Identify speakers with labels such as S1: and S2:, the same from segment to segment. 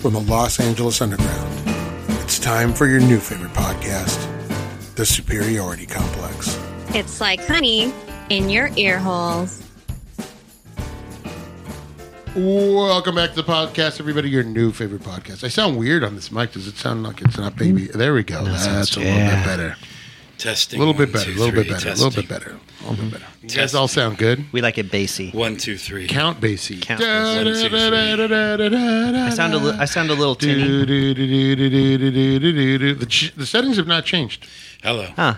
S1: from the Los Angeles Underground. It's time for your new favorite podcast, The Superiority Complex.
S2: It's like honey in your ear holes.
S1: Welcome back to the podcast, everybody. Your new favorite podcast. I sound weird on this mic. Does it sound like it's not baby? There we go. That's a little bit
S3: yeah.
S1: better. A
S4: Testing.
S1: little
S4: one,
S1: bit better. A
S4: two,
S1: little bit
S4: three,
S1: better. A
S4: testing.
S1: little bit better. A little bit better.
S3: Mm-hmm.
S1: You guys all sound good.
S3: We like it bassy.
S4: One, two, three.
S1: Count Basie.
S3: Count
S4: Basie.
S3: I sound a li- I sound a little tinny.
S1: Do, do, do, do, do, do, do, do, do, do. The, ch- the settings have not changed.
S4: Hello.
S3: Huh.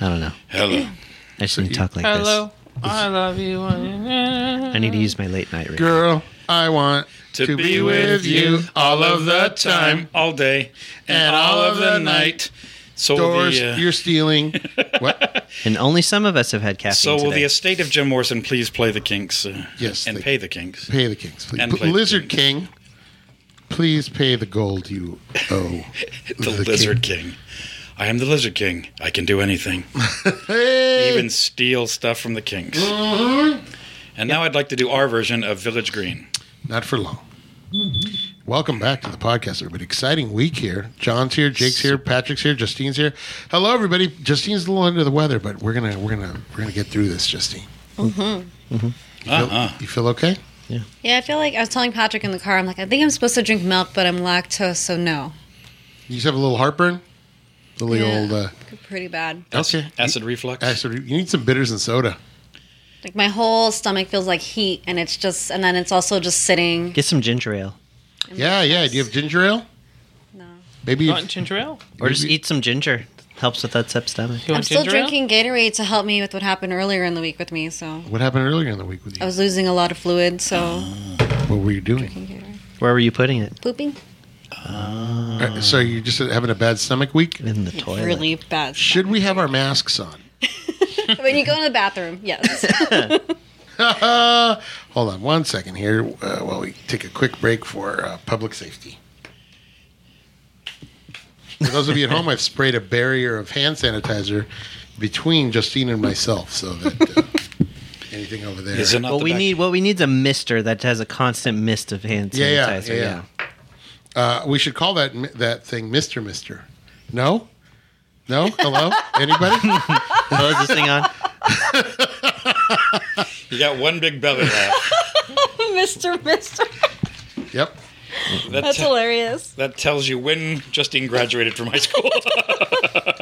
S3: I don't know.
S4: Hello.
S3: I just need to talk like
S5: Hello, I love you.
S3: this. I need to use my late night radio.
S1: Girl, I want
S4: To, be, with you all of the time, all day, and all of the night. So will
S1: Doors,
S4: the, uh,
S1: you're stealing. what?
S3: And only some of us have had caffeine
S4: so will
S3: today.
S4: the estate of Jim Morrison please play the Kinks? Uh,
S1: Yes,
S4: and
S1: they-
S4: pay the Kinks.
S1: Pay the kings, please.
S4: And
S1: P-
S4: play the
S1: Lizard King, please pay the gold you owe.
S4: The, Lizard King. I am the Lizard King. I can do anything,
S1: Hey!
S4: even steal stuff from the Kinks. And now I'd like to do our version of Village Green.
S1: Not for long. Welcome back to the podcast, everybody. Exciting week here. John's here, Jake's here, Patrick's here, Justine's here. Hello, everybody. Justine's a little under the weather, but we're gonna we're gonna we're gonna get through this, Justine.
S4: Uh
S1: Feel-
S4: huh.
S1: You feel okay?
S2: Yeah, I feel like I was telling Patrick in the car, I'm like, I think I'm supposed to drink milk, but I'm lactose, so no.
S1: You just have a little heartburn, the little
S2: Yeah.
S1: old uh,
S2: Pretty bad.
S1: okay
S4: Acid reflux.
S1: Acid. You need some bitters and soda.
S2: Like my whole stomach feels like heat, and it's just, and then it's also just sitting.
S3: Get some ginger ale.
S1: Yeah, yeah. Do you have ginger ale?
S2: No.
S1: Maybe
S5: You want
S1: if,
S5: ginger ale?
S3: Or just
S1: Maybe-
S3: eat some ginger. Helps with that upset stomach.
S5: You
S2: I'm
S5: want
S2: still
S5: ginger ale?
S2: drinking Gatorade to help me with what happened earlier in the week with me, so
S1: what happened earlier in the week with
S2: I
S1: you.
S2: was losing a lot of fluid, so
S1: What were you doing?
S3: Where were you putting it?
S2: pooping.
S1: Uh, so you're just having a bad stomach week.
S3: In the toilet.
S2: Really bad.
S1: Should we have our masks on?
S2: when you go in the bathroom, yes.
S1: Uh, Hold on one second here uh, while we take a quick break for uh, public safety. For those of you at home, I've sprayed a barrier of hand sanitizer between Justine and myself so that uh, anything over there.
S4: Is it not
S3: What
S4: the
S3: we
S4: back-
S3: need what we need's a mister that has a constant mist of hand sanitizer.
S1: Yeah, yeah, yeah, yeah. Uh, we should call that that thing Mister Mister. No, no. Hello, anybody?
S3: Hello, is this thing on?
S4: You got one big belly laugh.
S2: Mr. Mister.
S1: Yep.
S4: That
S2: That's
S4: te-
S2: hilarious.
S4: That tells you when Justine graduated from high school.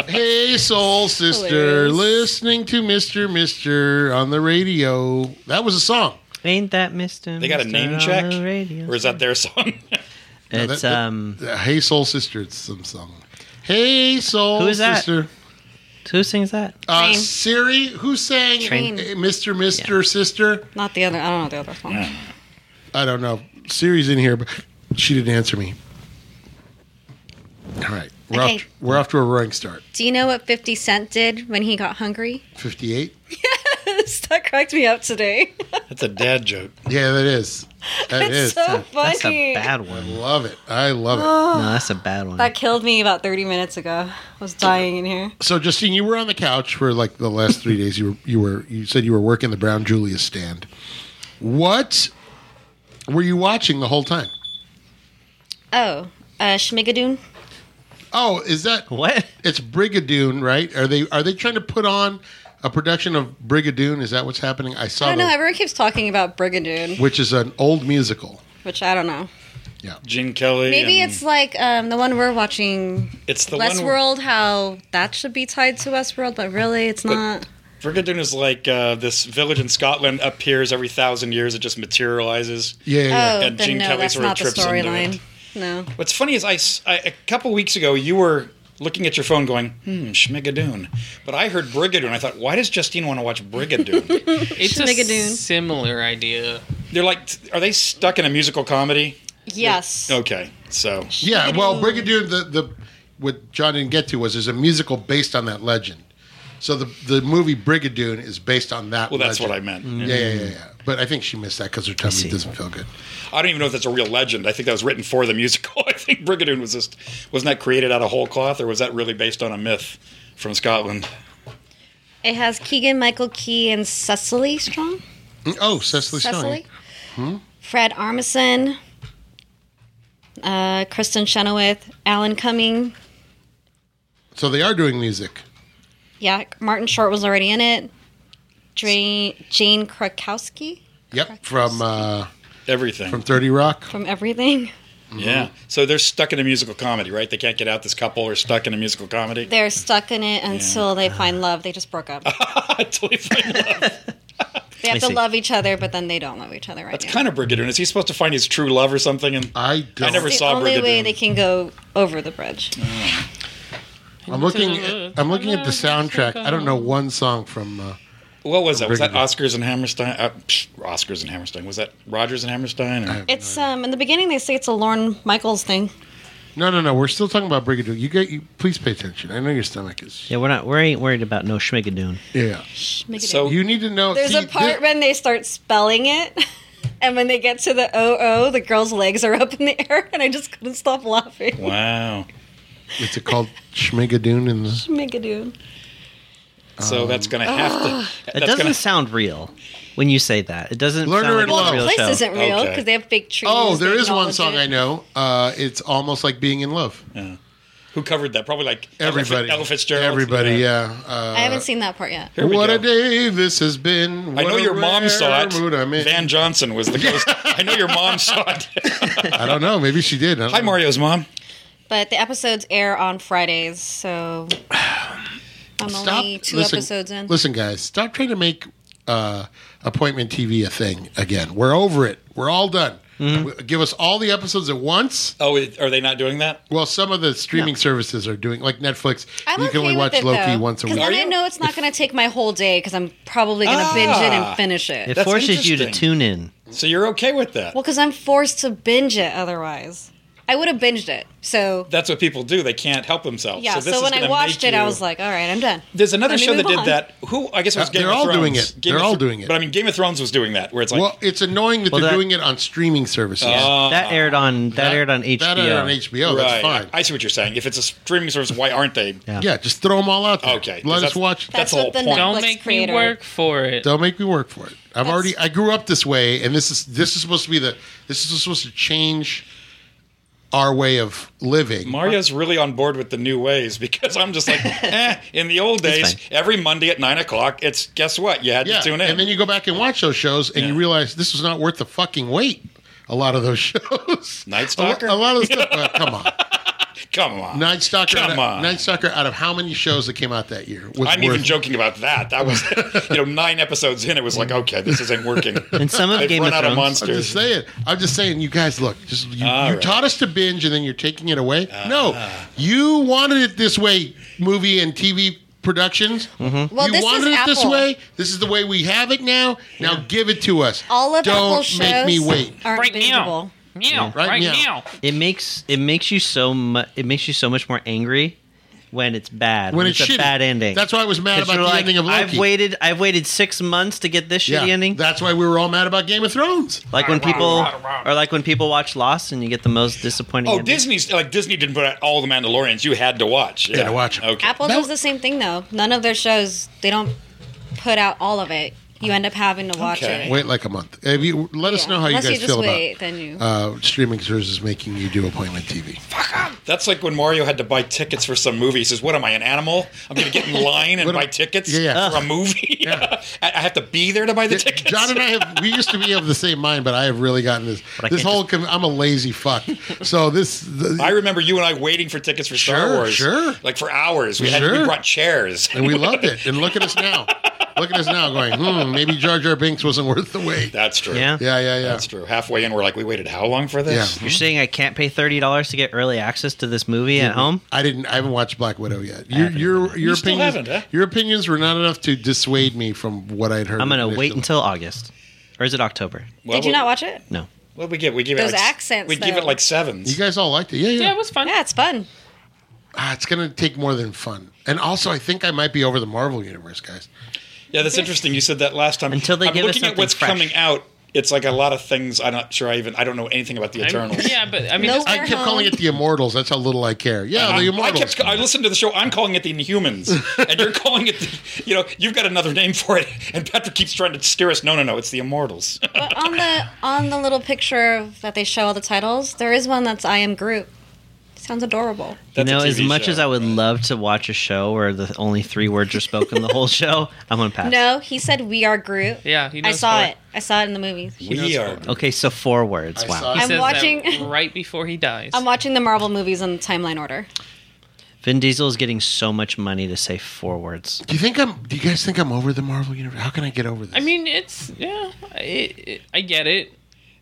S1: Hey, soul sister,
S2: Hilarious.
S1: listening to Mister Mister on the radio. That was a song.
S3: Ain't that mister?
S4: they got a
S3: mister
S4: name
S3: on
S4: check,
S3: the radio?
S4: or is that their song?
S1: that-
S3: It's
S1: that-
S3: um
S1: Uh, hey, soul sister. It's some song. Hey, soul
S3: Who is that?
S1: sister.
S3: who sings that?
S1: Uh,
S2: Train.
S1: Siri, who sang
S2: Train.
S1: uh, Mr. Mister Sister?
S2: Not the other. I don't know the other song.
S1: I don't know. Siri's in here, but she didn't answer me. All right, we're, off,
S2: Okay.
S1: we're off to a roaring start.
S2: Do you know what 50 Cent did when he got hungry?
S1: 58?
S2: that cracked me up today.
S4: That's a dad joke.
S1: Yeah, that is. That
S2: It's
S1: is.
S2: so Oh. funny.
S3: That's a bad one.
S1: love it. I love
S3: No, that's a bad one.
S2: that killed me about 30 minutes ago. I was dying in here.
S1: it. So, Justine, you were on the couch for like the last three days. You were, you were, you said you were working the Brown Julia stand. What were you watching the whole time?
S2: Oh, uh, Schmigadoon?
S1: Oh, is that
S3: What?
S1: It's Brigadoon, right? Are they are they trying to put on a production of Brigadoon? Is that what's happening? I saw
S2: I don't know.
S1: the-
S2: Everyone keeps talking about Brigadoon,
S1: which is an old musical.
S2: which I don't know.
S4: Gene Kelly.
S2: Maybe
S4: and-
S2: it's like um, the one we're watching,
S4: it's the one.
S2: Westworld, how that should be tied to Westworld, but really it's not.
S4: Brigadoon is like uh, this village in Scotland appears every thousand years. It just materializes.
S1: Yeah, yeah, yeah.
S2: Oh,
S4: And
S2: then
S4: Gene
S2: no,
S4: Kelly
S2: that's
S4: sort of
S2: not the
S4: trips into
S2: storyline.
S4: it.
S2: No.
S4: What's funny is I, s- I- a couple weeks ago you were looking at your phone going hmm Schmigadoon, but I heard Brigadoon. I thought why does Justine want to watch Brigadoon?
S5: It's a
S2: Schmigadoon.
S5: similar idea.
S4: They're like, are they stuck in a musical comedy?
S2: Yes.
S4: Okay, so
S1: Yeah, well, Brigadoon, the the what John didn't get to was there's a musical based on that legend. So the the movie Brigadoon is based on that.
S4: well that's what I
S1: legend. Mm-hmm.
S4: meant.
S1: Yeah, yeah, yeah, yeah. But I think she missed that because her tummy doesn't feel good.
S4: I don't even know if that's a real legend. I think that was written for the musical. I think Brigadoon was just wasn't that created out of whole cloth, or was that really based on a myth from Scotland?
S2: It has Keegan Michael Key and Cecily Strong.
S4: Hmm?
S1: Oh, Cecily Stone.
S2: Cecily. Fred Armisen. uh, Kristen Chenoweth, Alan Cumming.
S1: So they are doing music.
S2: Yeah, Martin Short was already in it. Jane, Jane Krakowski
S1: Yep, from uh,
S4: Everything.
S1: from Mm-hmm. Thirty Rock.
S2: from Everything.
S4: Yeah. So they're stuck in a musical comedy, right? They can't get out. This couple are stuck in a musical comedy
S2: They're stuck in it until they find love. They just broke up.
S4: Ah, until they find love.
S2: They have
S3: I
S2: to
S3: see.
S2: love each other, but then they don't love each other right
S4: That's
S2: now.
S4: kind of Brigadoon. Is he supposed to find his true love or something? And
S1: I don't.
S4: I never
S2: it's the
S4: saw
S2: only way
S4: Brigadoon.
S2: they can go over the bridge.
S1: I'm looking. At, I'm looking at the soundtrack. I don't know one song from. Uh,
S4: what was that? Was that
S1: Brigadoon.
S4: Oscars and Hammerstein? Uh, psh, Oscars and Hammerstein. Was that Rogers and Hammerstein? Or?
S2: It's um in the beginning they say it's a Lorne Michaels thing.
S1: no, no, no. We're still talking about Brigadoon. You get. You, please pay attention. I know your stomach is.
S3: Yeah, we're not. We ain't worried about no schmigadoon.
S1: Yeah.
S2: Make it
S4: So
S1: You need to know.
S2: There's
S1: see,
S2: a part when they start spelling it, and when they get to the OO, the girl's legs are up in the air, and I just couldn't stop laughing.
S4: wow.
S1: thi- It's called Schmigadoon in the.
S2: Schmigadoon.
S4: So
S1: Um,
S4: that's gonna have to.
S3: That
S4: that's
S3: doesn't
S4: gonna-
S3: sound real when you say that. It doesn't.
S1: Learner
S3: sound
S1: and
S3: like
S1: Love.
S2: Well,
S3: a real
S2: the place
S3: show.
S2: isn't real because
S4: Okay.
S2: they have big trees.
S1: Oh, there
S2: they
S1: is one
S2: acknowledge
S1: song
S2: it.
S1: I know. Uh, it's almost like being in love.
S4: Who covered that? Probably like
S1: Everybody.
S4: Ella Fitzgerald.
S1: Everybody. Yeah. Uh,
S2: I haven't seen that part yet.
S4: Here we
S1: what
S4: go.
S1: a day this has been.
S4: I know
S1: What a
S4: your mom saw
S1: rare
S4: it.
S1: mood I'm in.
S4: Van Johnson was the ghost. I know your mom saw it.
S1: I don't know. Maybe she did. I don't
S4: Hi,
S1: know.
S4: Mario's mom.
S2: But the episodes air on Fridays, so I'm only two episodes in.
S1: Listen, guys, stop trying to make uh, appointment TV a thing again. We're over it. We're all done.
S4: Mm-hmm.
S1: W- Give us all the episodes at once.
S4: Oh, it- are they not doing that?
S1: Well, some of the streaming services are doing, like Netflix.
S2: I'm
S1: you
S2: okay
S1: can only
S2: with
S1: watch
S2: it,
S1: Loki
S2: though,
S1: once a
S2: 'cause
S1: week.
S2: Then
S4: Are
S2: I
S4: you?
S2: know it's not going to take my whole day because I'm probably going to binge it
S4: Ah.
S2: and finish it.
S3: It
S4: That's
S3: forces you to
S4: interesting.
S3: tune in.
S4: So you're okay with that?
S2: Well, because I'm forced to binge it otherwise. I would have binged it. So,
S4: That's what people do. They can't help themselves.
S2: yeah.
S4: this
S2: So,
S4: is
S2: when I
S4: gonna
S2: watched
S4: make
S2: it, I
S4: you-
S2: was like, all right, I'm done.
S4: There's another
S2: Let me
S4: show that
S2: move
S4: did
S2: on.
S4: that. Who? I guess it was
S1: Uh,
S4: Game
S1: they're
S4: of
S1: all doing
S4: Thrones.
S1: it.
S4: Game
S1: They're
S4: of
S1: all
S4: Thro-
S1: doing it.
S4: But I mean, Game of Thrones was doing that, where it's like, Oh,
S1: well, it's annoying that
S3: Well,
S1: they're
S3: that-
S1: doing it on streaming services.
S3: that aired on. Uh, That, aired on HBO.
S1: That aired on HBO. That's
S4: right?
S1: fine.
S4: I see what you're saying. If it's a streaming service, why aren't they?
S3: Yeah.
S1: yeah, just throw them all out there.
S4: Okay, 'cause
S1: Let us
S4: that's-
S1: watch.
S4: That's
S2: That's,
S4: the whole
S2: what the
S4: point.
S2: Netflix
S4: Don't
S5: Don't make
S2: creator.
S5: me work for it.
S1: Don't make me work for it. I've
S2: That's-
S1: already I grew up this way, and this is this is supposed to be the this is supposed to change our way of living.
S4: Mario's really on board with the new ways because I'm just like, eh. In the old days,
S3: fine.
S4: every Monday at nine o'clock, it's guess what? You had
S1: yeah,
S4: to tune in.
S1: and then you go back and watch those shows, and you realize this was not worth the fucking wait. A lot of those shows,
S4: Night
S1: A lo-
S4: Stalker?
S1: a, lot of stuff. uh, come on,
S4: Come on.
S1: Night Stalker.
S4: Come
S1: out of,
S4: on.
S1: Night Stalker. Out of how many shows that came out that year? Was
S4: I'm
S1: worth
S4: even joking about that. That was, you know, nine episodes in, it was like, okay, this isn't working.
S3: And some of
S4: They've
S3: Game
S4: run
S3: of
S4: out of
S3: Thrones.
S1: I'm just
S4: monsters.
S1: saying. I'm just saying. You guys, look. Just you,
S4: All
S1: you
S4: right.
S1: taught us to binge, and then you're taking it away.
S3: Uh-huh.
S1: no, you wanted it this way. Movie and TV productions.
S3: Mm-hmm.
S2: Well,
S1: you
S2: this
S1: wanted
S2: is
S1: it this
S2: Apple.
S1: way. This is the way we have it now. Now give it to us.
S2: All of
S1: Don't
S2: Apple shows
S1: make me wait.
S2: aren't
S5: Right
S2: bingeable.
S5: now. Meow.
S1: Right
S5: Right,
S1: meow.
S5: now.
S3: It makes it makes you so mu- it makes you so much more angry when it's bad.
S1: When it's
S3: it's, a
S1: shitty.
S3: bad ending.
S1: That's why I was mad
S3: 'Cause
S1: about
S3: you're
S1: the
S3: like,
S1: ending of Loki.
S3: I've waited I've waited six months to get this shitty ending.
S1: That's why we were all mad about Game of Thrones.
S3: like when people or like when people watch Lost and you get the most disappointing.
S4: Oh,
S3: ending.
S4: Disney's like Disney didn't put out all the Mandalorians. You had to watch. Yeah,
S1: to watch 'em.
S4: Okay.
S2: Apple
S1: That-
S2: does the same thing though. None of their shows they don't put out all of it. You end up having to watch
S4: Okay.
S2: it.
S1: Wait like a month. If you, let us
S2: Yeah.
S1: know how
S2: Unless
S1: you guys
S2: just
S1: feel
S2: wait,
S1: about
S2: then you.
S1: uh, streaming services making you do appointment TV.
S4: That's like when Mario had to buy tickets for some movie. He says, "What am I, an animal? I'm going to get in line and
S1: What am-
S4: buy tickets
S1: Yeah, yeah.
S4: for a movie.
S1: Yeah.
S4: I I have to be there to buy the tickets."
S1: John and I have we used to be of the same mind, but I have really gotten this
S3: I
S1: this
S3: can't
S1: whole. com I'm a lazy fuck. So this the,
S4: I remember you and I waiting for tickets for Star
S1: Sure,
S4: Wars,
S1: sure.
S4: like for hours. We had
S1: Sure.
S4: we brought chairs.
S1: and we loved it. And look at us now. Look at us now, going hmm. Maybe Jar Jar Binks wasn't worth the wait.
S4: That's true.
S3: Yeah.
S1: Yeah, yeah, yeah.
S4: that's true. Halfway in, we're like, we waited how long for this?
S1: Yeah.
S3: You're saying I can't pay thirty dollars to get early access to this movie at home?
S1: I didn't. I haven't watched Black Widow yet. Your your your
S4: You still
S1: opinions
S4: haven't, huh?
S1: your opinions were not enough to dissuade me from what I'd heard.
S3: I'm gonna wait
S1: initially.
S3: until August, or is it October?
S4: Well,
S2: Did you
S4: what-
S2: not watch it?
S3: No.
S4: What we give? We give it
S2: Those
S4: like,
S2: accents,
S4: We give it
S2: though.
S4: like sevens.
S1: you guys all liked it. Yeah, yeah.
S5: Yeah, it was fun.
S2: Yeah, it's fun.
S1: ah, it's gonna take more than fun. And also, I think I might be over the Marvel universe, guys.
S4: Yeah, that's interesting. You said that last time.
S3: Until they
S4: I'm
S3: give us
S4: looking at
S3: something
S4: what's
S3: fresh.
S4: coming out it's like a lot of things. I'm not sure I even I don't know anything about the Eternals.
S5: yeah, but I mean,
S2: No
S5: this-
S1: I
S2: They're
S1: kept calling
S2: home.
S1: it the Immortals. That's how little I care. Yeah,
S3: Oh,
S1: the
S4: Uh-huh. I
S1: Immortals.
S4: kept. I listened to the show. I'm calling it the Inhumans, and you're calling it. The, you know, you've got another name for it. And Patrick keeps trying to steer us. No, no, no. It's the Immortals.
S2: But on the on the little picture of- that they show all the titles, there is one that's I am Groot. Sounds adorable.
S3: You
S4: That's a
S3: know, as
S4: TV
S3: much
S4: show.
S3: as I would love to watch a show where the only three words are spoken the whole show, I'm gonna pass.
S2: No, he said we are Groot.
S5: yeah, he
S2: I
S5: knows
S2: saw
S5: four.
S2: it. I saw it in the movies.
S4: we are.
S3: Okay, so four words.
S1: I saw
S3: wow.
S5: He
S1: it.
S2: I'm
S5: says
S2: watching-
S5: that right before he dies.
S2: I'm watching the Marvel movies in timeline order.
S3: Vin Diesel is getting so much money to say four words.
S1: do you think I'm? Do you guys think I'm over the Marvel universe? How can I get over this?
S5: I mean, it's yeah, it, it, I get it.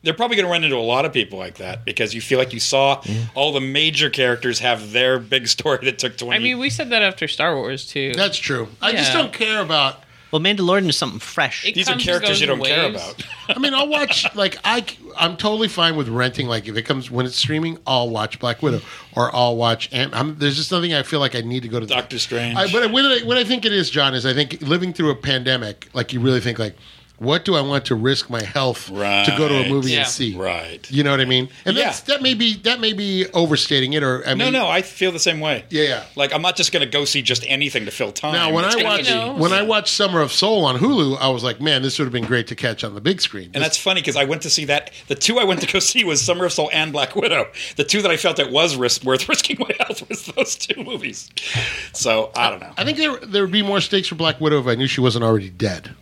S4: They're probably going to run into a lot of people like that because you feel like you saw all the major characters have their big story that took 20
S5: I mean, we said that after Star Wars too.
S1: that's true. I just
S5: Yeah.
S1: don't care about.
S3: Well, Mandalorian is something fresh.
S5: It
S4: these are
S5: comes and
S4: characters
S5: goes
S4: you
S5: in
S4: don't care
S5: waves.
S4: about.
S1: I mean, I'll watch like I. I'm totally fine with renting. Like if it comes when it's streaming, I'll watch Black Widow or I'll watch. Ant- I'm, there's just nothing I feel like I need to go to the
S4: Doctor Strange.
S1: I, but what I, what I think it is, John, is I think living through a pandemic, like you really think like, what do I want to risk my health to go to a
S4: Right.
S1: movie
S5: Yeah.
S1: and see?
S4: right.
S1: You know what I mean? And
S4: Yeah.
S1: that's, that may be that may be overstating it, or I
S4: No,
S1: mean,
S4: no, I feel the same way.
S1: Yeah, yeah.
S4: Like I'm not just going to go see just anything to fill time.
S1: Now when
S4: It's
S1: I
S4: gonna
S1: watch
S4: be-
S5: know.
S1: when I watched Summer of Soul on Hulu, I was like, man, this would have been great to catch on the big screen.
S4: And that's funny because I went to see that. The two I went to go see was Summer of Soul and Black Widow. The two that I felt it was risk, worth risking my health was those two movies. So I don't know.
S1: I think there there would be more stakes for Black Widow if I knew she wasn't already dead.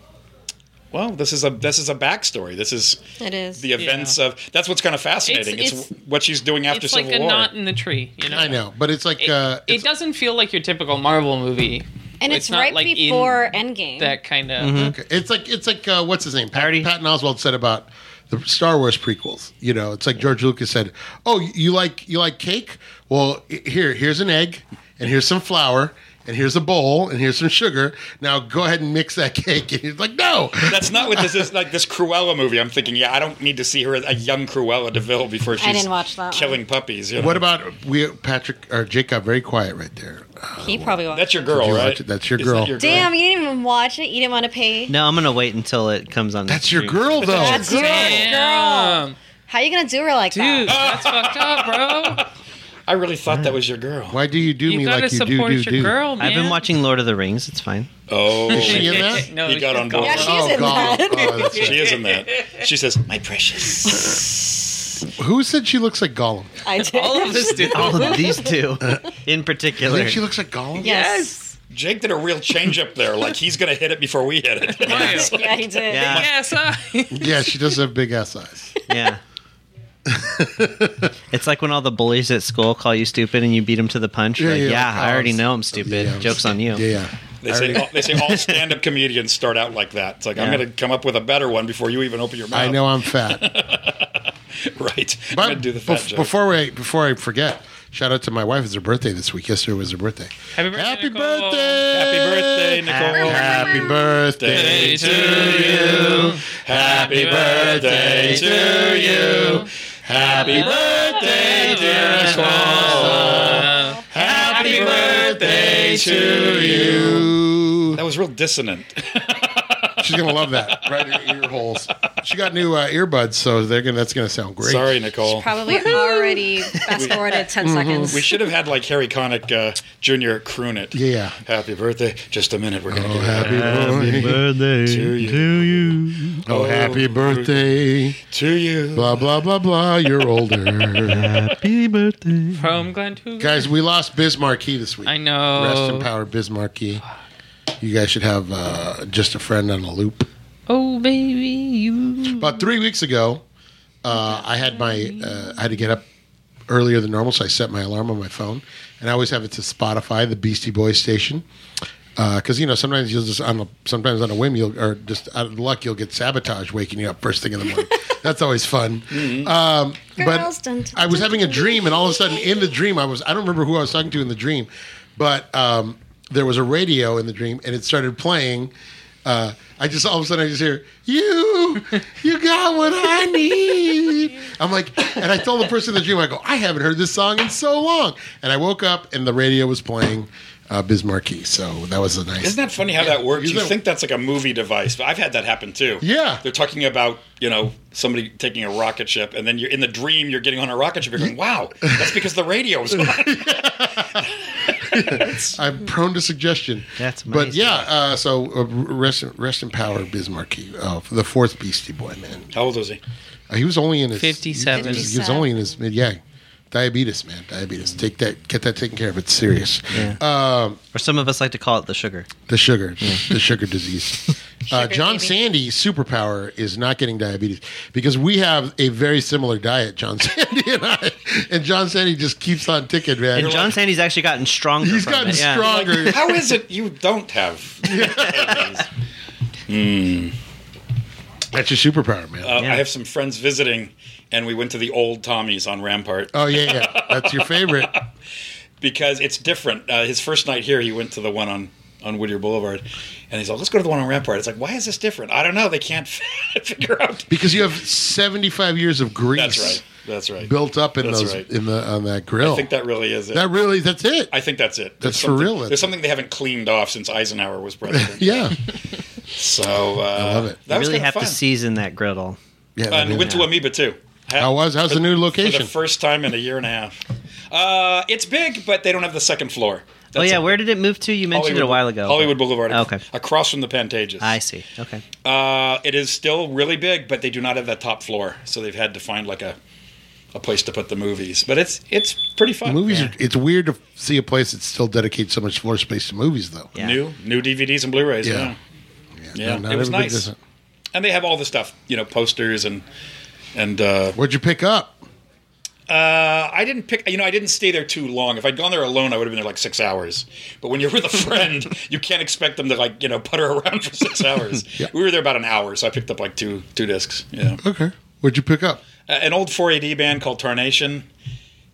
S4: Well, this is a this is a backstory. This is
S2: It is.
S4: the events of. That's what's kind of fascinating. It's,
S5: It's- it's-
S4: what she's doing after
S5: It's like
S4: Civil
S5: a
S4: War.
S5: knot in the tree. You know.
S1: I know, but it's like
S5: It,
S1: uh,
S5: it
S1: it's-
S5: doesn't feel like your typical Marvel movie.
S2: and it's,
S5: not
S2: right
S5: like in
S2: before Endgame.
S5: that kind of.
S2: Mm-hmm.
S1: Okay. It's like it's like uh, what's his name? Pat,
S3: Parody.
S1: Patton Oswald said about the Star Wars prequels. You know, it's like George Lucas said, "Oh, you like you like cake? Well, i- here here's an egg, and here's some flour." And here's a bowl, and here's some sugar. Now go ahead and mix that cake. And he's like, "No,
S4: That's not what this is. Like this Cruella movie, I'm thinking. Yeah, I don't need to see her as a young Cruella Deville before she's
S2: didn't watch that one.
S4: killing puppies. You know?
S1: What about we? Patrick or Jake got very quiet right there.
S2: he probably watched.
S4: That's your girl,
S1: Did you
S4: right?
S1: watch it? That's your
S4: Is that
S1: girl.
S2: Damn, you didn't even watch it. You didn't want to pay.
S3: No, I'm gonna wait until it comes on.
S1: That's your
S3: stream.
S1: girl, though.
S2: That's your girl.
S5: Damn.
S2: How you gonna do her like
S5: Dude,
S2: that?
S5: that's fucked up, bro.
S4: I really thought that was your girl.
S1: Why do you do
S5: You
S1: me
S5: gotta
S1: like you do
S5: support
S1: do
S5: your
S1: do?
S5: girl, man.
S3: I've been watching Lord of the Rings. It's fine.
S4: Oh,
S1: she in that?
S5: No,
S4: he got
S5: she's
S4: on board.
S2: Yeah, she is in
S1: God!
S2: that.
S1: Oh, that's right.
S4: She is in that. She says, "My precious."
S1: Who said she looks like Gollum?
S2: I did.
S5: All of this, dude.
S3: All of these two, in
S1: You
S3: particular.
S1: think she looks like Gollum?
S2: Yes.
S4: Jake did a real change up there. Like he's gonna hit it before we hit it.
S5: Mario.
S2: Yeah, he did.
S3: Yeah.
S5: Yes, I.
S1: Yeah, she does have big ass eyes.
S3: Yeah. it's like when all the bullies at school call you stupid and you beat them to the punch. You're
S1: Yeah,
S3: like,
S1: yeah,
S3: yeah,
S1: like,
S3: I
S1: oh,
S3: already
S1: I'm
S3: know I'm
S1: stu-
S3: stupid.
S1: yeah, I'm
S3: Joke's on you.
S1: Yeah, yeah.
S4: They
S1: I
S4: say
S1: already-
S4: all, they say all stand-up comedians start out like that. It's like I'm
S3: Yeah.
S4: gonna come up with a better one before you even open your mouth.
S1: I know I'm fat.
S4: right? I'm gonna
S1: But
S4: do the fat
S1: bef-
S4: joke.
S1: before I before I forget, shout out to my wife. It's her birthday this week. Yesterday was her birthday.
S5: Happy birthday,
S1: Happy
S5: Nicole.
S1: birthday!
S4: Happy birthday, Nicole.
S1: Happy birthday
S4: Happy to you. Happy birthday to you. Happy birthday, dear Nicole. Happy birthday to you.
S1: you.
S4: That was real dissonant.
S1: She's gonna love that. Right in your ear holes. She got new uh, earbuds, so they're gonna. That's gonna sound great.
S4: Sorry, Nicole.
S2: Probably already fast forwarded 10
S1: Mm-hmm.
S2: seconds.
S4: We should have had like Harry Connick uh, Jr. croon it.
S1: Yeah.
S4: Happy birthday. Just a minute. We're going to
S1: Oh,
S4: get happy
S1: happy birthday
S3: birthday
S4: to you.
S3: you.
S1: Oh, happy birthday.
S4: to you.
S1: Blah blah blah blah. You're older,
S3: Happy birthday.
S5: From Glen to
S1: guys. We lost Biz Marquee this week.
S5: I know.
S1: Rest in power, Biz Markie. You guys should have uh, just a friend on a loop.
S5: Oh, baby, you.
S1: About three weeks ago, uh, I had my uh, I had to get up earlier than normal, so I set my alarm on my phone, and I always have it to Spotify, the Beastie Boys station, because you know sometimes you'll just on a, sometimes on a whim you'll or just out of luck you'll get sabotage waking you up first thing in the morning. That's always fun. Um,
S2: Girls
S1: but
S2: dun- dun-
S1: I was
S2: dun-
S1: having a dream, and all of a sudden in the dream I was I don't remember who I was talking to in the dream, but um, there was a radio in the dream, and it started playing. Uh, I just all of a sudden I just hear you, you got what I need. I'm like, and I told the person in the dream, I go, I haven't heard this song in so long, and I woke up and the radio was playing. uh, Bismarcky. So that was a nice.
S4: Isn't that funny how that works?
S1: Isn't
S4: You
S1: that-
S4: think that's like a movie device, but I've had that happen too.
S1: Yeah.
S4: They're talking about, you know, somebody taking a rocket ship, and then you're in the dream, you're getting on a rocket ship, you're going, wow, that's because the radio was on.
S1: I'm prone to suggestion.
S3: That's
S1: But
S3: amazing.
S1: yeah, uh, so uh, rest, rest in power, Bismarcky, uh, the fourth Beastie Boy man.
S4: how old was he?
S1: Uh, he was only in his
S5: 57.
S1: He was, he was only in his mid. Yeah, diabetes, man, diabetes. Take that, get that taken care of. It's serious. Um,
S3: Or some of us like to call it the sugar.
S1: the sugar, the sugar disease. uh,
S2: Sugar
S1: John
S2: baby.
S1: Sandy's superpower is not getting diabetes because we have a very similar diet, John Sandy and I. And John Sandy just keeps on ticking, man.
S3: And John Sandy's actually gotten stronger.
S1: He's
S3: from
S1: gotten
S3: it, yeah.
S1: stronger.
S4: How is it you don't have? Uh,
S1: That's your superpower, man.
S4: Uh,
S3: Yeah.
S4: I have some friends visiting, and we went to the old Tommy's on Rampart
S1: oh yeah, yeah. That's your favorite.
S4: because it's different. Uh, his first night here, he went to the one on on Whittier Boulevard, and he's like, "Let's go to the one on Rampart." It's like, why is this different? I don't know. They can't figure out.
S1: because you have 75 years of grease
S4: That's right. That's right.
S1: built up in
S4: That's
S1: those
S4: right.
S1: in the on that grill.
S4: I think that really is it.
S1: that really that's it.
S4: I think that's
S1: That's
S4: it. There's
S1: for
S4: something-
S1: real, that's
S4: There's
S1: it.
S4: something they haven't cleaned off since Eisenhower was president.
S1: yeah,
S4: So uh, I
S1: love it.
S4: That
S3: You
S4: was
S3: really
S4: kinda
S3: have
S4: fun.
S3: to season that griddle.
S1: yeah.
S4: And
S1: that
S4: went
S1: is-
S4: to Amoeba too. Ha-
S1: How was how's the new
S4: for
S1: location?
S4: the first time in a year and a half. Uh, it's big, but they don't have the second floor.
S3: Oh
S4: That's
S3: yeah,
S4: it.
S3: where did it move to? You mentioned
S4: Hollywood,
S3: it a while ago. Oh,
S4: Hollywood Boulevard.
S3: Okay.
S4: Across from the Pantages.
S3: I see. Okay.
S4: Uh, it is still really big, but they do not have that top floor, so they've had to find like a a place to put the movies. But it's it's pretty fun.
S1: movies. Are, it's weird to see a place that still dedicates so much floor space to movies, though.
S3: Yeah.
S4: New new DVDs and Blu-rays.
S1: Yeah.
S4: yeah. Yeah,
S1: No, not
S4: it was
S1: everybody
S4: nice.
S1: does it.
S4: and they have all the stuff, you know, posters and and uh,
S1: What'd you pick up?
S4: I didn't pick. You know, I didn't stay there too long. If I'd gone there alone, I would have been there like six hours. But when you're with a friend, you can't expect them to like you know putter around for six hours.
S1: Yeah.
S4: We were there about an hour, so I picked up like two two discs. Yeah,
S1: Okay. What'd you pick up?
S4: A- an old 4AD band called Tarnation.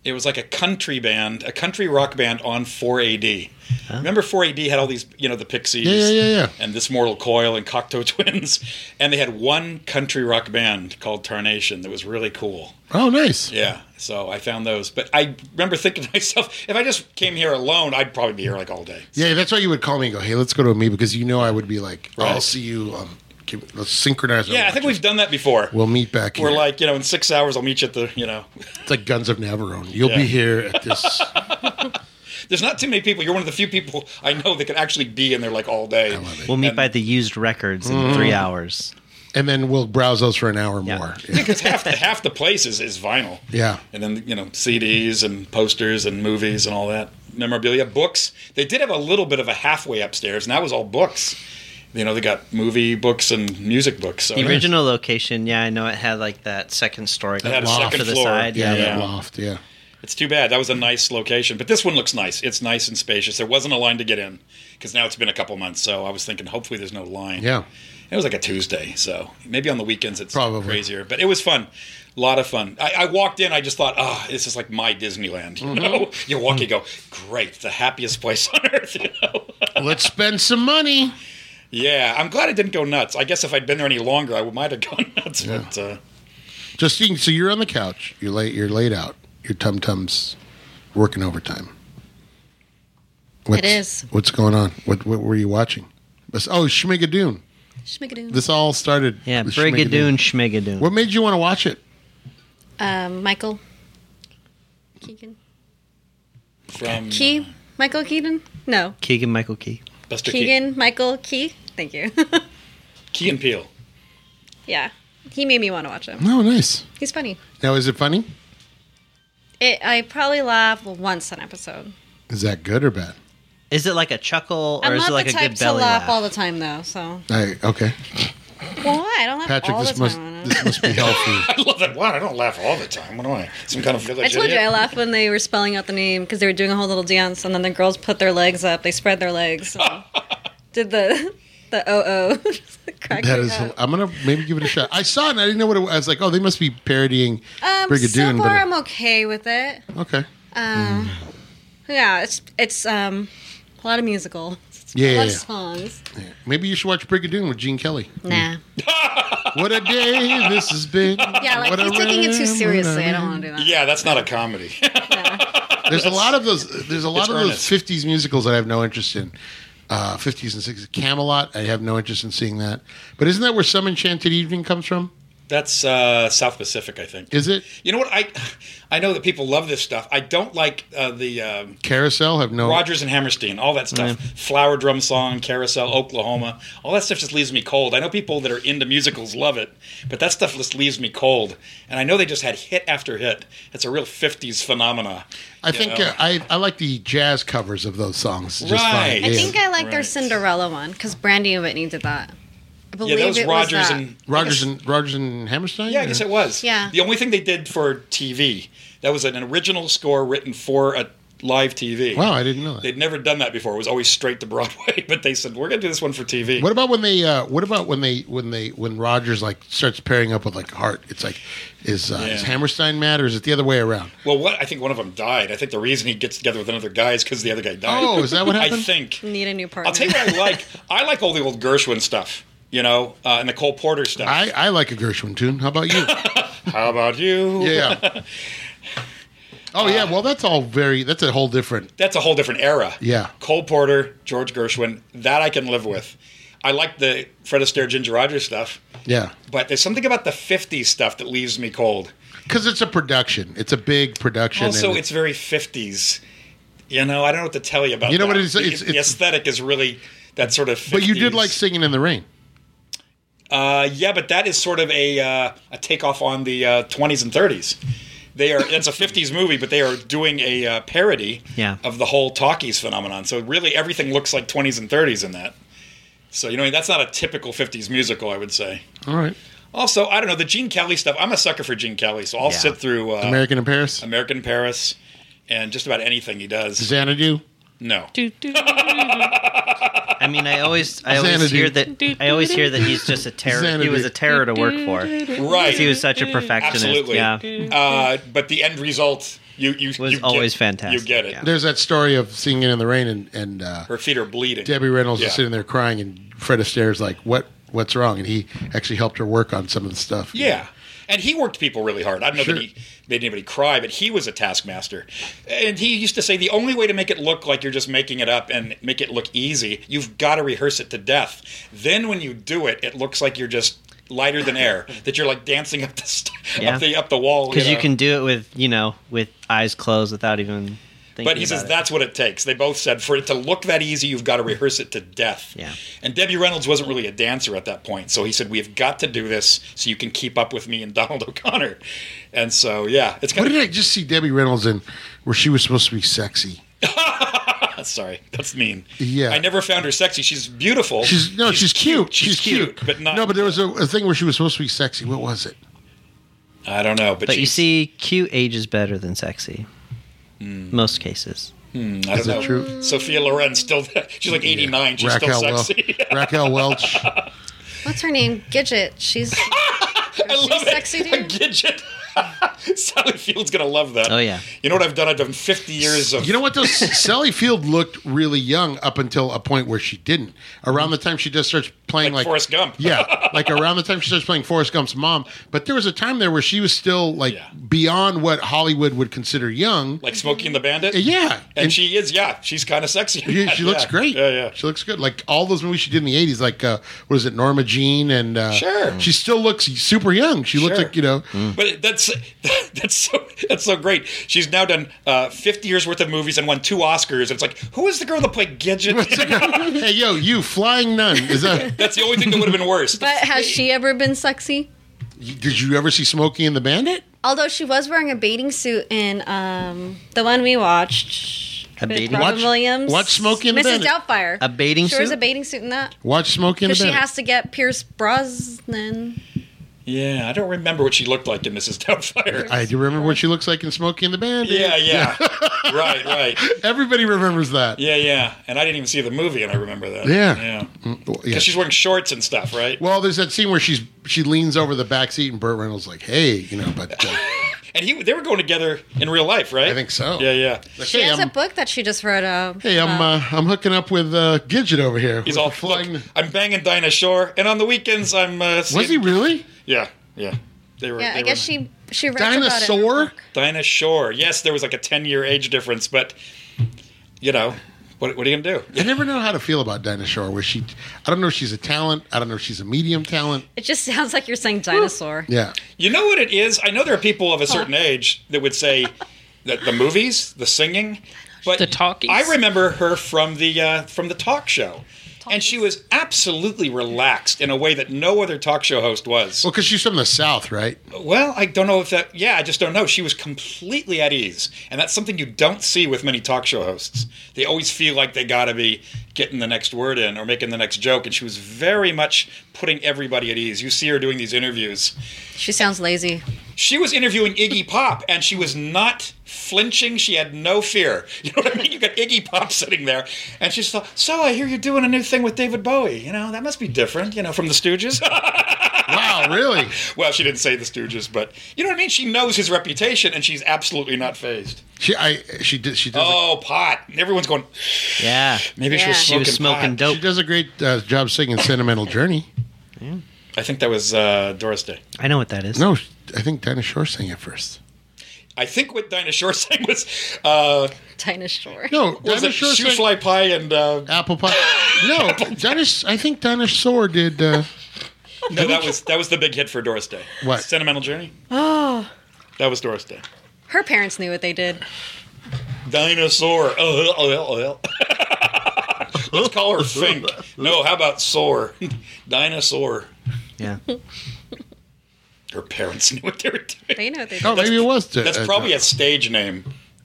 S4: It was like a country band, a country rock band on 4AD. Remember 4AD had all these, you know, the Pixies
S1: Yeah, yeah, yeah, yeah.
S4: and This Mortal Coil and Cocteau Twins, and they had one country rock band called Tarnation that was really cool.
S1: Oh, nice.
S4: Yeah, so I found those. But I remember thinking to myself, if I just came here alone, I'd probably be here like all day.
S1: Yeah, that's why you would call me and go, "Hey, let's go to me," because you know I would be like,
S4: Right.
S1: "I'll see you." Um, give- let's synchronize. our
S4: Yeah, I think
S1: watches.
S4: we've done that before.
S1: We'll meet back.
S4: We're
S1: here.
S4: like, you know, in six hours, I'll meet you at the, you know.
S1: it's like Guns of Navarone. You'll be
S4: Yeah.
S1: here at this.
S4: There's not too many people. You're one of the few people I know that can actually be in there like all day.
S1: love it.
S3: We'll meet
S4: And-
S3: by
S4: Mm-hmm.
S3: the used records in three hours.
S1: and then we'll browse those for an hour
S3: Yeah.
S1: more.
S4: Because half the, half the place is, is vinyl.
S1: Yeah.
S4: And then, you know, CDs and posters and movies and all that. Memorabilia, books. They did have a little bit of a halfway upstairs, and that was all books. You know, they got movie books and music books. So
S3: The original location, yeah, I know it had like that second story
S4: It had a
S3: off
S4: second
S3: to the
S4: floor.
S3: side.
S1: Yeah,
S3: Yeah,
S1: that
S4: Yeah.
S1: loft. Yeah.
S4: It's too bad. That was a nice location, but this one looks nice. It's nice and spacious. There wasn't a line to get in because now it's been a couple months. So I was thinking, hopefully, there's no line.
S1: Yeah.
S4: It was like a Tuesday, so maybe on the weekends it's
S1: Probably.
S4: crazier. But it was fun, a lot of fun. I, I walked in, I just thought, ah, this is like my Disneyland.
S1: Mm-hmm.
S4: You know, you walk, you go, great, the happiest place on earth. You know,
S1: Let's spend some money.
S4: yeah. I'm glad I didn't go nuts. I guess if I'd been there any longer, I might have gone nuts. But uh,
S1: Justine, so you're on the couch. You're late. You're laid out. Your tum tum's working overtime. What's,
S2: is.
S1: What's going on? What What were you watching? This- Oh, Schmigadoon.
S2: Schmigadoon.
S1: This all started.
S3: yeah
S1: with
S3: Brigadoon, Schmigadoon.
S1: What made you want to watch it?
S2: Um, Michael Keegan.
S4: from
S2: Key? Michael Keaton? No.
S3: Keegan Michael Key.
S4: Buster Keegan,
S2: Keegan Michael Key? Thank you.
S4: Key and Peele.
S2: yeah. He made me want to watch him.
S1: No, Oh, nice.
S2: He's funny.
S1: Now, is it funny?
S2: It, I probably laughed once an episode.
S1: Is that good or bad?
S3: Is it like a chuckle or
S2: I'm
S3: is
S2: not
S3: it like
S2: the
S3: a
S2: type
S3: good
S2: to
S3: belly
S2: laugh
S3: laugh?
S2: all the time, though. So,
S1: I, okay,
S2: well, why? I don't laugh
S1: Patrick,
S2: all the
S1: this
S2: time.
S1: must
S2: on it.
S1: this must be healthy.
S4: I love that. Wow, I don't laugh all the time. What am I? Some kind of village
S2: I told you
S4: idiot?
S2: I laughed when they were spelling out the name because they were doing a whole little dance, and then the girls put their legs up. They spread their legs. and did the the oh oh? Crack
S1: That
S2: me
S1: is.
S2: up.
S1: I'm gonna maybe give it a shot. I saw it. and I didn't know what it was. I was like, oh, they must be parodying
S2: Um,
S1: Brigadoon.
S2: so far,
S1: but
S2: I'm okay with it.
S1: it- okay.
S2: Um, Yeah, it's it's um a lot of musical. It's
S1: Yeah,
S2: a
S1: yeah,
S2: lot
S1: yeah.
S2: of songs.
S1: Maybe you should watch Brigadoon with Gene Kelly.
S2: Nah.
S1: What a day this has been.
S2: Yeah, like
S1: What a
S2: he's taking it too
S1: rem-
S2: seriously. I don't want to do that.
S4: Yeah, that's not a comedy.
S2: Yeah.
S1: There's a lot of those. There's a lot
S4: It's
S1: of
S4: earnest.
S1: those '50s musicals that I have no interest in. Uh, '50s and '60s Camelot. I have no interest in seeing that. But isn't that where some Enchanted Evening comes from?
S4: That's uh, South Pacific, I think.
S1: Is it
S4: You know what? I I know that people love this stuff. I don't like uh, the um,
S1: Carousel? I have no.
S4: Rogers and Hammerstein, all that stuff. Flower drum song, Carousel, Oklahoma. All that stuff just leaves me cold. I know people that are into musicals love it, but that stuff just leaves me cold. And I know they just had hit after hit. It's a real 50s phenomena.
S1: I think
S4: know.
S1: uh, I I like the jazz covers of those songs. Just
S4: Right.
S1: Fine.
S4: I
S2: I
S1: Yeah.
S2: think uh, I like their
S4: Right.
S2: Cinderella one because Brandy and Whitney did that. I believe
S4: Yeah, that was
S2: it
S4: Rogers
S2: was that.
S4: and
S1: Rogers and Rogers and Hammerstein.
S4: Yeah, I guess
S1: or-
S4: it was.
S2: Yeah.
S4: The only thing they did for TV that was an original score written for a live TV.
S1: Wow, I didn't know that.
S4: They'd never done that before. It was always straight to Broadway, but they said we're going to do this one for TV.
S1: What about when they? Uh, what about when they? When they? When Rogers like starts pairing up with like Hart? It's like, is uh, is
S4: Yeah.
S1: Hammerstein mad or is it the other way around?
S4: Well, what I think one of them died. I think the reason he gets together with another guy is because the other guy died.
S1: Oh, is that what
S4: I
S1: happened?
S4: think.
S2: Need a new partner.
S4: I'll tell you what I like. I like all the old Gershwin stuff, you know, uh, and the Cole Porter stuff.
S1: I I like a Gershwin tune. How about you?
S4: How about you?
S1: yeah. Oh yeah. Well, that's all very. That's a whole different.
S4: That's a whole different era.
S1: Yeah.
S4: Cole Porter, George Gershwin, that I can live with. I like the Fred Astaire, Ginger Rogers stuff,
S1: Yeah.
S4: but there's something about the 50s stuff that leaves me cold.
S1: Because it's a production. It's a big production. and
S4: Also, it's very 50s. You know, I don't know what to tell you about
S1: You know what
S4: that.
S1: it is?
S4: The-
S1: It's-
S4: the
S1: it's-
S4: aesthetic is really that sort of 50s.
S1: But you did like singing in the rain.
S4: Uh, yeah, but that is sort of a uh, a takeoff on the uh, 20s and 30s. They are it's a 50s movie, but they are doing a uh, parody
S3: Yeah.
S4: of the whole talkies phenomenon. So really, everything looks like 20s and 30s in that. So you know that's not a typical 50s musical, I would say.
S1: All right.
S4: Also, I don't know the Gene Kelly stuff. I'm a sucker for Gene Kelly, so I'll
S3: Yeah.
S4: sit through uh,
S1: American in Paris.
S4: American in Paris and just about anything he does.
S1: Xanadu.
S4: No,
S5: Do, do, do, do.
S3: I mean, I always, I always
S1: Xanadu.
S3: hear that. I always hear that he's just a terror. He
S1: Xanadu.
S3: was a terror to work for. 'Cause
S4: right?
S3: He was such a perfectionist.
S4: Absolutely.
S3: Yeah.
S4: Uh,
S1: Mm-hmm.
S4: but the end result, you you
S3: Was
S4: you get-
S3: always fantastic,
S4: You get it.
S3: yeah.
S1: There's that story of singing in the rain and and uh,
S4: Her feet are bleeding.
S1: Debbie Reynolds is
S4: Yeah.
S1: sitting there crying, and Fred Astaire's like, "What? What's wrong?" And he actually helped her work on some of the stuff.
S4: Yeah. And he worked people really hard. I don't know
S1: Sure.
S4: that he made anybody cry, but he was a taskmaster. And he used to say the only way to make it look like you're just making it up and make it look easy, you've got to rehearse it to death. Then when you do it, it looks like you're just lighter than air, that you're like dancing up the st-
S3: Yeah.
S4: up the up the wall.
S3: Because you
S4: know.
S3: can do it with, you know, with eyes closed without even. thinking
S4: But he
S3: about
S4: says
S3: it.
S4: that's what it takes. They both said for it to look that easy, you've got to rehearse it to death.
S3: Yeah.
S4: And Debbie Reynolds wasn't really a dancer at that point, so he said we've got to do this so you can keep up with me and Donald O'Connor. And so yeah, it's
S1: What
S4: kind
S1: did
S4: of
S1: I just see Debbie Reynolds in, where she was supposed to be sexy?
S4: sorry, that's mean.
S1: Yeah.
S4: I never found her sexy. She's beautiful.
S1: She's no, she's, cute. She's, cute.
S4: but not.
S1: no. But there was a, a thing where she was supposed to be sexy. What was it?
S4: I don't know. But,
S3: But you
S4: she's-
S3: see, cute ages better than sexy.
S4: Hmm.
S3: Most cases.
S4: I don't
S1: Is that
S4: know.
S1: true?
S4: Sophia Loren still. She's like eighty nine. She's still
S1: Wel-
S4: sexy.
S1: Raquel Welch.
S2: What's her name? Gidget. She's.
S4: I
S2: she's
S4: love
S2: sexy
S4: it. A
S2: dude.
S4: Gidget. Sally Field's gonna love that.
S3: Oh, yeah.
S4: You know what I've done? I've done fifty years of
S1: You know what? Though Sally Field looked really young up until a point where she didn't. Around the time she just starts playing like,
S4: Like Forrest Gump.
S1: yeah, like around the time she starts playing Forrest Gump's mom. But there was a time there where she was still like
S4: Yeah.
S1: beyond what Hollywood would consider young.
S4: like Smokey and the Bandit.
S1: yeah,
S4: And, she is, yeah, she's kind of sexy.
S1: Yeah, she looks
S4: Yeah.
S1: great.
S4: Yeah, yeah.
S1: She looks good. Like all those movies she did in the eighties, like uh, what is it, Norma Jean, and uh,
S4: Sure.
S1: she still looks super young. She looks
S4: Sure. Mm.
S1: like you know,
S4: But that's that's so that's so great. She's now done uh, 50 years worth of movies and won two Oscars. It's like, who is the girl that played Gidget?
S1: hey yo, you flying nun is that?
S4: that's the only thing that would have been worse.
S2: But has she ever been sexy?
S1: did you ever see Smokey and the Bandit?
S2: Although she was wearing a bathing suit in um, the one we watched.
S3: A
S2: with
S3: bathing-
S2: Robin
S1: Watch-
S2: Williams.
S1: watch Smokey and the
S2: Mrs.
S1: Bandit.
S2: Doubtfire.
S3: A bathing
S2: She wears
S3: suit?
S2: a bathing suit in that.
S1: Watch Smokey and the
S2: Because she
S1: Bandit.
S2: has to get Pierce Brosnan.
S4: yeah, I don't remember what she looked like in Mrs. Doubtfire.
S1: I do remember what she looks like in Smokey and the Bandit.
S4: yeah, yeah, right, right,
S1: Everybody remembers that.
S4: yeah, yeah. And I didn't even see the movie, and I remember that.
S1: Yeah. Mm,
S4: yeah.
S1: Well, yeah.
S4: 'Cause she's wearing shorts and stuff, right?
S1: Well, there's that scene where she's she leans over the back seat and Burt Reynolds is like, hey, you know, but uh,
S4: And he, they were going together in real life, right?
S1: I think so.
S4: Yeah, yeah.
S1: Like,
S2: She
S1: hey,
S2: has
S1: I'm,
S2: a book that she just wrote out.
S1: hey, I'm uh, I'm hooking up with uh, Gidget over here.
S4: He's
S1: with
S4: all
S1: the
S4: Look, I'm banging Dinah Shore, and on the weekends I'm. Uh,
S1: Was he
S4: seeing-
S1: really?
S4: Yeah, yeah. They were.
S2: yeah,
S4: they
S2: I
S4: were-
S2: guess she She writes about it in her
S1: Dinosaur?
S2: book.
S4: Dinah Shore. Yes, there was like a 10 year age difference, but you know, what, what are you going to
S1: I
S4: do?
S1: never know how to feel about Dinah Shore. Where she, I don't know if she's a talent. I don't know if she's a medium talent.
S2: It just sounds like you're saying dinosaur.
S1: Yeah.
S4: You know what it is? I know there are people of a certain age that would say that the movies, the singing, but
S5: The talkies.
S4: I remember her from the uh, from the talk show. And she was absolutely relaxed in a way that no other talk show host was.
S1: Well, because she's from the South, right?
S4: Well, I don't know if that. Yeah, I just don't know. She was completely at ease, and that's something you don't see with many talk show hosts. They always feel like they got to be getting the next word in or making the next joke, and she was very much putting everybody at ease. You see her doing these interviews.
S2: She sounds lazy.
S4: She was interviewing Iggy Pop, and she was not flinching. She had no fear. You know what I mean? You got Iggy Pop sitting there, and she's like, "So I hear you're doing a new thing with David Bowie. You know that must be different. You know from the Stooges."
S1: Wow, really?
S4: Well, she didn't say the Stooges, but you know what I mean. She knows his reputation, and she's absolutely not phased.
S1: She, I, she did, she does.
S4: Oh, pot! Everyone's going.
S3: Yeah.
S4: Maybe she was
S2: Yeah.
S4: smoking.
S3: She was smoking
S4: pot.
S1: a,
S3: dope.
S1: she does a great uh, job singing "Sentimental Journey."
S4: I think that was uh, Doris Day.
S3: I know what that is.
S1: No, I think Dinah Shore sang it first.
S4: I think what Dinah Shore sang was uh,
S2: Dinosaur.
S1: No,
S4: was
S1: Dinah
S4: it
S1: Shore
S4: shoe
S1: sang
S4: fly pie and uh,
S1: "Apple Pie." No, Dinah, I think Dinah Shore did. Uh,
S4: no, that was that was the big hit for Doris Day.
S1: What?
S4: sentimental journey?
S2: Oh,
S4: That was Doris Day.
S2: her parents knew what they did.
S4: Dinosaur. Uh, uh, uh, uh. Let's call her Fink. No, how about Sore? Dinosaur.
S3: Yeah.
S4: Her parents knew what they were doing.
S2: They know what they did.
S1: oh, maybe it was.
S4: That's
S1: uh,
S4: probably a stage name.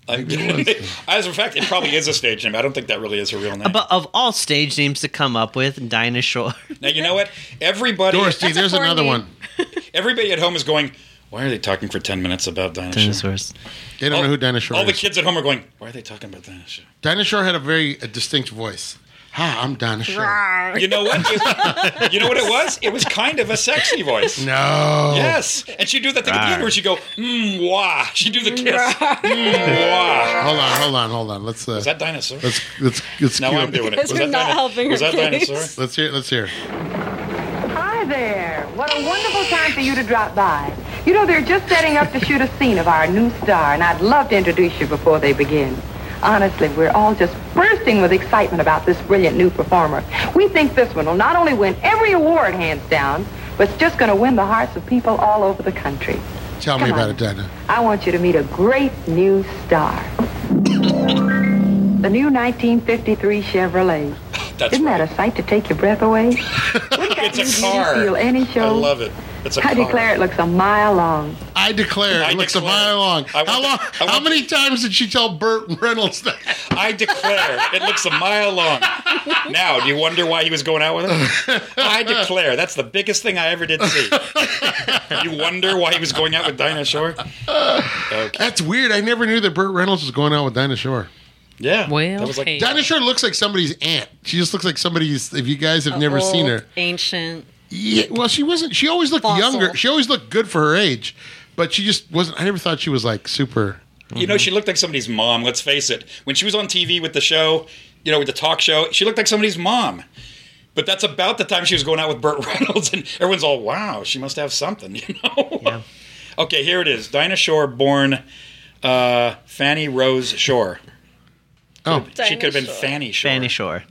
S4: Like,
S1: Maybe it was.
S4: as a fact, it probably is a stage name. I don't think that really is her real name.
S3: But of all stage names to come up with, dinosaur.
S4: now you know what? Everybody,
S1: Doris Day.
S2: That's a
S1: There's
S2: foreign
S1: another
S2: name.
S1: one.
S4: everybody at home is going. Why are they talking for ten minutes about dinosaurs?
S3: Dinosaurs.
S1: They don't know who Dinah Shore
S4: All the
S1: is.
S4: kids at home are going. Why are they talking about dinosaurs?
S1: Dinah Shore had a very uh distinct voice. Hi, I'm Dinah Shore.
S2: Rawr.
S4: You know what? It- you know what it was? It was kind of a sexy voice.
S1: No.
S4: Yes, and she do that thing at the end where she go, mm, wah. She do the kiss, mm, wah.
S1: Hold on, hold on, hold on. Let's. Uh,
S4: Is that dinosaur?
S1: let's let's let's.
S4: now
S1: cue
S4: I'm
S1: up-
S4: doing it.
S2: Because
S4: Was
S2: you're
S4: that
S2: not
S4: dino-
S2: helping her
S4: Was that
S2: face.
S4: dinosaur?
S1: Let's hear. it, Let's hear. it.
S6: Hi there. What a wonderful time for you to drop by. You know, they're just setting up to shoot a scene of our new star, and I'd love to introduce you before they begin. Honestly, we're all just bursting with excitement about this brilliant new performer. We think this one will not only win every award hands down, but it's just going to win the hearts of people all over the country.
S1: Tell me
S6: Come
S1: about
S6: on.
S1: it, Dinah.
S6: I want you to meet a great new star. The new 1953 Chevrolet.
S4: That's
S6: Isn't
S4: right.
S6: that a sight to take your breath away?
S4: It's a car.
S6: Feel any
S4: I
S6: show?
S4: love it. It's a
S6: I
S4: car.
S6: declare it looks a mile long.
S1: I declare.
S4: I
S1: it looks
S4: declare.
S1: a mile long.
S4: I
S1: How
S4: want
S1: long?
S4: that-
S1: how
S4: I want-
S1: many times did she tell Burt Reynolds that?
S4: I declare it looks a mile long. Now, do you wonder why he was going out with her? I declare that's the biggest thing I ever did see. you wonder why he was going out with Dinah Shore? Okay.
S1: That's weird. I never knew that Burt Reynolds was going out with Dinah Shore.
S4: Yeah.
S5: Well,
S4: that was like,
S5: hey.
S4: that-
S1: Dinah Shore looks like somebody's aunt. She just looks like somebody's. If you guys have never
S2: Old,
S1: seen her,
S2: Ancient.
S1: yeah. Well, she wasn't. She always looked
S2: Fossil.
S1: younger. She always looked good for her age, but she just wasn't. I never thought she was like super.
S4: you know, she looked like somebody's mom. Let's face it. When she was on TV with the show, you know, with the talk show, she looked like somebody's mom. But that's about the time she was going out with Burt Reynolds, and everyone's all, "Wow, she must have something," you know.
S3: Yeah.
S4: Okay, here it is. Dinah Shore, born uh, Fanny Rose Shore.
S1: Oh,
S4: She could have been
S2: Dinosaur.
S4: Fanny Shore.
S3: Fanny Shore.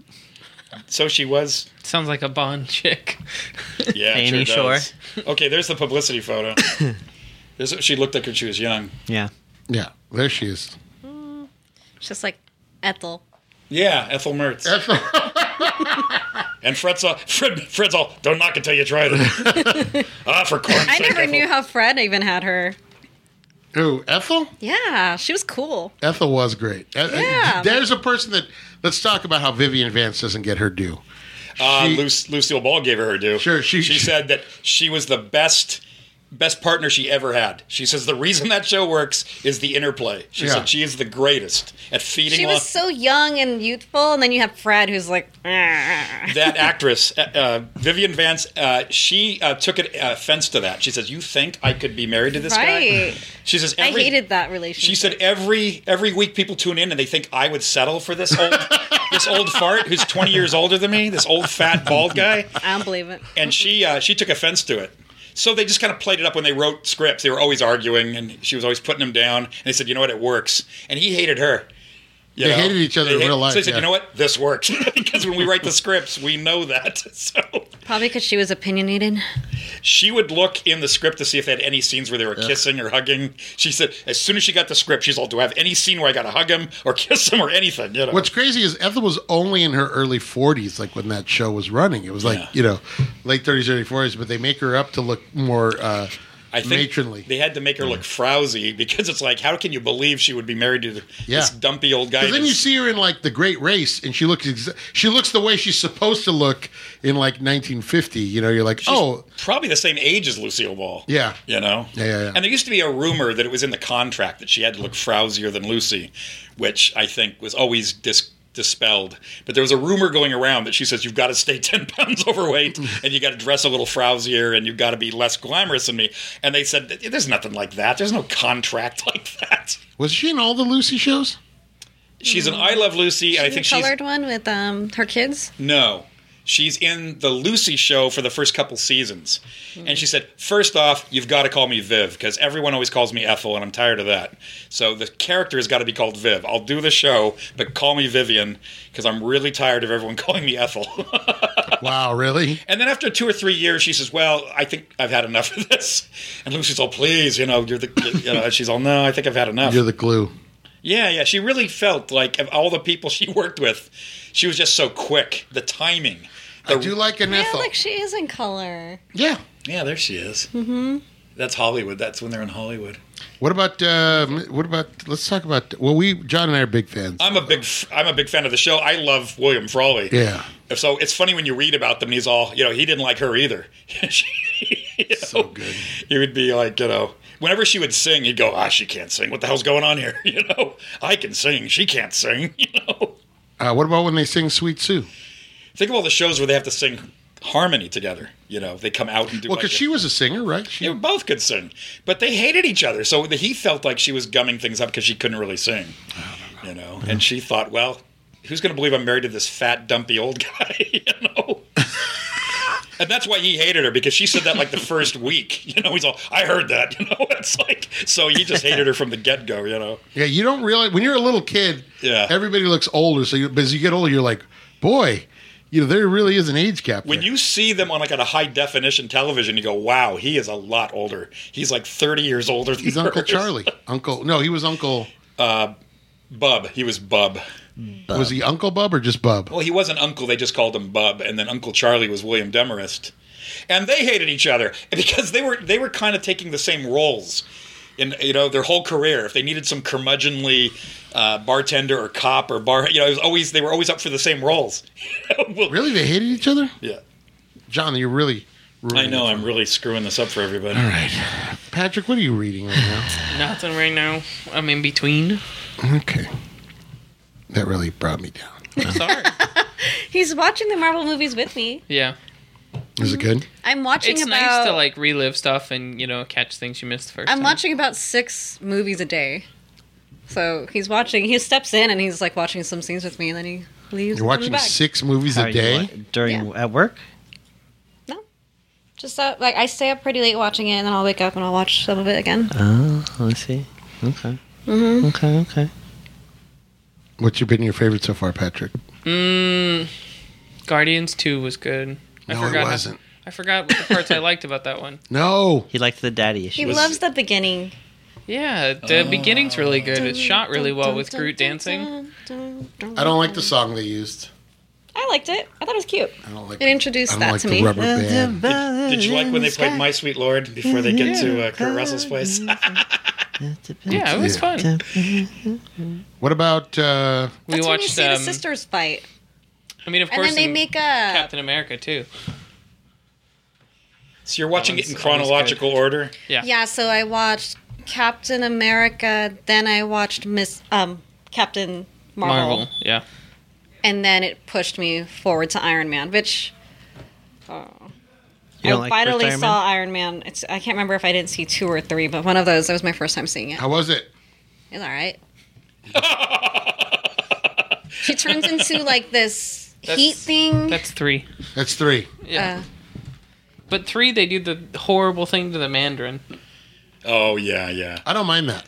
S4: So she was.
S5: Sounds like a Bond chick.
S4: Yeah, it
S3: Fanny
S4: sure does. Okay, there's the publicity photo. There's what she looked like when she was young.
S3: Yeah.
S1: yeah. There she is.
S2: It's just like Ethel.
S4: Yeah, Ethel Mertz. and Fred's all, Fred, Fred's all, don't knock until you try it. ah, for corn's
S2: I
S4: sake,
S2: never
S4: Ethel.
S2: knew how Fred even had her.
S1: Who? Ethel.
S2: Yeah, she was cool.
S1: Ethel was great. E-
S2: Yeah.
S1: There's a person that. Let's talk about how Vivian Vance doesn't get her due.
S4: Uh,
S1: She-
S4: Lu- Lucille Ball gave her her due.
S1: Sure, she- she-
S4: said that she was the best best partner she ever had. She says the reason that show works is the interplay. She
S1: Yeah.
S4: said she is the greatest at feeding.
S2: She
S4: off-
S2: was so young and youthful, and then you have Fred, who's like, "Ah."
S4: that actress, uh, uh, Vivian Vance, uh, she uh, took an offense to that. She says, "You think I could be married to this
S2: right.
S4: guy?" She says,
S2: I
S4: every,
S2: hated that relationship.
S4: She said every every week people tune in and they think I would settle for this old this old fart who's twenty years older than me, this old fat bald guy,
S2: I don't believe it.
S4: and she uh, she took offense to it. So they just kind of played it up when they wrote scripts. They were always arguing, and she was always putting him down. And they said, "You know what? It works." And he hated her. you
S1: They hated each other in
S4: hate-
S1: real life,
S4: So they said,
S1: yeah.
S4: "You know what? This works because when we write the scripts, we know that." So
S2: Probably because she was opinionated.
S4: she would look in the script to see if they had any scenes where they were kissing or hugging. She said, as soon as she got the script, she's all, "Do I have any scene where I got to hug him or kiss him or anything?" You know.
S1: What's crazy is Ethel was only in her early 40s, like when that show was running. It was like,
S4: Yeah.
S1: you know, late 30s, early 40s, but they make her up to look more uh,
S4: I think
S1: matronly.
S4: They had to make her look frowsy because it's like, how can you believe she would be married to
S1: Yeah.
S4: this dumpy old guy?
S1: Because then you
S4: that's-
S1: see her in like the Great Race, and she looks exa- she looks the way she's supposed to look in like 1950. You know, you're like,
S4: She's
S1: oh,
S4: probably the same age as Lucille Ball.
S1: Yeah.
S4: You know?
S1: Yeah, yeah, yeah.
S4: And there used to be a rumor that it was in the contract that she had to look frowsier than Lucy, which I think was always dis- dispelled. But there was a rumor going around that she says, You've got to stay 10 pounds overweight and you got to dress a little frowsier and you've got to be less glamorous than me. And they said, There's nothing like that. There's no contract like that.
S1: was she in all the Lucy shows?
S4: She's an I Love Lucy, and I
S2: the
S4: think she's.
S2: colored one with um her kids.
S4: No. She's in the Lucy show for the first couple seasons. And she said, First off, you've got to call me Viv because everyone always calls me Ethel and I'm tired of that. So the character has got to be called Viv. I'll do the show, but call me Vivian because I'm really tired of everyone calling me Ethel.
S1: Wow, really?
S4: and then after two or three years, she says, Well, I think I've had enough of this. And Lucy's all, Please, you know, you're the, you know, and she's all, No, I think I've had enough.
S1: You're the glue.
S4: Yeah, yeah. She really felt like of all the people she worked with, she was just so quick. The timing.
S1: I
S4: The-
S1: do like an
S2: Yeah,
S1: Ethel.
S2: look, she is in color.
S1: yeah.
S4: yeah, there she is. Mm-hmm. That's Hollywood. That's when they're in Hollywood.
S1: What about um, what about? Let's talk about. Well, we John and I are big fans.
S4: I'm a big f- I'm a big fan of the show. I love William Frawley.
S1: Yeah.
S4: So it's funny when you read about them. and He's all you know. He didn't like her either. You
S1: So
S4: know,
S1: good.
S4: He would be like you know. Whenever she would sing, he'd go, "Ah, she can't sing. What the hell's going on here? You know, I can sing. She can't sing. You know."
S1: Uh, what about when they sing Sweet Sue?
S4: Think of all the shows where they have to sing harmony together. You know, they come out and do.
S1: Well,
S4: like
S1: because
S4: a-
S1: she was a singer, right? She,
S4: They were both could sing, but they hated each other. So he felt like she was gumming things up because she couldn't really sing, you know. And she thought, well, who's going to believe I'm married to this fat, dumpy old guy, you know? and that's why he hated her because she said that like the first week, you know. He's all, I heard that, you know. It's like so he just hated her from the get go, you know.
S1: Yeah, you don't realize when you're a little kid.
S4: Yeah.
S1: everybody looks older. So, you, but as you get older, you're like, boy, you know, there really is an age gap.
S4: When
S1: there.
S4: you see them on like on a high definition television, you go, wow, he is a lot older. He's like 30 years older. Than
S1: he's Uncle
S4: hers.
S1: Charlie, Uncle. No, he was Uncle.
S4: Bub. He was Bub.
S1: Was he Uncle Bub or just Bub?
S4: Well, he was an uncle. They just called him Bub, and then Uncle Charlie was William Demarest, and they hated each other because they were they were kind of taking the same roles in you know their whole career. If they needed some curmudgeonly uh, bartender or cop or bar, you know, it was always they were always up for the same roles. Well,
S1: Really, they hated each other.
S4: Yeah,
S1: John, you're really.
S4: I
S1: ruining
S4: know.
S1: it.
S4: I'm really screwing this up for everybody.
S1: All right, Patrick, what are you reading right now?
S5: Nothing right now. I'm in between.
S1: Okay. That really brought me down.
S5: Sorry.
S2: He's watching the Marvel movies with me.
S5: yeah.
S1: Is it good?
S2: I'm watching
S5: It's
S2: about.
S5: nice to like relive stuff and, you know, catch things you missed the first
S2: I'm
S5: time.
S2: watching about six movies a day. So he's watching. He steps in and he's like watching some scenes with me, and then he leaves.
S1: You're
S2: and
S1: watching
S2: comes back.
S1: six movies
S3: How
S1: a
S3: you
S1: day?
S3: like- during at work.
S2: No, just uh, like I stay up pretty late watching it, and then I'll wake up and I'll watch some of it again.
S3: Oh, I see. Okay. Mm-hmm. Okay. Okay.
S1: What's your been your favorite so far, Patrick?
S5: Mm, Guardians 2 was good.
S1: No, it
S5: forgot how-
S1: wasn't.
S5: I forgot what the parts I liked about that one.
S1: No.
S3: He liked the daddy
S2: He
S3: issue.
S4: was-
S2: loves the beginning.
S5: Yeah, the beginning's really good. It's shot really well with Groot dancing.
S1: I don't like the song they used.
S2: I liked it. I thought it was cute.
S1: I don't like
S2: It introduced
S1: I don't
S2: that
S1: like
S2: to
S1: the
S2: me.
S1: rubber band.
S4: Did you like when they played My Sweet Lord before they get to uh, Kurt Russell's place?
S5: Yeah, it was
S1: Yeah.
S5: fun.
S1: What about uh
S5: We
S2: That's when you
S5: watched.
S2: see the
S5: um,
S2: sisters fight,
S5: I mean, of
S2: and
S5: course,
S2: then they
S5: in
S2: make a.
S5: Captain America too.
S4: so you're watching it in
S5: That one's always
S4: chronological order.
S2: Yeah, so I watched Captain America, then I watched Miss um Captain Marvel,
S5: Marvel. Yeah.
S2: and then it pushed me forward to Iron Man, which oh, I
S3: You don't like first
S2: finally
S3: Iron Man?
S2: saw Iron Man. It's I can't remember if I didn't see two or three, but one of those. That was my first time seeing it.
S1: how was it?
S2: It's all right. she turns into like this heat
S5: That's-
S2: thing.
S5: That's three.
S1: That's three.
S5: Yeah.
S2: Uh,
S5: But three, they do the horrible thing to the Mandarin.
S4: Oh yeah, yeah.
S1: I don't mind that.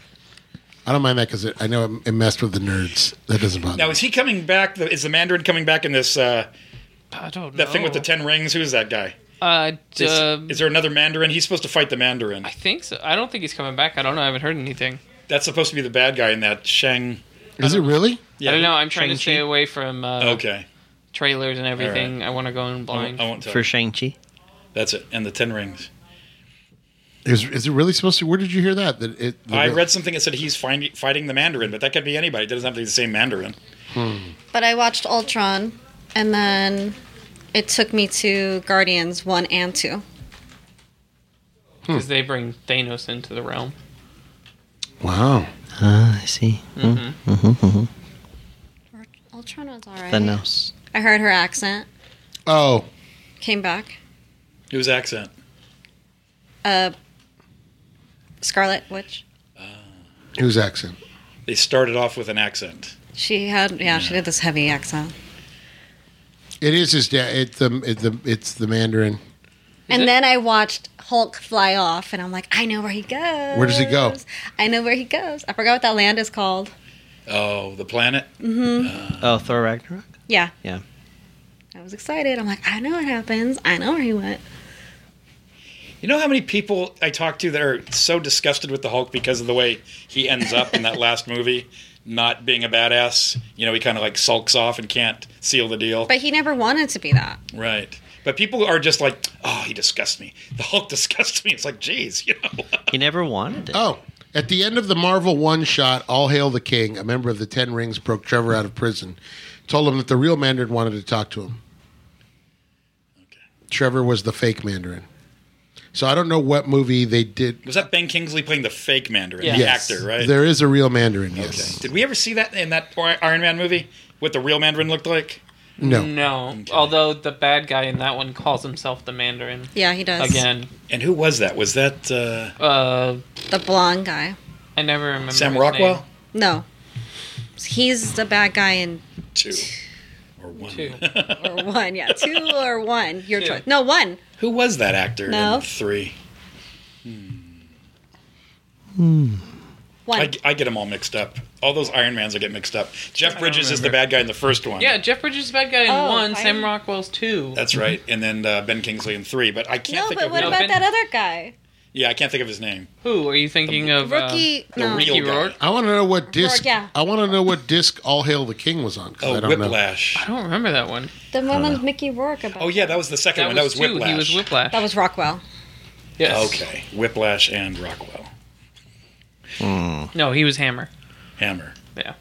S1: I don't mind that because I know it, it messed with the nerds. That doesn't bother
S4: Now
S1: me.
S4: is he coming back? The, is the Mandarin coming back in this uh,
S5: I don't know
S4: that thing with the ten rings? Who is that guy?
S5: Uh, d-
S4: Is, is there another Mandarin? He's supposed to fight the Mandarin.
S5: I think so. I don't think he's coming back. I don't know. I haven't heard anything.
S4: That's supposed to be the bad guy in that Shang.
S1: Is it really?
S5: I don't know. I'm trying to
S3: Shang-Chi?
S5: stay away from uh,
S4: Okay,
S5: trailers and everything. I want to go in
S4: I won't-
S5: blind.
S4: I won't tell.
S3: for Shang Chi.
S4: That's it. And the Ten Rings.
S1: Is is it really supposed to? Where did you hear that? That it. the
S4: I
S1: real-
S4: read something that said he's find, fighting the Mandarin, but that could be anybody. It doesn't have to be the same Mandarin.
S2: But I watched Ultron, and then it took me to Guardians one and two.
S5: because they bring Thanos into the realm.
S1: Wow.
S3: Ah, I see. Mm-hmm.
S2: Ultron was alright.
S3: Thanos.
S2: I heard her accent.
S1: Oh,
S2: Came back.
S4: Whose accent?
S2: Uh, Scarlet Witch.
S1: whose accent?
S4: They started off with an accent.
S2: She had yeah. She did this heavy accent.
S1: It is his dad. It's the it, the it's the Mandarin.
S2: And
S5: it?
S2: then I watched Hulk fly off, and I'm like, I know where he goes.
S1: does he go?
S2: I know where he goes. I forgot what that land is called.
S4: Oh, the planet.
S3: Oh, Thor Ragnarok.
S2: Yeah.
S3: Yeah.
S2: I was excited. I'm like, I know what happens. I know where he went.
S4: You know how many people I talk to that are so disgusted with the Hulk because of the way he ends up in that last movie, not being a badass. You know, he kind of like sulks off and can't seal the deal.
S2: But he never wanted to be that.
S4: Right. But people are just like, oh, he disgusts me. The Hulk disgusts me. It's like, geez, you know.
S3: He never wanted it.
S1: Oh, at the end of the Marvel one shot, All Hail the King, a member of the Ten Rings broke Trevor out of prison, told him that the real Mandarin wanted to talk to him. Trevor was the fake Mandarin. So I don't know what movie they did.
S4: Was that Ben Kingsley playing the fake Mandarin,
S5: Yeah.
S4: the
S1: Yes.
S4: actor, right?
S1: There is a real Mandarin, yes.
S4: Did we ever see that in that Or- Iron Man movie? What the real Mandarin looked like?
S1: No.
S4: Mm.
S5: No, although the bad guy in that one calls himself the Mandarin
S2: Yeah, he does.
S5: again.
S4: And who was that? Was that uh,
S5: Uh,
S2: The blonde guy.
S5: I never remember
S4: Sam
S5: his
S4: Rockwell?
S2: No. He's the bad guy in
S4: Two. Or one.
S5: Two.
S2: or one. Yeah, two or one. Your
S5: Two.
S2: choice. No, one.
S4: Who was that actor
S2: No.
S4: in three?
S2: One.
S4: I, I get them all mixed up. All those Iron Mans I get mixed up. Jeff Bridges is the bad guy in the first one.
S5: Yeah, Jeff Bridges is the bad guy in
S2: Oh,
S5: one.
S2: I-
S5: Sam Rockwell's two.
S4: That's right. And then uh, Ben Kingsley in three. But I can't
S2: no,
S4: think
S2: but
S4: of
S2: what
S4: who-
S2: about
S5: Ben-
S2: that other guy?
S4: Yeah, I can't think of his name.
S5: Who are you thinking of? uh,
S2: Rookie.
S4: The
S2: no.
S4: real
S5: Mickey
S4: guy.
S5: Rourke?
S1: I want to know what disc.
S2: yeah.
S1: I want to know what disc All Hail the King was on. 'cause
S4: Oh,
S1: I don't know.
S4: Whiplash.
S5: I don't remember that one.
S2: The one with Mickey Rourke about.
S4: Oh yeah, that was the second
S5: That
S4: one.
S5: was,
S4: that was
S5: two.
S4: Whiplash.
S5: He was Whiplash.
S2: That was Rockwell.
S5: yes.
S4: Okay, Whiplash and Rockwell.
S5: No, he was Hammer.
S4: Hammer.
S5: Yeah.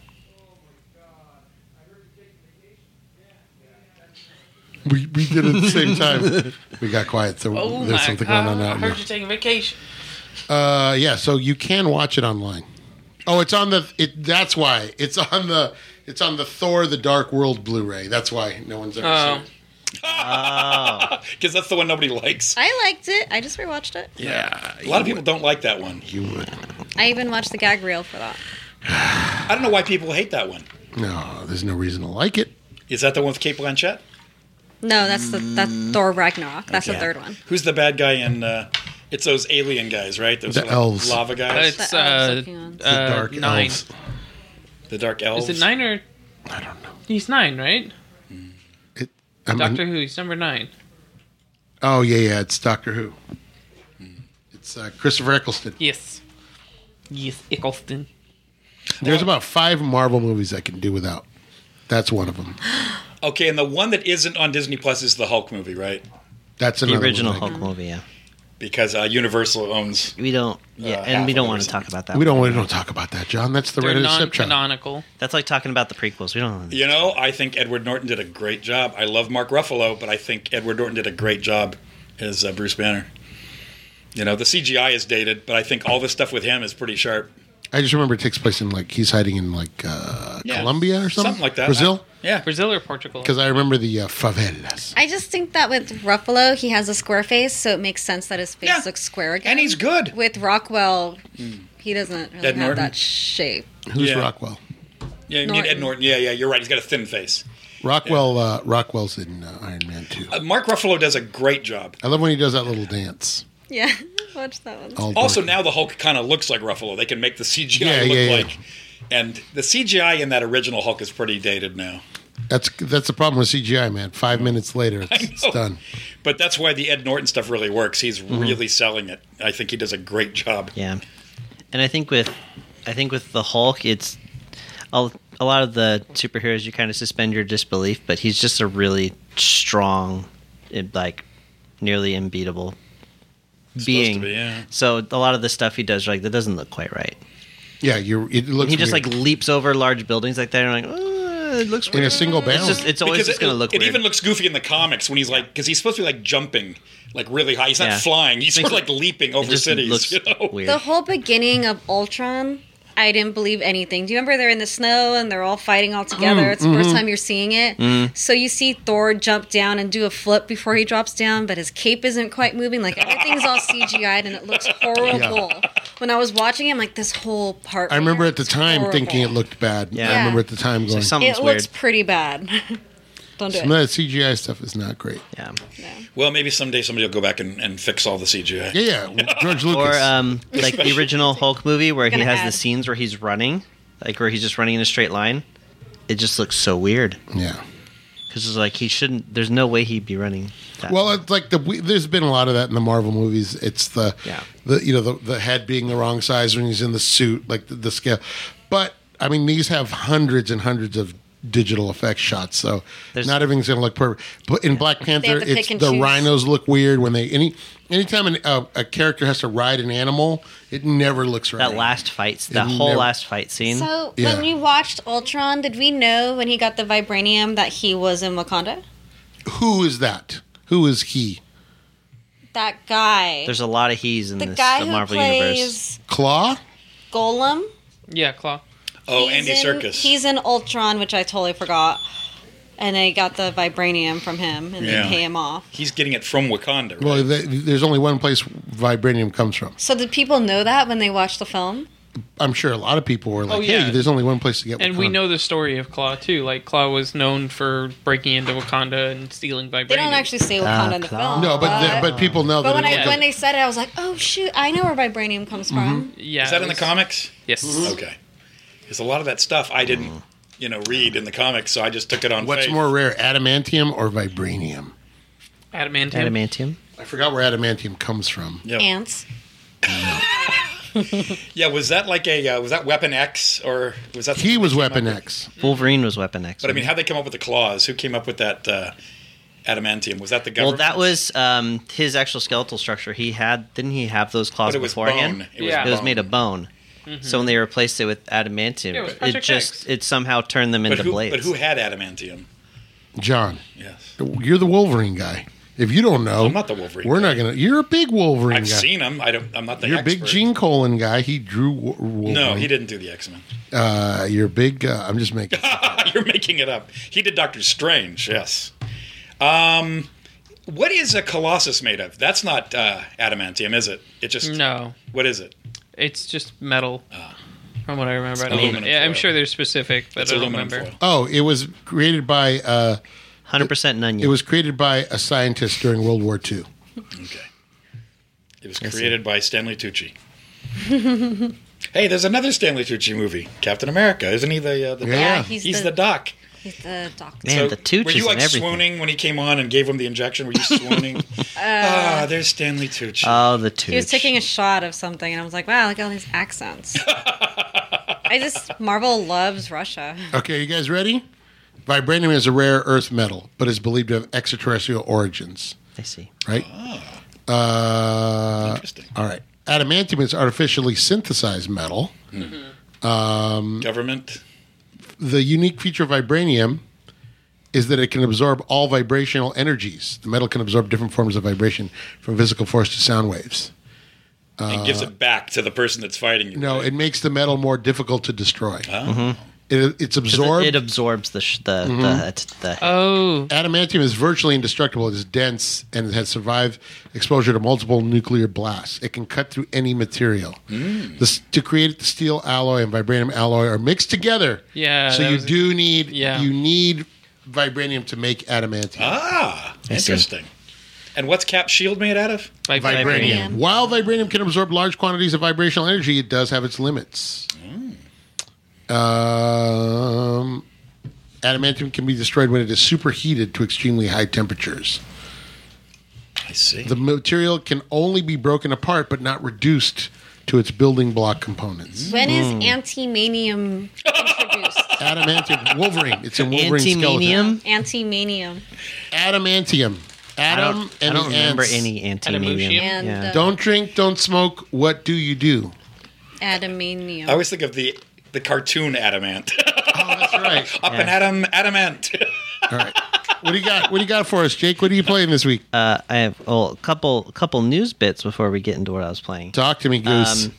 S1: We, we did it at the same time. we got quiet, so
S5: Oh
S1: there's
S5: my
S1: something
S5: god!
S1: going on
S5: I
S1: out there.
S5: heard you taking vacation.
S1: Uh, yeah, so you can watch it online. Oh, it's on the. It that's why it's on the. It's on the Thor: The Dark World Blu-ray. That's why no one's ever
S5: Oh.
S1: seen it.
S4: Because that's the one nobody likes.
S2: I liked it. I just rewatched it.
S5: Oh.
S1: Yeah,
S4: A lot of people don't like that one.
S1: You would.
S2: I even watched the gag reel for that.
S4: I don't know why people hate that one.
S1: No, there's no reason to like it.
S4: Is that the one with Kate Blanchett?
S2: No, that's the that's Thor Ragnarok. That's the
S4: Mm. Okay.
S2: third one.
S4: Who's the bad guy in? Uh, it's those alien guys, right? Those
S1: The
S4: like,
S1: elves.
S4: lava guys,
S5: It's
S2: The elves
S5: uh,
S2: looking on.
S5: uh
S2: The
S1: Dark
S5: nine.
S1: Elves.
S4: the dark elves.
S5: Is it nine or?
S1: I don't know.
S5: He's nine, right?
S1: It, I'm
S5: Doctor Who. He's number nine.
S1: oh yeah, yeah. It's Doctor Who.
S5: Hmm.
S1: It's uh, Christopher Eccleston.
S5: Yes. Yes, Eccleston.
S1: There's about five Marvel movies I can do without. That's one of them.
S4: Okay, and the one that isn't on Disney Plus is the Hulk movie, right?
S1: That's
S3: The
S1: another
S3: original
S1: one I can-
S3: Hulk movie. Yeah.
S4: Because uh, Universal owns.
S3: We don't. Yeah,
S4: Uh,
S3: and we
S4: half
S3: don't
S4: of
S3: want
S4: it
S3: to
S4: or
S3: talk about that.
S1: We
S3: one.
S1: don't. We don't talk about that, John. That's the
S5: They're
S1: Reddit Scepter.
S5: non-canonical.
S3: That's like talking about the prequels. We don't.
S4: You know, I think Edward Norton did a great job. I love Mark Ruffalo, but I think Edward Norton did a great job as uh, Bruce Banner. You know, the CGI is dated, but I think all this stuff with him is pretty sharp.
S1: I just remember it takes place in like he's hiding in like uh,
S4: Yeah.
S1: Colombia or something,
S4: Something like that.
S1: Brazil.
S4: I- yeah.
S5: Brazil or Portugal?
S1: Because I remember the uh, favelas.
S2: I just think that with Ruffalo, he has a square face, so it makes sense that his face
S4: Yeah.
S2: looks square again.
S4: And he's good.
S2: with Rockwell, he doesn't really have
S4: Ed Norton?
S2: that shape.
S1: Who's
S4: Yeah.
S1: Rockwell?
S4: Yeah, you need Ed
S2: Norton.
S4: Norton. Yeah, yeah, you're right. He's got a thin face.
S1: Rockwell. Uh, Rockwell's in uh, Iron Man too.
S4: Uh, Mark Ruffalo does a great job.
S1: I love when he does that little dance.
S2: Yeah, watch that one.
S1: All
S4: Also,
S1: dorky.
S4: now the Hulk kind of looks like Ruffalo. They can make the CGI
S1: Yeah,
S4: look
S1: yeah, yeah.
S4: like. And the CGI in that original Hulk is pretty dated now.
S1: that's that's the problem with CGI, man. Five minutes later, it's, it's
S4: know.
S1: done.
S4: But that's why the Ed Norton stuff really works. He's
S1: Mm-hmm.
S4: really selling it. I think he does a great job.
S3: Yeah, and I think with I think with the Hulk, it's a, a lot of the superheroes you kind of suspend your disbelief, but he's just a really strong, eh, like nearly unbeatable being.
S4: to be, yeah.
S3: So a lot of the stuff he does, like that, doesn't look quite right.
S1: Yeah, you. It looks.
S3: he just
S1: weird.
S3: like leaps over large buildings like that, and you're like, "Uh, it looks
S1: in a
S3: weird."
S1: single
S3: It's
S1: bound.
S3: just it's always
S4: Because
S3: just going to look
S4: it
S3: weird.
S4: even looks goofy in the comics when he's like because he's supposed to be like jumping like really high. He's not
S3: Yeah.
S4: flying. He's sort of like leaping
S3: It
S4: over
S3: just
S4: cities.
S3: looks
S4: you know?
S3: weird.
S2: The whole beginning of Ultron, I didn't believe anything. Do you remember they're in the snow and they're all fighting all together? it's
S1: Mm,
S2: the
S1: mm-hmm.
S2: first time you're seeing it. So you see Thor jump down and do a flip before he drops down, but his cape isn't quite moving. Like everything's all CGI'd and it looks horrible. When I was watching it, I'm like, this whole part.
S1: I remember
S2: here
S1: at the
S2: is
S1: time
S2: horrible.
S1: thinking it looked bad.
S3: Yeah.
S1: I remember at the time going.
S3: Like,
S1: some
S3: something's
S2: It
S3: weird.
S2: looks pretty bad. Don't do
S1: of
S2: it.
S1: that CGI stuff is not great.
S3: yeah.
S4: Well, maybe someday somebody will go back and, and fix all the CGI.
S1: Yeah, yeah. George
S3: Or
S1: Lucas.
S3: um, like the original Hulk movie where he
S2: Gonna
S3: has the
S2: add-
S3: scenes where he's running, like where he's just running in a straight line. It just looks so weird
S1: yeah.
S3: because it's like he shouldn't. There's no way he'd be running. That.
S1: Well, it's like the we, there's been a lot of that in the Marvel movies. It's the
S3: Yeah.
S1: the you know the, the head being the wrong size when he's in the suit, like the, the scale. But I mean, these have hundreds and hundreds of digital effects shots, so
S3: There's-
S1: not everything's going to look perfect. But in Black Panther,
S2: to
S1: it's
S2: pick and
S1: the
S2: choose.
S1: rhinos look weird when they any anytime an, a, a character has to ride an animal, it never looks right.
S3: that last fight, that
S1: It
S3: whole
S1: never-
S3: last fight scene.
S2: So
S1: Yeah.
S2: when we watched Ultron, did we know when he got the vibranium that he was in Wakanda?
S1: Who is that? Who is he?
S2: That guy.
S3: there's a lot of he's in
S2: the
S3: this
S2: guy
S3: the
S2: who
S3: Marvel
S2: plays
S3: universe.
S1: Claw?
S2: Golem.
S5: Yeah, Claw.
S4: Oh,
S2: he's
S4: Andy
S2: in,
S4: Circus.
S2: He's in Ultron, which I totally forgot. And they got the vibranium from him, and
S4: Yeah.
S2: they pay him off.
S4: He's getting it from Wakanda. Right?
S1: Well, th there's only one place vibranium comes from.
S2: So did people know that when they watched the film?
S1: I'm sure a lot of people were like,
S5: Oh, yeah.
S1: "Hey, there's only one place to get."
S5: And we
S1: Wakanda."
S5: know the story of Claw too. Like Claw was known for breaking into Wakanda and stealing vibranium.
S2: They don't actually say Wakanda in the
S3: Claw.
S2: film.
S1: No, but the, but people know
S2: but
S1: that.
S2: when
S1: it
S2: I
S1: was-
S2: when they said it, I was like, oh shoot, I know where vibranium comes from.
S5: Yeah.
S4: Is that
S5: it
S4: in the Oh.
S5: was-
S4: comics?
S5: Yes.
S4: Okay. Because a lot of that stuff I
S3: Mm.
S4: didn't, you know, read in the comics, so I just took it on
S1: what's
S4: faith.
S1: more rare, adamantium or vibranium?
S5: Adamantium.
S3: Adamantium.
S1: I forgot where adamantium comes from.
S4: Yeah.
S2: Ants.
S4: Yeah, was that like a uh, was that Weapon X or was that
S1: He was Weapon X.
S3: Wolverine was Weapon X.
S4: But I mean, how would they come up with the claws? Who came up with that uh, adamantium? Was that the
S3: well,
S4: government?
S3: that was um, his actual skeletal structure. He had didn't he have those claws
S4: But it was
S3: beforehand?
S4: bone.
S5: Yeah.
S3: It was
S4: bone.
S3: made of bone. So when they replaced it with adamantium,
S5: Mm-hmm. Yeah, it was
S3: it,
S5: Project
S3: just
S5: X.
S3: it somehow turned them
S4: But
S3: into
S4: who,
S3: blades.
S4: but who had adamantium?
S1: John,
S4: Yes,
S1: you're the Wolverine guy. If you don't know,
S4: I'm not the Wolverine
S1: We're
S4: guy.
S1: not gonna. You're a big Wolverine
S4: I've
S1: guy.
S4: seen him. I don't. I'm not the
S1: you're a
S4: expert.
S1: big Gene Colan guy. He drew Wo- Wolverine.
S4: No, he didn't do the X Men.
S1: Uh, you're a big. Uh, I'm just making.
S4: You're making it up. He did Doctor Strange. Yes. Um, what is a colossus made of? That's not uh, adamantium, is it? It just
S5: No,
S4: What is it?
S5: it's just metal. From what I remember, I
S4: Ah. aluminum
S5: don't, yeah, I'm
S4: foil.
S5: sure they're specific, but
S4: It's
S5: I don't
S4: aluminum
S5: remember.
S4: foil.
S1: oh, it was created by. Uh,
S3: Hundred percent none.
S1: it was created by a scientist during World War II.
S4: Okay. It was created by Stanley Tucci. hey, there's another Stanley Tucci movie, Captain America. Isn't he the uh, the
S1: Yeah.
S4: doc?
S1: Yeah,
S2: he's
S4: he's the,
S2: the-
S4: doc.
S2: He's the doctor.
S3: man. the Tooch
S4: were you
S3: is
S4: like
S3: in everything.
S4: swooning when he came on and gave him the injection? Were you swooning? ah, there's Stanley Tucci.
S3: Oh, the Tooch.
S2: He was taking a shot of something, and I was like, wow, look at all these accents. I just Marvel loves Russia.
S1: Okay, you guys ready? Vibranium is a rare earth metal, but is believed to have extraterrestrial origins.
S3: I see.
S1: right? Uh,
S4: Interesting.
S1: All right. Adamantium is artificially synthesized metal.
S4: Government.
S1: The unique feature of vibranium is that it can absorb all vibrational energies. The metal can absorb different forms of vibration, from physical force to sound waves.
S4: and gives it back to the person that's fighting you.
S1: uh, No,
S4: right?
S1: it makes the metal more difficult to destroy.
S4: Oh.
S1: It, it's
S3: 'Cause it-
S1: absorbed. Mm-hmm.
S3: It, absorbs the sh- the, the, the
S5: Oh,
S1: Adamantium is virtually indestructible. It is dense and it has survived exposure to multiple nuclear blasts. It can cut through any material. This, to create it, the steel alloy and vibranium alloy are mixed together.
S5: Yeah,
S1: So
S5: that
S1: you
S5: was-
S1: do need
S5: yeah.
S1: you need vibranium to make adamantium.
S4: Ah,
S7: I see.
S4: interesting. And what's Cap shield made out of?
S5: Like
S1: Vibranium.
S2: Vibranium.
S1: While vibranium can absorb large quantities of vibrational energy, it does have its limits. Um, adamantium can be destroyed when it is superheated to extremely high temperatures.
S4: I see.
S1: The material can only be broken apart but not reduced to its building block components.
S2: When is antimanium introduced?
S1: Adamantium, Wolverine. It's in Wolverine's skeleton.
S3: Antimanium.
S2: antimanium.
S1: Adamantium.
S3: I
S1: Adam
S3: don't,
S1: and
S3: I don't
S1: the
S3: remember
S1: ants.
S3: any antimanium.
S5: Adamantium.
S2: And
S3: Yeah.
S2: uh,
S1: Don't drink, don't smoke. What do you do?
S2: adamantium.
S4: I always think of the the cartoon Adamant.
S1: Oh, that's right.
S4: Up and
S3: Yeah.
S4: Adam Adamant.
S1: All right. What do you got? What do you got for us, Jake? What are you playing this week?
S3: Uh, I have oh, a couple couple news bits before we get into what I was playing.
S1: Talk to me, Goose.
S3: Um,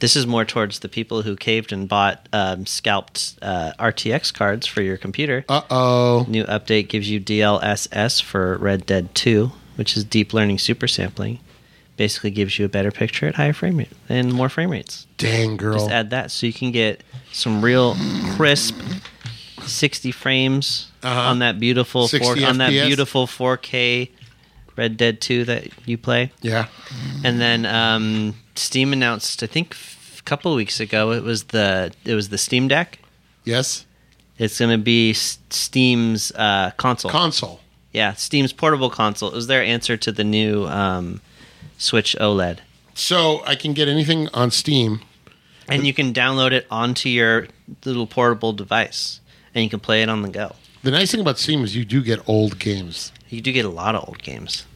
S3: this is more towards the people who caved and bought um, scalped uh, RTX cards for your computer.
S1: uh oh.
S3: New update gives you DLSS for Red Dead 2, which is deep learning super sampling. Basically, gives you a better picture at higher frame rate and more frame rates.
S1: Dang, girl.
S3: Just add that so you can get some real crisp 60 frames on that beautiful
S1: 60
S3: four, on that
S1: FPS.
S3: beautiful 4K Red Dead 2 that you play.
S1: yeah.
S3: And then um, Steam announced, I think, f- a couple weeks ago, it was the it was the Steam Deck.
S1: Yes.
S3: It's going to be S- Steam's uh, console.
S1: Console.
S3: yeah, Steam's portable console. It was their answer to the new um, Switch E OLED,
S1: So I can get anything on Steam.
S3: and you can download it onto your little portable device, and you can play it on the go.
S1: The nice thing about Steam is you do get old games.
S3: You do get a lot of old games.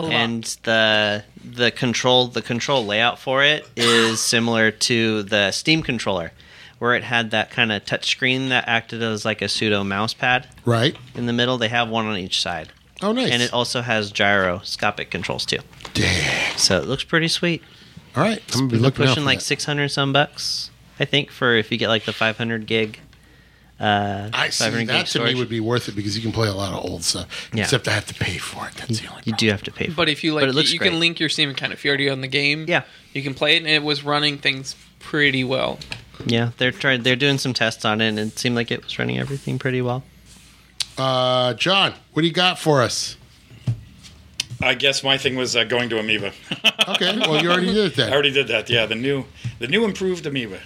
S3: And the the control the control layout for it is similar to the Steam controller, where it had that kind of touch screen that acted as like a pseudo mouse pad
S1: Right.
S3: in the middle. They have one on each side,
S1: Oh, nice.
S3: and it also has gyroscopic controls too.
S1: Dang.
S3: So it looks pretty sweet.
S1: All right. I'm gonna be
S3: They're
S1: looking out for
S3: pushing like
S1: that.
S3: six hundred some bucks, I think, for if you get like the five hundred gig. Uh,
S1: I see.
S3: 500 gig
S1: That to me
S3: storage.
S1: would be worth it because you can play a lot of old stuff.
S3: Yeah.
S1: Except I have to pay for it. That's the only.
S3: you do have to pay. For
S5: But if you like,
S3: it looks
S5: you
S3: great.
S5: can link your Steam account if you're already on the game.
S3: Yeah.
S5: you can play it, and it was running things pretty well.
S3: Yeah, they're trying. They're doing some tests on it, and it seemed like it was running everything pretty well.
S1: Uh, John, what do you got for us?
S4: I guess my thing was uh, going to Amoeba.
S1: Okay. Well, you already did it
S4: I
S1: then.
S4: already did that. Yeah, the new the new improved Amoeba.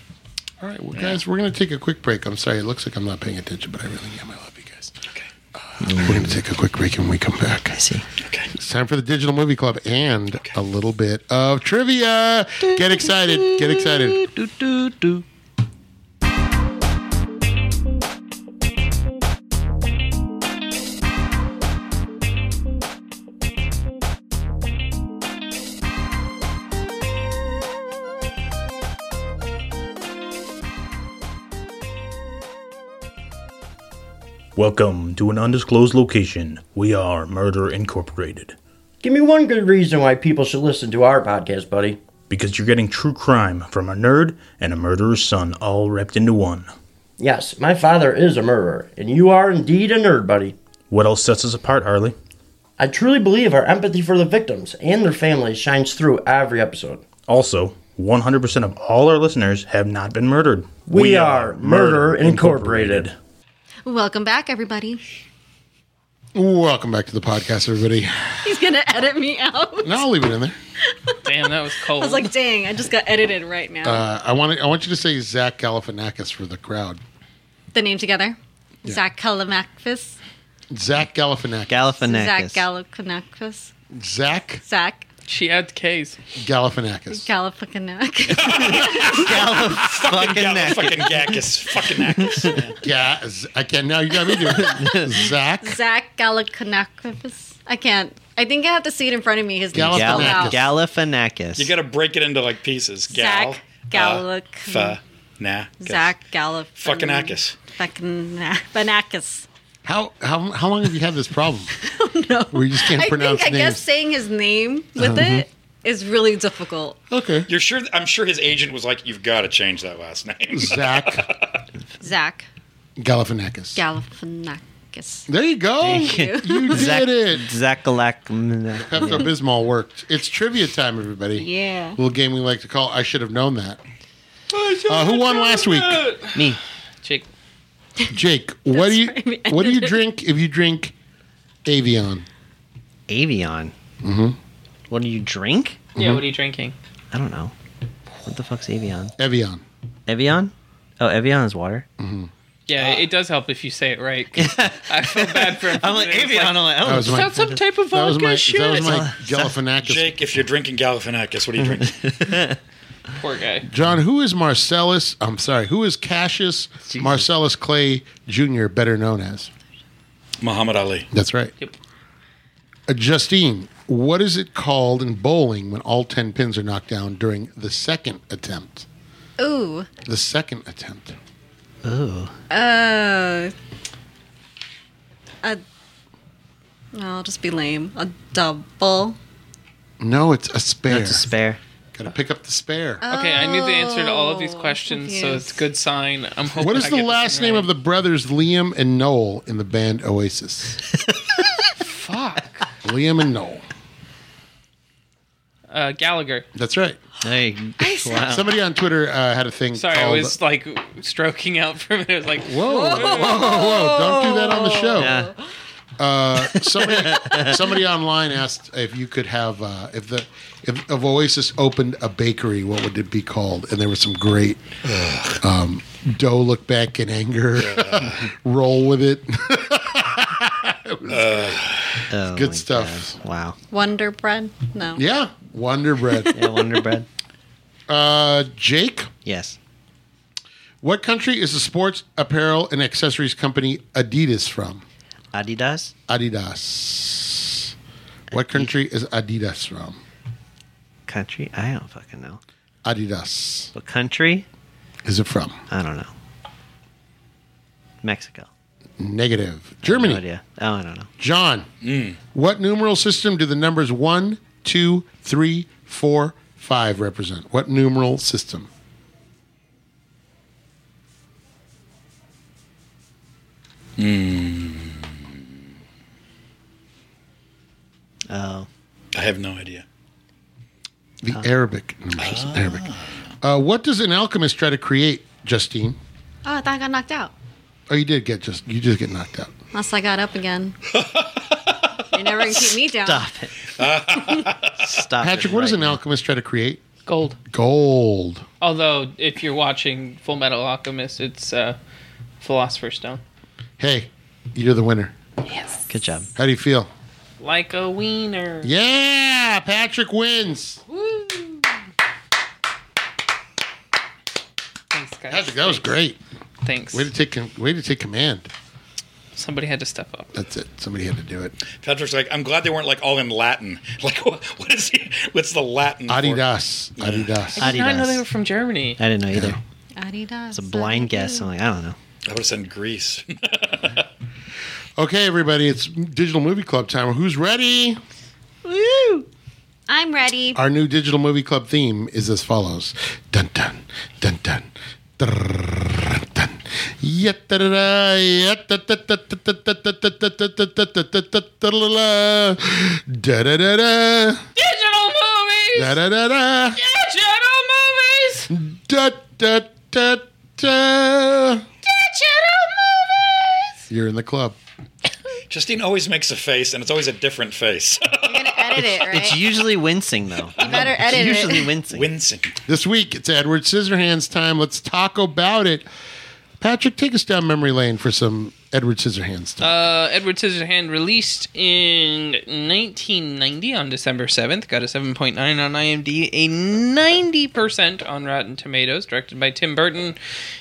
S1: All right, well, guys, we're going to take a quick break. I'm sorry, it looks like I'm not paying attention, but I really am. I love you guys. Uh,
S4: Okay.
S1: We're going to take a quick break and when we come back.
S3: I see.
S4: Okay.
S1: It's time for the Digital Movie Club and a little bit of trivia. Get excited. Get excited.
S3: Do, do, do.
S8: Welcome to an undisclosed location. We are Murder Incorporated.
S9: Give me one good reason why people should listen to our podcast, buddy.
S8: Because you're getting true crime from a nerd and a murderer's son all wrapped into one.
S9: Yes, my father is a murderer, and you are indeed a nerd, buddy.
S8: What else sets us apart, Harley?
S9: I truly believe our empathy for the victims and their families shines through every episode.
S8: Also, 100% of all our listeners have not been murdered.
S9: We, are Murder Incorporated.
S2: Welcome back, everybody.
S1: Welcome back to the podcast, everybody.
S2: He's gonna edit me out.
S1: Now I'll leave it in there.
S5: Damn, that was cold.
S2: I was like, dang, I just got edited right now.
S1: Uh, I want to, I want you to say Zach Galifianakis for the crowd.
S2: the name together. Zach Galifianakis.
S1: Zach Galifianakis.
S2: Zach
S3: Galifianakis.
S2: Galifianakis.
S1: Zach
S2: Zach
S5: she adds K's.
S1: Galifianakis.
S2: Galifianakis.
S4: Fucking
S3: Fucking
S4: Gak-
S3: neck.
S4: fucking Gakis. Fucking Gakis.
S1: Yeah, Z- I can't. Now you got me doing it. Zach
S2: Zach Galifianakis. I can't. I think I have to see it in front of me. His name spelled
S3: Gal-
S1: Galifianakis.
S2: out.
S3: Galifianakis.
S4: You got to break it into like pieces. Gal. uh,
S2: Zach Galic.
S4: Fa. Nah.
S2: Zach Galifianakis.
S4: Fucking
S2: Um,
S4: Akis.
S2: Galifianakis.
S1: How how how long have you had this problem? no, where you just can't
S2: I
S1: pronounce
S2: think I guess
S1: names.
S2: saying his name with it is really difficult.
S1: okay,
S4: You're sure? I'm sure his agent was like, "You've got to change that last name."
S1: Zach
S2: Zach
S1: Galifianakis.
S2: Galifianakis.
S1: there you go. you did
S3: Zach-
S1: it.
S3: Zachalak-
S1: Pepto Bismol worked. It's trivia time, everybody.
S2: Yeah.
S1: Little game we like to Uh, call. I should have known that. Uh, who won last week?
S3: Me.
S5: Jake.
S1: Jake, what do you
S2: That's what I meant.
S1: what do you drink if you drink Avion?
S3: Avion. Mm-hmm. What do you drink?
S1: Mm-hmm.
S5: Yeah, what are you drinking?
S3: I don't know. What the fuck's Avion?
S1: Evian.
S3: Evian? Oh, Evion is water.
S5: Yeah, it does help if you say it right. 'cause I feel bad for him.
S3: I'm like
S5: It's
S3: Avion. I'm like,
S1: That
S3: oh,
S1: was
S5: Is
S1: my
S5: that some type of
S1: that was
S5: vodka
S1: my
S5: shit?
S1: that was my Galifianakis.
S4: Jake, if you're drinking Galifianakis, what do you drink?
S5: Poor guy.
S1: John, who is Marcellus? I'm sorry, who is Cassius Marcellus Clay Jr. better known as?
S4: Muhammad Ali.
S1: That's right.
S5: Yep.
S1: Uh, Justine, what is it called in bowling when all ten pins are knocked down during the second attempt?
S2: Ooh.
S1: The second attempt.
S3: Ooh.
S2: Uh. A. I'll just be lame. A double.
S1: No, it's a spare.
S3: That's a spare.
S1: Gotta pick up the spare.
S5: Okay, I knew the answer to all of these questions, so
S2: confused.
S5: it's a good sign. I'm hoping.
S1: what is
S5: I
S1: the
S5: get this
S1: last name
S5: right.
S1: of the brothers Liam and Noel in the band Oasis? Fuck. Liam and Noel.
S5: uh, Gallagher?
S1: That's right.
S3: Hey, wow.
S1: Somebody on Twitter uh, had a thing
S5: Sorry, I
S1: called-
S5: was like stroking out for a minute. I was like,
S1: Whoa, whoa, whoa, whoa. Don't do that on the show.
S3: Yeah.
S1: Uh, somebody, somebody online asked if you could have uh, if the if, if Oasis opened a bakery, what would it be called? And there was some great um, dough look back in anger, roll with it. It was
S3: Oh,
S1: good
S3: my
S1: stuff.
S3: God. Wow.
S2: Wonder bread? No.
S1: Yeah, Wonder Bread.
S3: Yeah, Wonder Bread.
S1: Uh, Jake,
S3: Yes.
S1: what country is the sports apparel and accessories company Adidas from?
S3: Adidas.
S1: Adidas. What country is Adidas from?
S3: Country. I don't fucking know.
S1: Adidas.
S3: What country?
S1: Is it from?
S3: I don't know. Mexico.
S1: Negative.
S3: No
S1: Germany.
S3: idea. Oh, I don't know.
S1: John. What numeral system do the numbers one, two, three, four, five represent? What numeral system?
S3: Oh.
S4: I have no idea.
S1: The Arabic numeral
S3: Ah.
S1: system. Arabic. Uh, what does an alchemist try to create, Justine?
S2: Oh, I thought I got knocked out.
S1: Oh, you did get just you just get knocked out.
S2: Unless I got up again. You're never going to keep me down.
S3: Stop it. Stop
S1: Patrick,
S3: it.
S1: what does
S3: right
S1: an
S3: now.
S1: alchemist try to create?
S5: gold.
S1: Gold.
S5: Although, if you're watching Full Metal Alchemist, it's uh, Philosopher's Stone.
S1: Hey, you're the winner.
S3: Good job.
S1: How do you feel?
S5: Like a wiener.
S1: Yeah, Patrick wins.
S5: Thanks, guys.
S1: Patrick, that was great.
S5: Thanks.
S1: Way to take com- way to take command.
S5: Somebody had to step up.
S1: That's it. Somebody had to do it.
S4: Patrick's like, I'm glad they weren't like all in Latin. Like, what, what is he? What's the Latin? for-
S1: Adidas. Adidas.
S5: I did not know
S3: Adidas.
S5: they were from Germany.
S3: I didn't know either.
S2: Adidas.
S3: It's a blind guess. I'm like, I don't know.
S4: I would have said Greece.
S1: Okay, everybody, it's Digital Movie Club time. Who's ready?
S2: I'm ready.
S1: Our new Digital Movie Club theme is as follows: Dun dun dun dun. Drrrr, dun. Yet-da-da-da, yet-da-da-da-da-da-da-da-da-da-da-da-da-da-da-da. Da-da-da-da.
S5: Digital movies.
S1: Da-da-da-da.
S5: Digital movies.
S1: Mm. Da-da-da-da.
S5: Digital movies.
S1: You're in the club.
S4: Justine always makes a face, and it's always a different face.
S2: You're going to edit it, right?
S3: It's usually wincing though.
S2: you better edit
S3: It's usually
S2: it.
S3: wincing.
S4: Wincing.
S1: This week, it's Edward Scissorhands time. Let's talk about it. Patrick, take us down memory lane for some Edward Scissorhands time.
S5: Uh, Edward Scissorhand released in 1990 on December 7th. Got a 7.9 on IMDb, a 90% on Rotten Tomatoes. Directed by Tim Burton.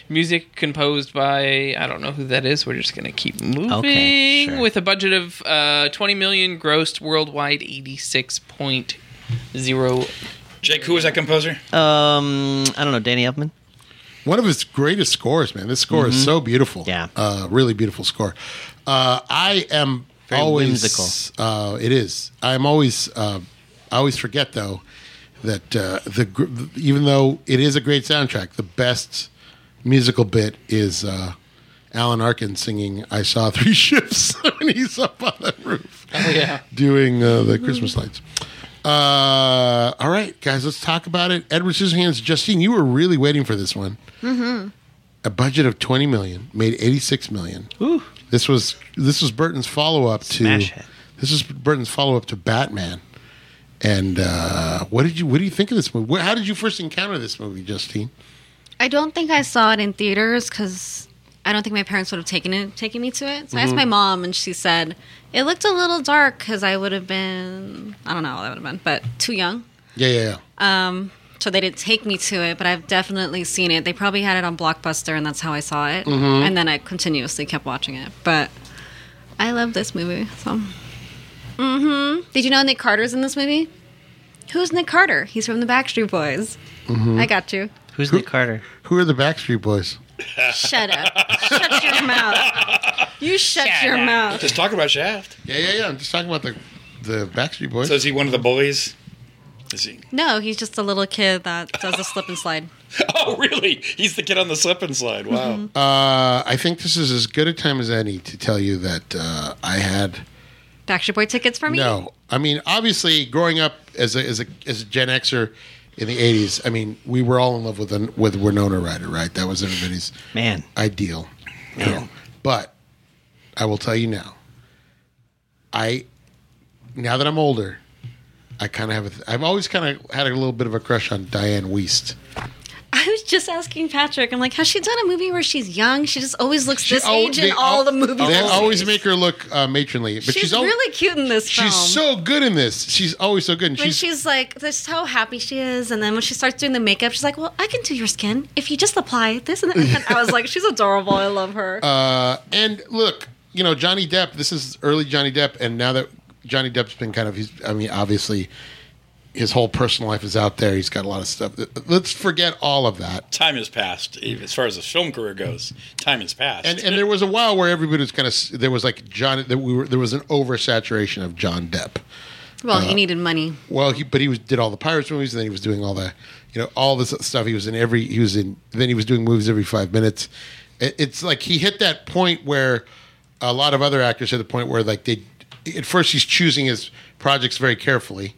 S5: Music composed by I don't know who that is. We're just gonna keep moving.
S3: Okay, sure.
S5: With a budget of uh, 20 million, grossed worldwide 86.0.
S4: Jake, who was that composer?
S3: Um, I don't know. Danny Elfman.
S1: One of his greatest scores, man. This score is so beautiful.
S3: Yeah.
S1: Uh, really beautiful score. Uh, I am always.
S3: whimsical.
S1: Uh, it is. I'm always. Uh, I always forget, though, that uh, the gr- even though it is a great soundtrack, the best musical bit is uh, Alan Arkin singing I Saw Three Ships when he's up on that roof.
S5: Oh yeah.
S1: doing uh, the Christmas lights. Uh, all right, guys, let's talk about it. Edward Scissorhands, Justine, you were really waiting for this one. Mm-hmm. a budget of 20 million, made 86 million.
S3: Ooh.
S1: This was this was Burton's follow up to
S3: Smash hit.
S1: this is Burton's follow up to Batman. And uh, what did you what do you think of this movie? Wh- How did you first encounter this movie, Justine?
S2: I don't think I saw it in theaters because I don't think my parents would have taken it, taken me to it. So
S3: Mm-hmm.
S2: I asked my mom, and she said it looked a little dark because I would have been, I don't know, what I would have been, but too young.
S1: Yeah, yeah, yeah.
S2: So they didn't take me to it, but I've definitely seen it. They probably had it on Blockbuster, and that's how I saw it. And then I continuously kept watching it. But I love this movie. So, hmm did you know Nick Carter's in this movie? Who's Nick Carter? He's from the Backstreet Boys. I got you.
S3: Who's Nick Carter?
S1: Who are the Backstreet Boys?
S2: Shut up. shut your mouth. You shut, your mouth.
S4: Just talk about Shaft.
S1: Yeah, yeah, yeah. I'm just talking about the the Backstreet Boys.
S4: So is he one of the bullies? Is he?
S2: No, he's just a little kid that does a slip and slide.
S4: Oh, really? He's the kid on the slip and slide. Wow.
S1: Uh, I think this is as good a time as any to tell you that uh, I had
S2: Backstreet Boy tickets for me?
S1: no. I mean, obviously, growing up as a as a as a Gen Xer in the '80s, I mean, we were all in love with an, with Winona Ryder, right? That was everybody's
S3: Man.
S1: ideal girl. But I will tell you now, I now that I'm older, I kind of have. A th- I've always kind of had a little bit of a crush on Diane Weist.
S2: I was just asking Patrick. I'm like, has she done a movie where she's young? She just always looks this
S1: al-
S2: age
S1: they
S2: in all
S1: al-
S2: the movies.
S1: They
S2: she's
S1: always make her look uh, matronly, but she's, al-
S2: really cute in this film.
S1: She's so good in this. She's always so good. And
S2: when
S1: she's,
S2: she's like, this is how happy she is, and then when she starts doing the makeup, she's like, "Well, I can do your skin if you just apply this and that." And I was like, "She's adorable. I love her."
S1: Uh, and look, you know Johnny Depp. This is early Johnny Depp, and now that Johnny Depp's been kind of, he's, I mean, obviously, his whole personal life is out there. He's got a lot of stuff. Let's forget all of that.
S4: time has passed even as far as his film career goes. Time has passed.
S1: And and there was a while where everybody was kind of there was like John that we were there was an oversaturation of John Depp.
S2: well,
S1: uh,
S2: he needed money.
S1: Well, he but he was did all the Pirates movies, and then he was doing all the, you know, all this stuff. He was in every he was in. Then he was doing movies every five minutes. It, it's like he hit that point where a lot of other actors hit the point where like they at first he's choosing his projects very carefully,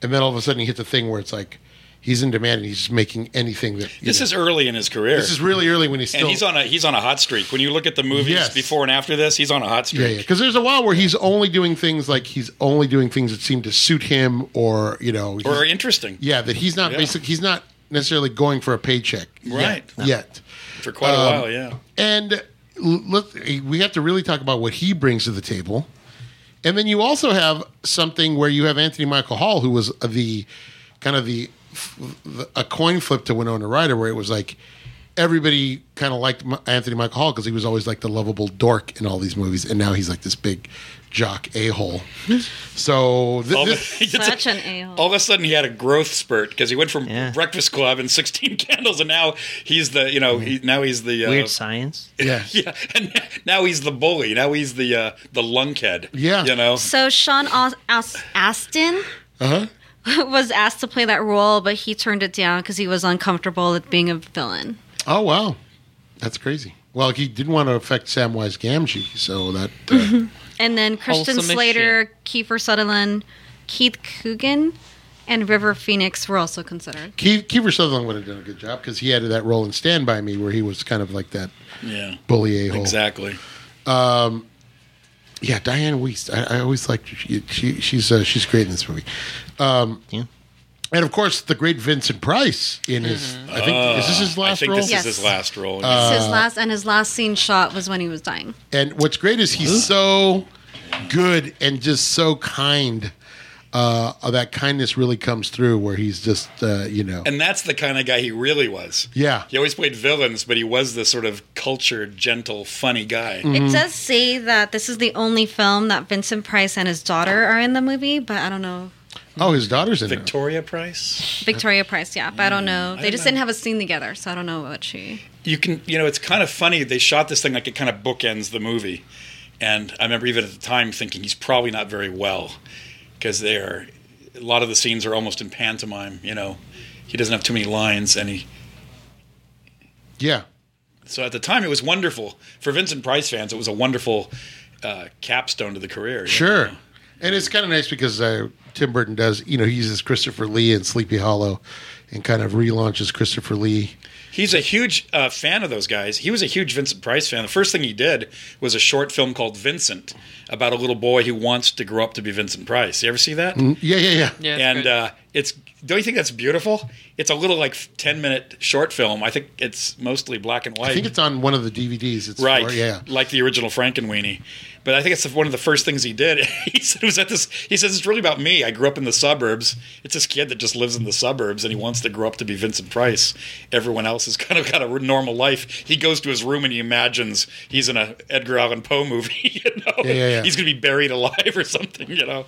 S1: and then all of a sudden he hit the thing where it's like he's in demand and he's just making anything that you
S4: this
S1: know.
S4: is early in his career.
S1: this is really early when he's still
S4: and he's on a he's on a hot streak. When you look at the movies
S1: Yes.
S4: before and after this, he's on a hot
S1: Yeah,
S4: streak.
S1: yeah. Because there's a while where he's only doing things like he's only doing things that seem to suit him, or you know, he's-
S4: Or interesting.
S1: yeah, that he's not
S4: Yeah.
S1: basic. He's not necessarily going for a paycheck,
S4: Right.
S1: Yet, yet.
S4: For quite a
S1: Um,
S4: while, yeah.
S1: and l- let we have to really talk about what he brings to the table. And then you also have something where you have Anthony Michael Hall, who was the kind of the, the a coin flip to Winona Ryder, where it was like everybody kind of liked Mi- Anthony Michael Hall because he was always like the lovable dork in all these movies, and now he's like this big jock a hole. So th-
S4: All, of a-
S1: this,
S4: it's
S2: Such
S4: a-
S2: an a-hole.
S4: all of a sudden, he had a growth spurt because he went from
S3: Yeah.
S4: Breakfast Club and Sixteen Candles, and now he's the you know he, now he's the uh,
S3: Weird science.
S1: yeah,
S4: yeah, and now he's the bully. Now he's the uh, the lunkhead.
S1: Yeah.
S4: you know.
S2: So Sean Aus- Aus- Astin
S1: uh huh.
S2: was asked to play that role, but he turned it down because he was uncomfortable with being a villain.
S1: Oh wow, that's crazy. Well, he didn't want to affect Samwise Gamgee, so that uh,
S2: And then Kristen
S5: Wholesome as
S2: Slater, Kiefer Sutherland, Keith Coogan, and River Phoenix were also considered.
S1: Kiefer Kiefer Sutherland would have done a good job because he had that role in Stand by Me where he was kind of like that
S4: Yeah,
S1: bully a hole.
S4: exactly.
S1: Yeah, Diane Weist. I, I always liked her. She, she, she's uh, she's great in this movie. Um,
S3: Yeah.
S1: And of course, the great Vincent Price in his. I think is this his
S4: Uh, I
S1: last
S4: think
S1: role? Uh,
S4: this
S2: Yes.
S4: is his last role.
S2: his last and his last scene shot was when he was dying.
S1: And what's great is he's so good and just so kind. Uh, that kindness really comes through where he's just uh, you know
S4: And that's the kind of guy he really was.
S1: Yeah.
S4: He always played villains, but he was this sort of cultured, gentle, funny guy.
S2: It does say that this is the only film that Vincent Price and his daughter are in the movie, but I don't know.
S1: oh his daughter's in there.
S4: Victoria Price.
S2: Victoria Price, yeah, but I don't know. They
S4: don't
S2: just
S4: know.
S2: didn't have a scene together, so I don't know what she.
S4: You can, you know, it's kind of funny. They shot this thing like it kind of bookends the movie. And I remember even at the time thinking he's probably not very well because they are, a lot of the scenes are almost in pantomime, you know. He doesn't have too many lines. And he,
S1: Yeah.
S4: so at the time it was wonderful. For Vincent Price fans, it was a wonderful uh, capstone to the career. you
S1: Sure.
S4: know.
S1: And it's kind of nice because uh, Tim Burton does, you know, he uses Christopher Lee in Sleepy Hollow and kind of relaunches Christopher Lee.
S4: He's a huge uh, fan of those guys. He was a huge Vincent Price fan. The first thing he did was a short film called Vincent about a little boy who wants to grow up to be Vincent Price. You ever see that?
S1: Yeah, yeah, yeah.
S5: Yeah, it's
S4: and
S5: good.
S4: uh, it's don't you think that's beautiful? It's a little like ten minute short film. I think it's mostly black and white.
S1: I think it's on one of the DVDs. It's
S4: Right,
S1: for- yeah.
S4: like the original Frankenweenie, but I think it's one of the first things he did. he said it was at this. He says it's really about me. I grew up in the suburbs. It's this kid that just lives in the suburbs, and he wants to grow up to be Vincent Price. Everyone else has kind of got a normal life. He goes to his room and he imagines he's in a Edgar Allan Poe movie. You know,
S1: Yeah, yeah, yeah.
S4: he's going to be buried alive or something. You know,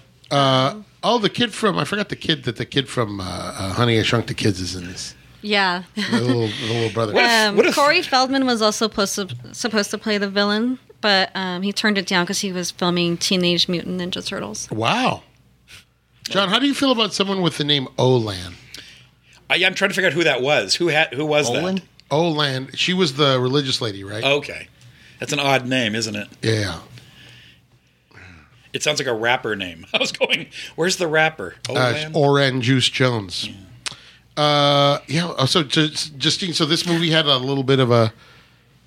S1: Oh, the kid from I forgot the kid that the kid from uh, uh, Honey I Shrunk the Kids is in this.
S2: Yeah.
S1: The little, the little brother.
S2: Um,
S4: What if-
S2: Corey Feldman was also supposed to, supposed to play the villain, but um, he turned it down because he was filming Teenage Mutant Ninja Turtles.
S1: Wow. John, how do you feel about someone with the name Olan?
S4: I, I'm trying to figure out who that was. Who had who was
S3: Olin?
S4: that?
S1: Olan, she was the religious lady, right?
S4: Okay, that's an odd name, isn't it?
S1: Yeah.
S4: It sounds like a rapper name. I was going, where's the rapper? Oh,
S1: Uh, Oran Juice Jones. Uh, yeah. oh, So, Ju- Justine, so this movie had a little bit of a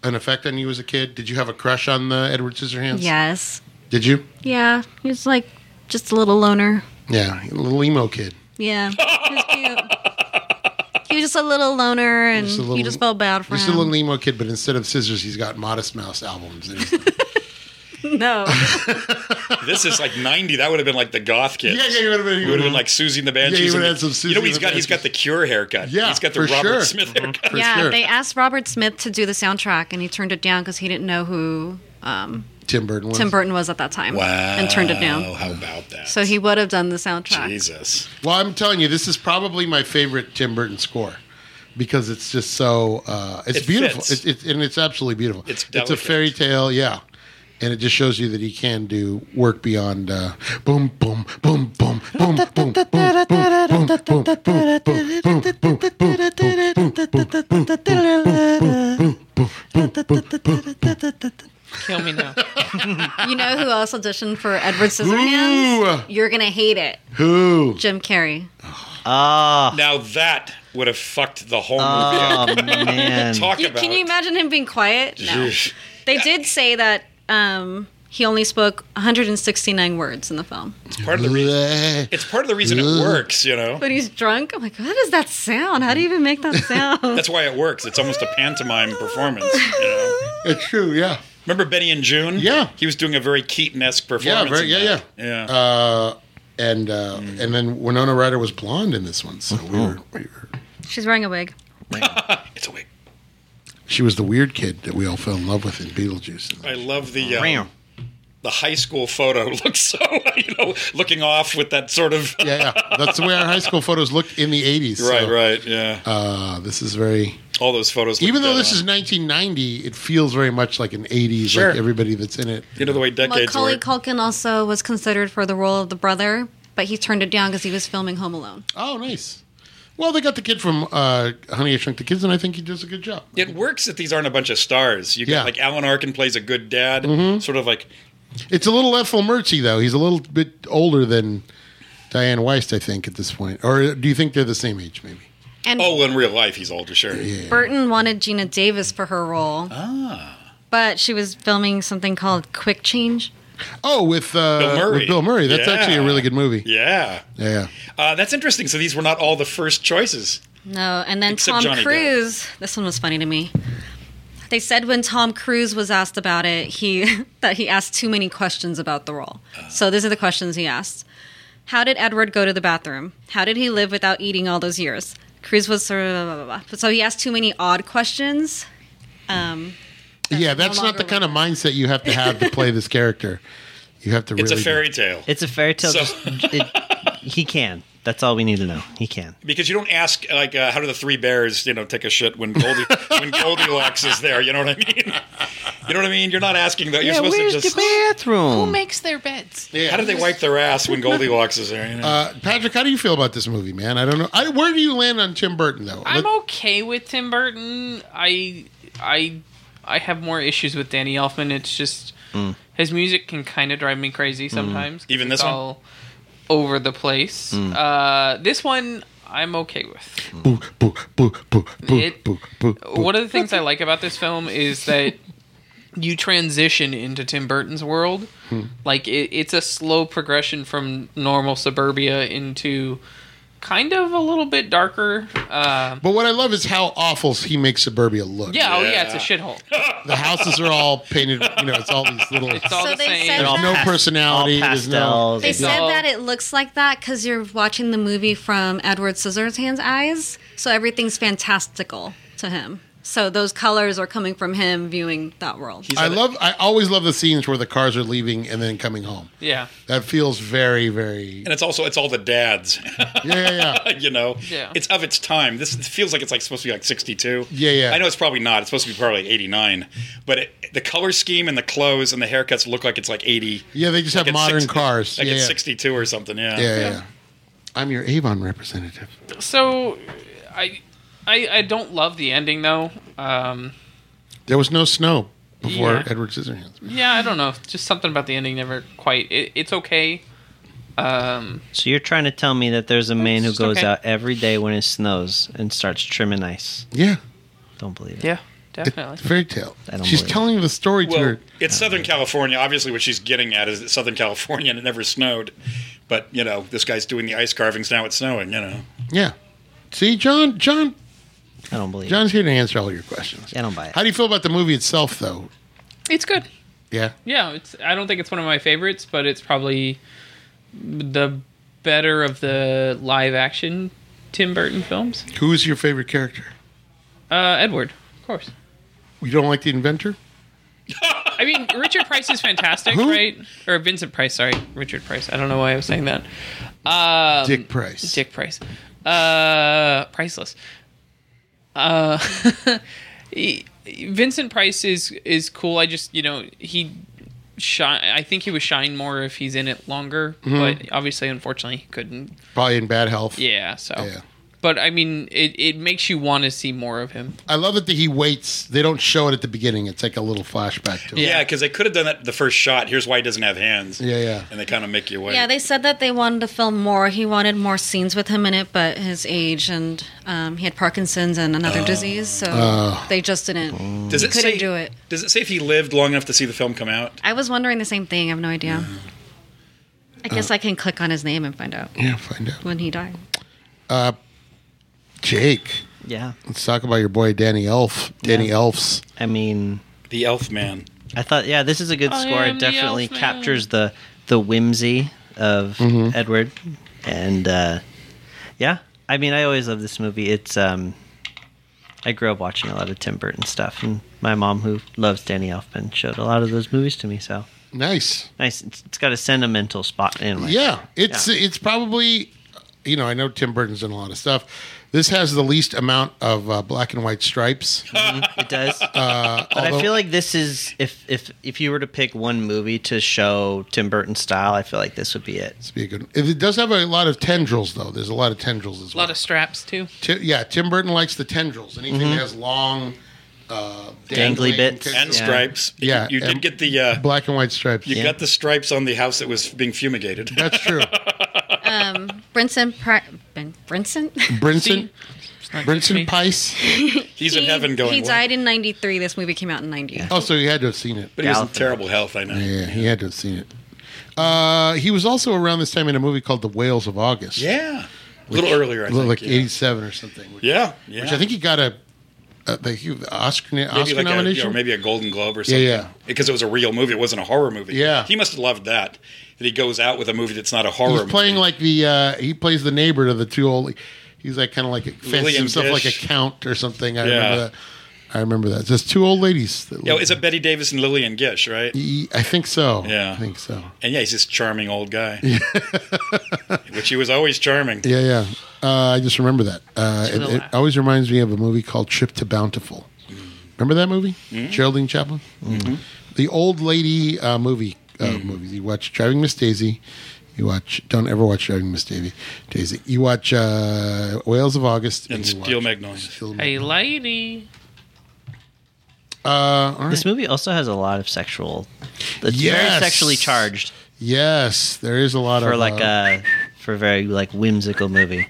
S1: an effect on you as a kid. Did you have a crush on the Edward Scissorhands?
S2: Yes.
S1: Did you?
S2: Yeah. He was like just a little loner.
S1: Yeah, a little emo kid.
S2: Yeah. He was cute. He was just a little loner and
S1: Just a
S2: you
S1: little-
S2: just felt bad for
S1: Just a
S2: him.
S1: little emo kid, but instead of scissors, he's got Modest Mouse albums. in his-
S2: no.
S4: this is like 90. That would have been like the goth kid.
S1: yeah, yeah, you would have been.
S4: He would have been like Susie and the Banshees.
S1: Yeah, he would
S4: and
S1: have
S4: the-
S1: had some
S4: You know,
S1: Susie
S4: he's
S1: and the
S4: got he's got the
S1: Banshees.
S4: Cure haircut.
S1: Yeah,
S4: he's got the
S1: for
S4: Robert
S1: sure. Mm-hmm.
S4: Smith haircut.
S1: For
S2: yeah.
S1: sure.
S2: They asked Robert Smith to do the soundtrack and he turned it down because he didn't know who um,
S1: Tim Burton. Was.
S2: Tim Burton was at that time.
S4: Wow.
S2: And turned it down.
S4: How about that?
S2: So he would have done the soundtrack.
S4: Jesus.
S1: Well, I'm telling you, this is probably my favorite Tim Burton score because it's just so uh, it's
S4: It
S1: beautiful,
S4: fits.
S1: It, it, and it's absolutely beautiful.
S4: It's
S1: a
S4: delicate.
S1: fairy tale, yeah, and it just shows you that he can do work beyond uh, boom, boom, boom, boom, boom, boom, boom, boom, boom, boom, boom, boom, boom, boom, boom, boom, boom,
S5: Kill me now.
S2: You know who else auditioned for Edward Scissorhands?
S1: Ooh.
S2: You're gonna hate it.
S1: who?
S2: Jim Carrey.
S3: Oh,
S4: Now that would have fucked the whole
S1: Um,
S3: oh
S4: movie. up.
S3: man.
S4: Talk
S2: You-
S4: about.
S2: can you imagine him being quiet? No.
S4: Jeez.
S2: They did say that um, he only spoke 169 words in the film.
S4: Part of the reason. It's part of the reason it works. You know.
S2: When he's drunk, I'm like, what is that sound? How do you even make that sound?
S4: That's why it works. It's almost a pantomime performance. You know?
S1: It's true, yeah,
S4: Remember Benny and June?
S1: Yeah.
S4: He was doing a very Keaton-esque
S1: yeah,
S4: performance.
S1: very,
S4: in
S1: yeah,
S4: that.
S1: yeah,
S4: Yeah.
S1: Uh, and uh, and then Winona Ryder was blonde in this one, so we were, we were
S2: She's wearing a wig.
S4: it's a wig.
S1: She was the weird kid that we all fell in love with in Beetlejuice.
S4: I love the uh,
S3: Bam.
S4: the high school photo. Looks so you know, looking off with that sort of
S1: Yeah, yeah. that's the way our high school photos looked in the '80s. so,
S4: right, right, yeah.
S1: Uh, this is very.
S4: All those photos. look
S1: Even though
S4: dead
S1: this
S4: on.
S1: is 1990, it feels very much like an '80s.
S4: Sure.
S1: Like everybody that's in it.
S4: you know the way decades
S2: Macaulay
S4: work.
S2: Culkin also was considered for the role of the brother, but he turned it down because he was filming Home Alone.
S1: Oh, nice. Well, they got the kid from uh, Honey I Shrunk the Kids, and I think he does a good job.
S4: it works that these aren't a bunch of stars. You got
S1: Yeah. Mm-hmm.
S4: like Alan Arkin plays a good dad, sort of like
S1: It's a little Ethel Mercy though. He's a little bit older than Diane Weist, I think, at this point. Or uh, do you think they're the same age? Maybe.
S2: And
S4: oh, well, in real life he's older, sure.
S2: Burton wanted Gina Davis for her role. Ah. But she was filming something called Quick Change.
S1: Oh, with uh,
S4: Bill Murray.
S1: With Bill Murray. That's
S4: Yeah.
S1: actually a really good movie.
S4: Yeah,
S1: yeah.
S4: uh, that's interesting. So these were not all the first choices.
S2: No, and then
S4: Except
S2: Tom
S4: Johnny
S2: Cruise. This one was funny to me. They said when Tom Cruise was asked about it, he that he asked too many questions about the role. So these are the questions he asked. How did Edward go to the bathroom? How did he live without eating all those years? Cruise was sort of blah, blah, blah, blah. so he asked too many odd questions. Um,
S1: yeah, that's not
S2: longer
S1: the kind of mindset you have to have to play this character. You have to really.
S4: It's a fairy tale.
S3: It's a fairy tale.
S4: So-
S3: Just, it, he can. That's all we need to know. He can.
S4: because you don't ask like uh, how do the three bears you know take a shit when Goldie when Goldilocks is there. You know what I mean? You know what I mean? You're not asking that. You're supposed to
S3: where's
S4: just
S3: the bathroom?
S7: makes their beds?
S1: Yeah.
S4: how do they wipe their ass when Goldilocks is there? You know?
S1: Uh, Patrick, how do you feel about this movie, man? I don't know. I, where do you land on Tim Burton though?
S5: I'm
S1: Let-
S5: okay with Tim Burton. I I I have more issues with Danny Elfman. It's just His music can kind of drive me crazy sometimes. 'cause
S4: Even this
S5: it's
S4: one?
S5: all over the place. Uh, this one I'm okay with.
S1: Boo, boo, boo, boo, boo,
S5: It-
S1: boo, boo, boo.
S5: One of the things I like about this film is that you transition into Tim Burton's world. Like it, it's a slow progression from normal suburbia into kind of a little bit darker. Uh,
S1: But what I love is how awful he makes suburbia look.
S5: yeah, oh
S4: Yeah.
S5: yeah, it's a shithole.
S1: the houses are all painted. You know, it's all these little.
S5: It's all
S2: So
S5: the
S2: they
S5: same.
S2: said-
S1: no personality,
S3: All
S1: there's no-
S3: pastels.
S2: They
S3: It's
S2: said
S5: all-
S2: that it looks like that because you're watching the movie from Edward Scissorhands' eyes, so everything's fantastical to him. So those colors are coming from him viewing that world.
S1: I love. I always love the scenes where the cars are leaving and then coming home.
S5: yeah.
S1: That feels very, very.
S4: And it's also it's all the dads,
S1: Yeah, yeah, yeah.
S4: you know.
S5: Yeah.
S4: It's of its time. This it feels like it's like supposed to be like 62.
S1: Yeah, yeah.
S4: I know it's probably not. It's supposed to be probably 89. But it, the color scheme and the clothes and the haircuts look like it's like 80.
S1: Yeah, they just
S4: like
S1: have
S4: it's
S1: modern
S4: 60
S1: cars.
S4: Like
S1: yeah,
S4: it's
S1: yeah.
S4: 62 or something. Yeah.
S1: yeah, yeah, yeah. I'm your Avon representative.
S5: So I, I I don't love the ending though. Um,
S1: There was no snow before
S5: Yeah.
S1: Edward Scissorhands.
S5: yeah, I don't know. Just something about the ending never quite. It, it's okay. Um,
S3: So you're trying to tell me that there's a man who
S5: just
S3: goes
S5: okay.
S3: out every day when it snows and starts trimming ice.
S1: Yeah,
S3: Don't believe it.
S5: yeah,
S1: it's
S5: definitely.
S1: fairy tale.
S3: I don't
S1: She's
S3: believe it.
S1: telling the story to
S4: Well,
S1: her.
S4: it's Southern California. Obviously, what she's getting at is that Southern California and it never snowed. But, you know, this guy's doing the ice carvings. Now it's snowing, you know.
S1: Yeah. See, John, John,
S3: I don't believe
S1: John's here to answer all your questions.
S3: it. I don't buy
S1: How
S3: it.
S1: do you feel about the movie itself, though?
S5: It's good.
S1: Yeah.
S5: Yeah, it's. I don't think it's one of my favorites, but it's probably the better of the live action Tim Burton films.
S1: Who's your favorite character?
S5: Uh, Edward, of course.
S1: You don't like the inventor?
S5: I mean, Richard Price is fantastic,
S1: Who?
S5: right? Or Vincent Price, sorry, Richard Price. I don't know why I was saying that. Um,
S1: Dick Price.
S5: Dick Price. Uh, priceless. Uh, he- Vincent Price is is cool. I just you know he shine. I think he would shine more if he's in it longer.
S1: Mm-hmm.
S5: But obviously, unfortunately, he couldn't.
S1: Probably in bad health.
S5: Yeah. So.
S1: Yeah.
S5: But I mean, it, it makes you want to see more of him.
S1: I love it that he waits. They don't show it at the beginning. It's like a little flashback to it.
S4: Yeah, because they could have done that the first shot. Here's why he doesn't have hands.
S1: Yeah, yeah.
S4: And they kind of make you wait.
S2: Yeah, they said that they wanted to film more. He wanted more scenes with him in it, but his age and um, he had Parkinson's and
S4: Oh.
S2: another disease, so they just didn't.
S4: Does it
S2: couldn't
S4: say,
S2: do it.
S4: Does it say if he lived long enough to see the film come out?
S2: I was wondering the same thing. I have no idea. I
S4: Uh.
S2: guess I can click on his name and find out
S1: Yeah, find out.
S2: when he died.
S1: Jake,
S3: Yeah.
S1: let's talk about your boy Danny Elf. Danny Elfs.
S3: I mean,
S4: The Elf Man.
S3: I thought, yeah, this is a good
S5: I
S3: score.
S5: am
S3: It
S5: the
S3: definitely
S5: elf
S3: captures the the whimsy of Edward, and uh, yeah, I mean, I always love this movie. It's um, I grew up watching a lot of Tim Burton stuff, and my mom, who loves Danny Elfman, showed a lot of those movies to me. So
S1: Nice.
S3: nice. It's, it's got a sentimental spot in my
S1: Yeah, it's it's probably you know I know Tim Burton's done a lot of stuff. This has the least amount of uh, black and white stripes.
S3: It does. but I feel like this is if if if you were to pick one movie to show Tim Burton style, I feel like this would be it.
S1: It's be a good. It does have a lot of tendrils though. There's a lot of tendrils as
S5: A
S1: well.
S5: lot of straps too.
S1: Ti- yeah, Tim Burton likes the tendrils. Anything that has long, uh,
S3: Dangly
S1: dangling
S3: bits.
S4: And
S1: tendrils.
S3: Yeah.
S4: stripes. You-
S1: Yeah,
S4: You,
S1: and-
S4: did get the uh,
S1: black and white stripes.
S4: you got the stripes on the house that was being fumigated.
S1: That's true.
S2: Brinson, Pri- ben, Brinson?
S1: Brinson,
S5: It's not just me.
S1: Brinson Pice.
S4: He's in heaven going.
S2: He
S4: "What?"
S2: died in 93. This movie came out in 90.
S1: Oh, so he had to have seen it.
S4: But he was in
S3: Gallifrey.
S4: terrible health. I know.
S1: Yeah, he had to have seen it. Uh, he was also around this time in a movie called The Whales of August.
S4: Yeah. A little earlier, I think.
S1: like
S4: yeah.
S1: '87 or something. Which,
S4: Yeah. yeah.
S1: which I think he got a, a the huge Oscar,
S4: maybe
S1: Oscar
S4: like a,
S1: nomination.
S4: or maybe a Golden Globe or
S1: Yeah,
S4: something.
S1: yeah.
S4: Because it was a real movie. It wasn't a horror movie.
S1: Yeah.
S4: He must have loved that. That he goes out with a movie that's not a horror
S1: he's
S4: movie.
S1: playing like the uh, he plays the neighbor to the two old. He's like kind of like a, fancies
S4: Lillian
S1: himself like a
S4: Gish.
S1: count or something. I
S4: Yeah.
S1: remember that. I remember that. Just two old ladies. That
S4: Yeah,
S1: live-
S4: it's a Betty Davis and Lillian Gish, right?
S1: He- I think so.
S4: Yeah.
S1: I think so.
S4: And yeah, he's this charming old guy. Which he was always charming.
S1: Yeah, yeah. Uh, I just remember that. Uh, it,
S5: gonna
S1: it
S5: laugh.
S1: always reminds me of a movie called Trip to Bountiful. Remember that movie?
S4: Mm-hmm.
S1: Geraldine Chaplin. The old lady uh, movie uh,
S4: Mm-hmm.
S1: movies. You watch Driving Miss Daisy. You watch. Don't ever watch Driving Miss Daisy. Daisy. You watch uh, Whales of August
S4: And
S1: you
S4: Steel
S1: watch
S4: Magnolias.
S1: Steel Mag-
S5: Hey, lady.
S1: Uh, all right.
S3: This movie also has a lot of sexual. It's
S1: Yes.
S3: very sexually charged
S1: Yes, there is a lot
S3: for
S1: of
S3: like
S1: uh,
S3: a for a very like whimsical movie.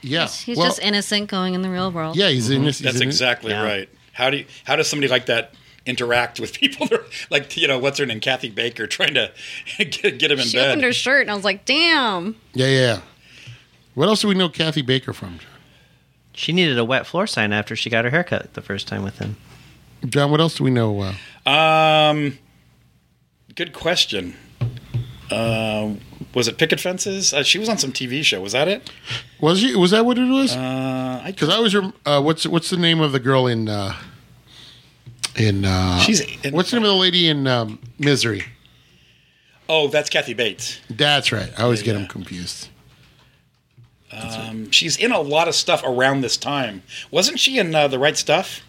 S1: yeah.
S2: He's, he's
S1: well,
S2: just innocent going in the real world.
S1: yeah, he's in this.
S4: Mm-hmm. That's exactly
S3: Yeah.
S4: right. How do you, how does somebody like that interact with people? They're like you know, what's her name, Kathy Baker, trying to get, get him in
S2: She
S4: bed.
S2: opened her shirt and I was like, damn.
S1: Yeah, yeah, yeah. What else do we know Kathy Baker from? John?
S3: She needed a wet floor sign after she got her haircut the first time with him.
S1: John, what else do we know? Uh,
S4: Um, good question. Uh, was it Picket Fences? Uh, she was on some TV show. Was that it?
S1: was she, was that what it was?
S4: Uh, I,
S1: Because I was rem- uh, what's what's the name of the girl in uh, in uh,
S4: She's in-
S1: what's the name of the lady in um, Misery?
S4: oh, that's Kathy Bates.
S1: That's right. I always get them confused.
S4: Um, she's in a lot of stuff around this time. Wasn't she in uh, The Right Stuff?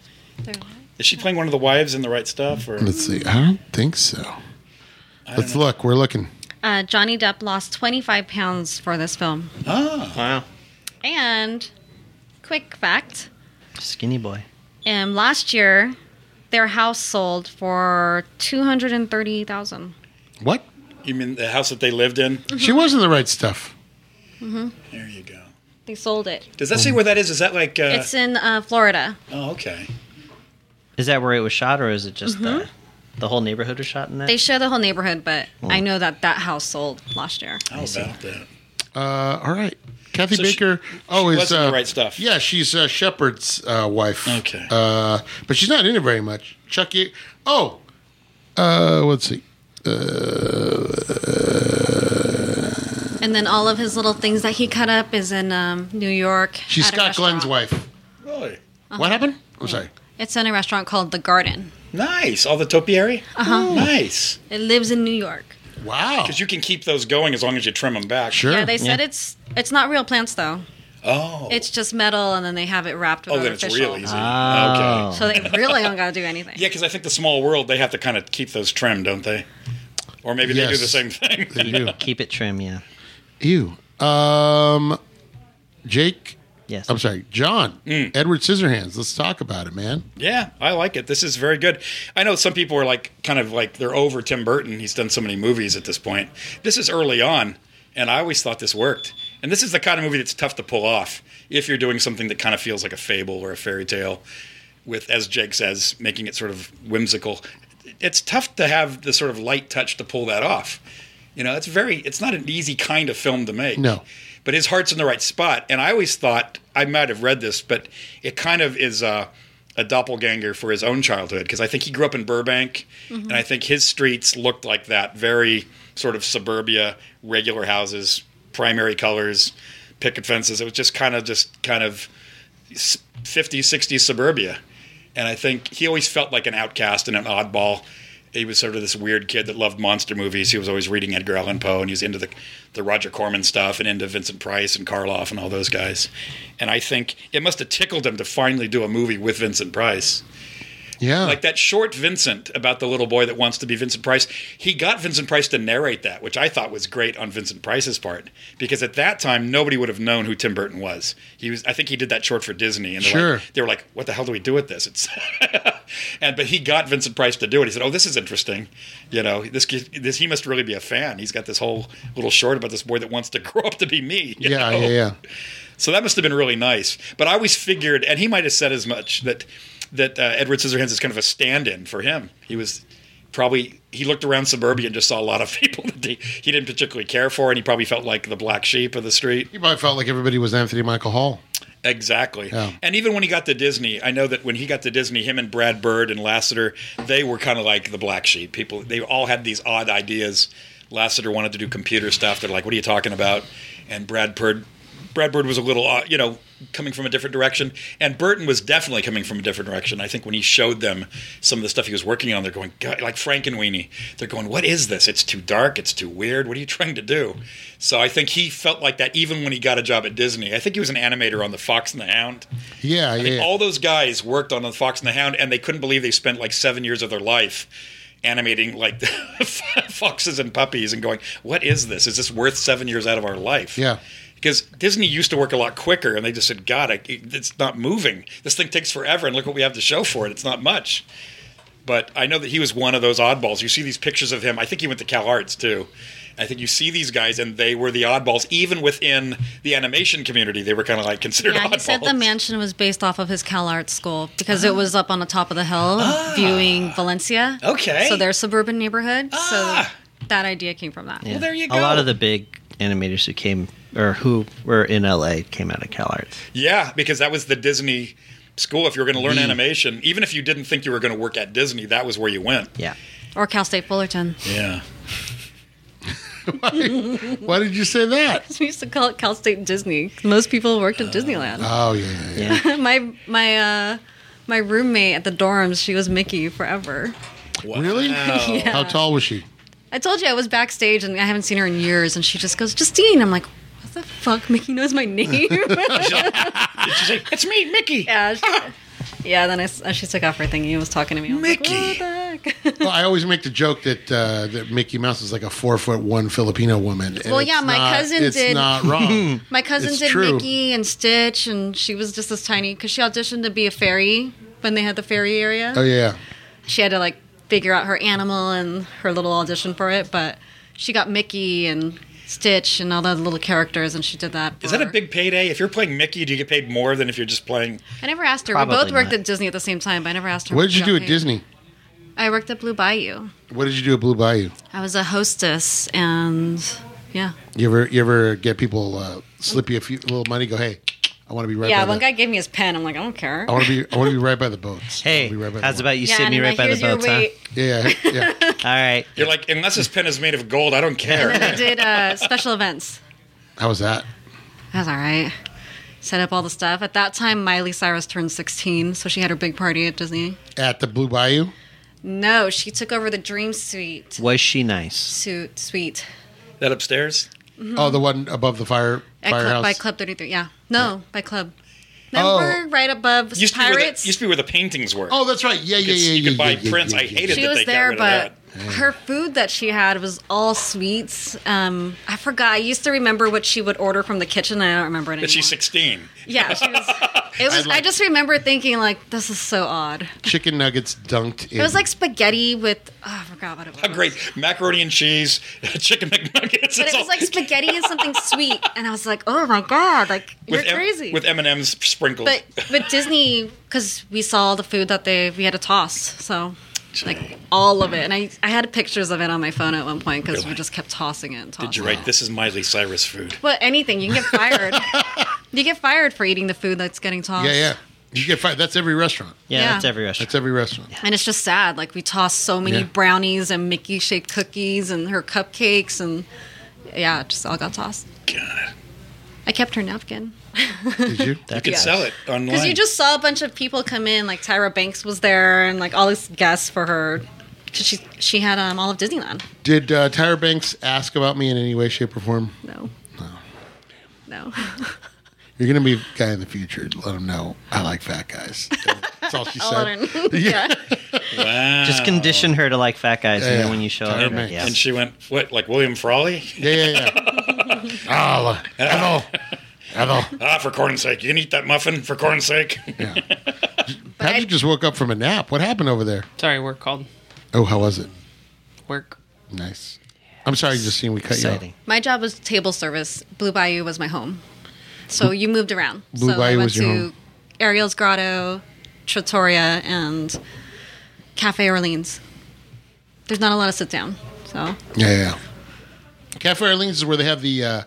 S4: Is she playing one of the wives in The Right Stuff? Or
S1: Let's see. I don't think so. Let's look. We're looking.
S2: Uh, Johnny Depp lost 25 pounds for this film.
S4: ah,
S3: Wow,
S2: And quick fact
S3: skinny boy.
S2: um, last year, their house sold for 230000
S1: What?
S4: you mean the house that they lived in?
S1: She was in the right stuff.
S4: There you go.
S2: They sold it.
S4: Does that say where that is? Is that like? Uh,
S2: It's in uh, Florida.
S4: oh, okay.
S3: Is that where it was shot, or is it just the the whole neighborhood was shot in that?
S2: They show the whole neighborhood, but I know that that house sold last year.
S4: How about that?
S1: Uh, all right. Kathy
S4: So she-
S1: Baker. oh,
S4: she
S1: is
S4: was in The
S1: uh,
S4: Right Stuff.
S1: Yeah, she's uh, Shepard's uh, wife.
S4: Okay.
S1: Uh, but she's not in it very much. Chucky. Oh. Uh, let's see.
S2: And then all of his little things that he cut up is in um, New York.
S1: She's
S2: at a
S1: Scott Glenn's
S2: restaurant. Uh-huh.
S1: wife.
S4: Really
S1: What happened? I'm sorry.
S2: It's in a restaurant called The Garden.
S4: nice. All the topiary. Uh-huh. Nice.
S2: It lives in New York.
S1: Wow.
S4: Because you can keep those going as long as you trim them back.
S1: Sure.
S2: Yeah, they said it's it's not real plants though.
S4: Oh.
S2: It's just metal, and then they have it wrapped with
S4: oh, then it's
S2: artificial.
S4: real easy.
S3: Oh.
S4: Okay.
S2: So they really don't got to do anything.
S4: Yeah, because I think the small world they have to kind of keep those trimmed, don't they? Or maybe they do
S1: Yes.
S4: the same thing.
S1: They do.
S3: Keep it trim, yeah.
S1: Ew. Um, Jake.
S3: Yes.
S1: I'm sorry, John.
S4: Mm.
S1: Edward Scissorhands. Let's talk about it, man.
S4: yeah, I like it. This is very good. I know some people are like kind of like they're over Tim Burton. He's done so many movies at this point. This is early on, and I always thought this worked. And this is the kind of movie that's tough to pull off if you're doing something that kind of feels like a fable or a fairy tale, with as Jake says, making it sort of whimsical. It's tough to have the sort of light touch to pull that off. You know, it's very it's not an easy kind of film to make.
S1: No.
S4: but his heart's in the right spot. And I always thought I might have read this, but it kind of is uh, a doppelganger for his own childhood because I think he grew up in Burbank, and I think his streets looked like that—very sort of suburbia, regular houses, primary colors, picket fences. It was just kind of just kind of 50s, 60s suburbia. And I think he always felt like an outcast and an oddball. He was sort of this weird kid that loved monster movies. He was always reading Edgar Allan Poe, and he was into the, the Roger Corman stuff and into Vincent Price and Karloff and all those guys. And I think it must have tickled him to finally do a movie with Vincent Price.
S1: Yeah.
S4: Like that short Vincent about the little boy that wants to be Vincent Price. He got Vincent Price to narrate that, which I thought was great on Vincent Price's part because at that time nobody would have known who Tim Burton was. He was I think he did that short for Disney and they're
S1: Sure.
S4: like, they were like, "What the hell do we do with this?" It's and but he got Vincent Price to do it. He said, "Oh, this is interesting. You know, this kid- this he must really be a fan. He's got this whole little short about this boy that wants to grow up to be me." you
S1: Yeah,
S4: know?
S1: yeah, yeah.
S4: So that must have been really nice. But I always figured, and he might have said as much that that uh, Edward Scissorhands is kind of a stand-in for him. He was probably he looked around suburbia and just saw a lot of people that he, he didn't particularly care for, and he probably felt like the black sheep of the street.
S1: He probably felt like everybody was Anthony Michael Hall.
S4: Exactly.
S1: Yeah.
S4: And even when he got to Disney, I know that when he got to Disney, him and Brad Bird and Lasseter, they were kind of like the black sheep. People, they all had these odd ideas. Lasseter wanted to do computer stuff. They're like, "What are you talking about?" And Brad Bird, Brad Bird was a little, uh, you know, coming from a different direction. And Burton was definitely coming from a different direction. I think when he showed them some of the stuff he was working on, they're going, God, like Frankenweenie. They're going, "What is this? It's too dark. It's too weird. What are you trying to do?" So I think he felt like that even when he got a job at Disney. I think he was an animator on The Fox and the Hound.
S1: Yeah,
S4: I mean,
S1: yeah.
S4: all those guys worked on The Fox and the Hound, and they couldn't believe they spent like seven years of their life animating like foxes and puppies and going, what is this? Is this worth seven years out of our life?
S1: Yeah.
S4: Because Disney used to work a lot quicker, and they just said, God, I, it's not moving. This thing takes forever, and look what we have to show for it. It's not much. But I know that he was one of those oddballs. You see these pictures of him. I think he went to Cal Arts too. I think you see these guys, and they were the oddballs. Even within the animation community, they were kind of like considered
S2: Yeah,
S4: oddballs.
S2: he said the mansion was based off of his Cal Arts school because
S4: Ah.
S2: it was up on the top of the hill viewing Valencia.
S4: Okay.
S2: So their suburban neighborhood.
S4: Ah.
S2: So that idea came from that.
S3: Yeah.
S4: there you
S3: A lot
S4: go.
S3: of the big animators who came or who were in LA came out of CalArts.
S4: Yeah, because that was the Disney school. If you were going to learn
S3: The-
S4: animation, even if you didn't think you were going to work at Disney, that was where you went.
S3: Yeah.
S2: Or Cal State Fullerton.
S4: Yeah.
S1: Why did you say that?
S2: We used to call it Cal State Disney. Most people worked at Disneyland.
S1: Oh yeah, yeah, yeah.
S4: Ah.
S3: Yeah.
S2: my my uh my roommate at the dorms, she was Mickey forever.
S1: really?
S2: Yeah.
S1: How tall was she?
S2: I told you I was backstage and I haven't seen her in years, and she just goes, Justine. I'm like, what the fuck? Mickey knows my name.
S4: Did she say it's me, Mickey?
S2: yeah, she, yeah. Then I s she took off her thingy and was talking to me. I was like,
S4: Mickey.
S2: "What the heck?"
S1: Well, I always make the joke that uh, that Mickey Mouse is like a four foot one Filipino woman. and
S2: Well, yeah,
S1: it's
S2: my
S1: not-
S2: cousin
S1: it's
S2: did-
S1: not wrong.
S2: my cousin
S1: It's
S2: did
S1: true.
S2: Mickey and Stitch, and she was just this tiny because she auditioned to be a fairy when they had the fairy area.
S1: oh yeah,
S2: she had to like figure out her animal and her little audition for it, but she got Mickey and Stitch and all the little characters, and she did that.
S4: Is that a
S2: for-
S4: big payday? If you're playing Mickey, do you get paid more than if you're just playing?
S2: I never asked her.
S3: Probably
S2: we both worked
S3: not.
S2: at Disney at the same time, but I never asked her.
S1: what
S2: if
S1: did
S2: she
S1: you do
S2: got
S1: at
S2: paid.
S1: Disney?
S2: I worked at Blue Bayou.
S1: What did you do at Blue Bayou?
S2: I was a hostess, and yeah,
S1: You ever you ever get people uh, slip you a few little money? Go hey, I want to be right.
S2: yeah.
S1: by
S2: One
S1: the,
S2: guy gave me his pen. I'm like, I don't care.
S1: I want to be I want to be right by the boats. I wanna
S3: Hey,
S1: be right by the
S3: how's
S1: boat.
S3: about you
S2: yeah,
S3: sit me
S2: and
S3: right
S2: I'm
S3: by
S2: like,
S3: the boats, huh?
S2: weight.
S1: yeah yeah. yeah.
S3: All right.
S4: You're like, unless this pen is made of gold, I don't care.
S2: I did uh, special events.
S1: How was that?
S2: That's all right. Set up all the stuff. At that time, Miley Cyrus turned 16, so she had her big party at Disney.
S1: At the Blue Bayou?
S2: No, she took over the Dream Suite.
S3: Was she nice?
S2: Suit Suite
S4: that upstairs.
S1: Oh, the one above the fire
S2: Mm-hmm. at club,
S1: firehouse.
S2: by Club 33. Yeah, no, by Club.
S1: Oh.
S2: Remember, right above
S4: Used to, be where the,
S2: Pirates.
S4: used to be where the paintings were.
S1: Oh, that's right. Yeah, yeah,
S4: could-
S1: yeah.
S4: you could
S1: yeah,
S4: buy
S1: yeah, yeah,
S4: prints.
S1: yeah,
S4: I
S1: yeah,
S4: hated
S2: she
S4: that
S2: was
S4: they got
S2: there,
S4: rid
S2: but
S4: of
S2: her food that she had was all sweets. Um, I forgot. I used to remember what she would order from the kitchen. I don't remember it anymore.
S4: But she's 16.
S2: Yeah, she was. It was. I
S1: like-
S2: just remember thinking like, this is so odd.
S1: Chicken nuggets dunked in.
S2: It was like spaghetti with. Oh, I forgot what it was.
S4: How great. Macaroni and cheese, chicken McNuggets.
S2: But
S4: it's
S2: it
S4: all-
S2: was like spaghetti and something sweet, and I was like, "Oh my god, like you're
S4: with M-
S2: crazy."
S4: with M&M's sprinkled.
S2: But with Disney, because we saw the food that they we had to toss, so like all of it, and I I had pictures of it on my phone at one point because we just kept tossing it and tossing.
S4: Did you
S2: it.
S4: write this is Miley Cyrus food?
S2: Well, anything you can get fired. you get fired for eating the food that's getting tossed.
S1: yeah, yeah. You get fired. That's every restaurant.
S3: Yeah,
S2: Yeah.
S3: that's every restaurant.
S1: That's every restaurant.
S2: And it's just sad. Like we tossed so many
S1: Yeah.
S2: brownies and Mickey shaped cookies and her cupcakes and yeah, it just all got tossed.
S4: God.
S2: I kept her napkin.
S1: Did you?
S4: You could
S3: Yeah.
S4: sell it online.
S2: Because you just saw a bunch of people come in, like Tyra Banks was there, and like all these guests for her. 'Cause She she had um, all of Disneyland.
S1: Did uh, Tyra Banks ask about me in any way, shape, or form?
S2: No, no,
S1: You're gonna be a guy in the future. Let him know I like fat guys. That's all she
S2: I'll
S1: said.
S2: let her. yeah.
S4: Wow.
S3: Just condition her to like fat guys, and
S1: Yeah.
S3: then when you show
S1: Tyra
S3: up,
S1: Banks.
S3: yeah.
S4: And she went, what, like William Frawley?
S1: Yeah, yeah, yeah. I'll, hello, hello.
S4: Ah, for corn's sake. You can eat that muffin for corn's sake.
S1: Yeah. Patrick just woke up from a nap. What happened over there?
S5: Sorry, work called.
S1: Oh, how was it?
S5: Work.
S1: Nice. I'm sorry, Justine. We cut
S3: Exciting.
S2: My job was table service. Blue Bayou was my home. So you moved around.
S1: Blue
S2: so I
S1: Bayou
S2: went
S1: was your
S2: to
S1: home.
S2: Ariel's Grotto, Trattoria, and Cafe Orleans. There's not a lot of sit down. So
S1: you off. Yeah, yeah. Cafe Orleans is where they have the. Uh,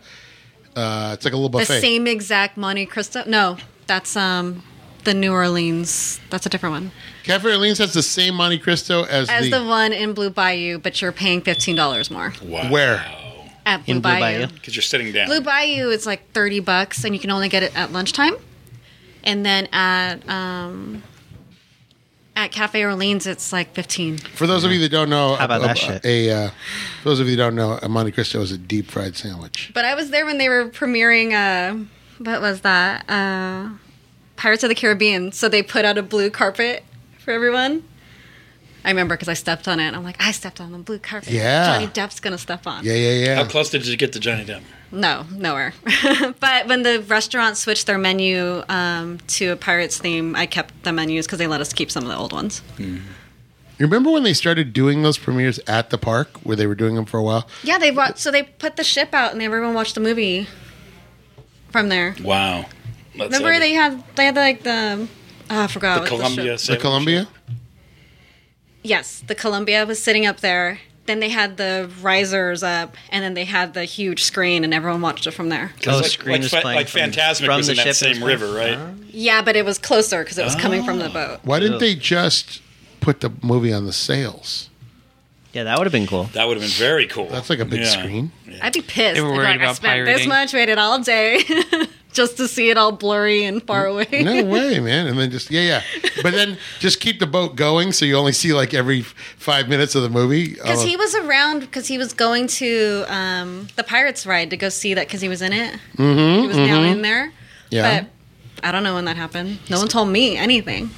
S1: uh, it's like a little
S2: the
S1: buffet.
S2: same exact Monte Cristo. No, that's um the New Orleans. That's a different one.
S1: Cafe Orleans has the same Monte Cristo as,
S2: As
S1: the,
S2: the one in Blue Bayou, but you're paying fifteen dollars more
S4: Wow.
S1: where
S2: at Blue,
S3: In Blue
S2: Bayou.
S3: Bayou.
S4: Because you're sitting down.
S2: Blue Bayou is like thirty bucks, and you can only get it at lunchtime. And then at um, at Cafe Orleans, it's like fifteen.
S1: For those of you that don't know,
S3: How about
S1: a,
S3: that shit?
S1: a, uh, for those of you that don't know, a Monte Cristo is a deep fried sandwich.
S2: But I was there when they were premiering. Uh, what was that? Uh, Pirates of the Caribbean. So they put out a blue carpet for everyone. I remember because I stepped on it. and I'm like, I stepped on the blue carpet.
S1: Yeah.
S2: Johnny Depp's gonna step on.
S1: Yeah, yeah, yeah.
S4: How close did you get to Johnny Depp?
S2: No, nowhere. but when the restaurant switched their menu um, to a pirates theme, I kept the menus because they let us keep some of the old ones.
S1: You remember when they started doing those premieres at the park where they were doing them for a while?
S2: Yeah, they brought so they put the ship out and everyone watched the movie from there.
S4: Wow. That's
S2: Remember
S4: every-
S2: they had they had like the oh, I forgot
S4: the
S2: what
S4: Columbia.
S2: ship-
S1: The
S4: sailing
S1: Columbia?
S2: Yes, the Columbia was sitting up there. Then they had the risers up, and then they had the huge screen, and everyone watched it from there.
S4: ship. 'Cause
S3: Oh,
S4: like,
S3: Scream
S4: like,
S3: was
S4: fa-
S3: playing
S4: like
S3: from-
S4: Fantasmic
S3: from
S4: was
S3: the
S4: in that
S3: ship is
S4: same
S3: playing.
S4: river, right?
S2: Yeah, but it was closer because it was coming from the
S4: Ah.
S2: boat.
S1: Why didn't
S3: Ugh.
S1: they just put the movie on the sails?
S3: Yeah, that would have been cool.
S4: That would have been very cool.
S1: That's like a big
S4: Yeah.
S1: screen.
S2: I'd be pissed.
S5: They were
S2: I'd be
S5: worried
S2: like, I
S5: about
S2: spent this
S5: pirating.
S2: much, waited all day just to see it all blurry and far away.
S1: No way, man. And then just, yeah, yeah. But then just keep the boat going so you only see like every f- five minutes of the movie.
S2: Because
S1: Oh,
S2: he was around because he was going to um, the Pirates Ride to go see that because he was in it. Mm-hmm, he was down in there.
S1: yeah.
S2: But I don't know when that happened. No one told me anything.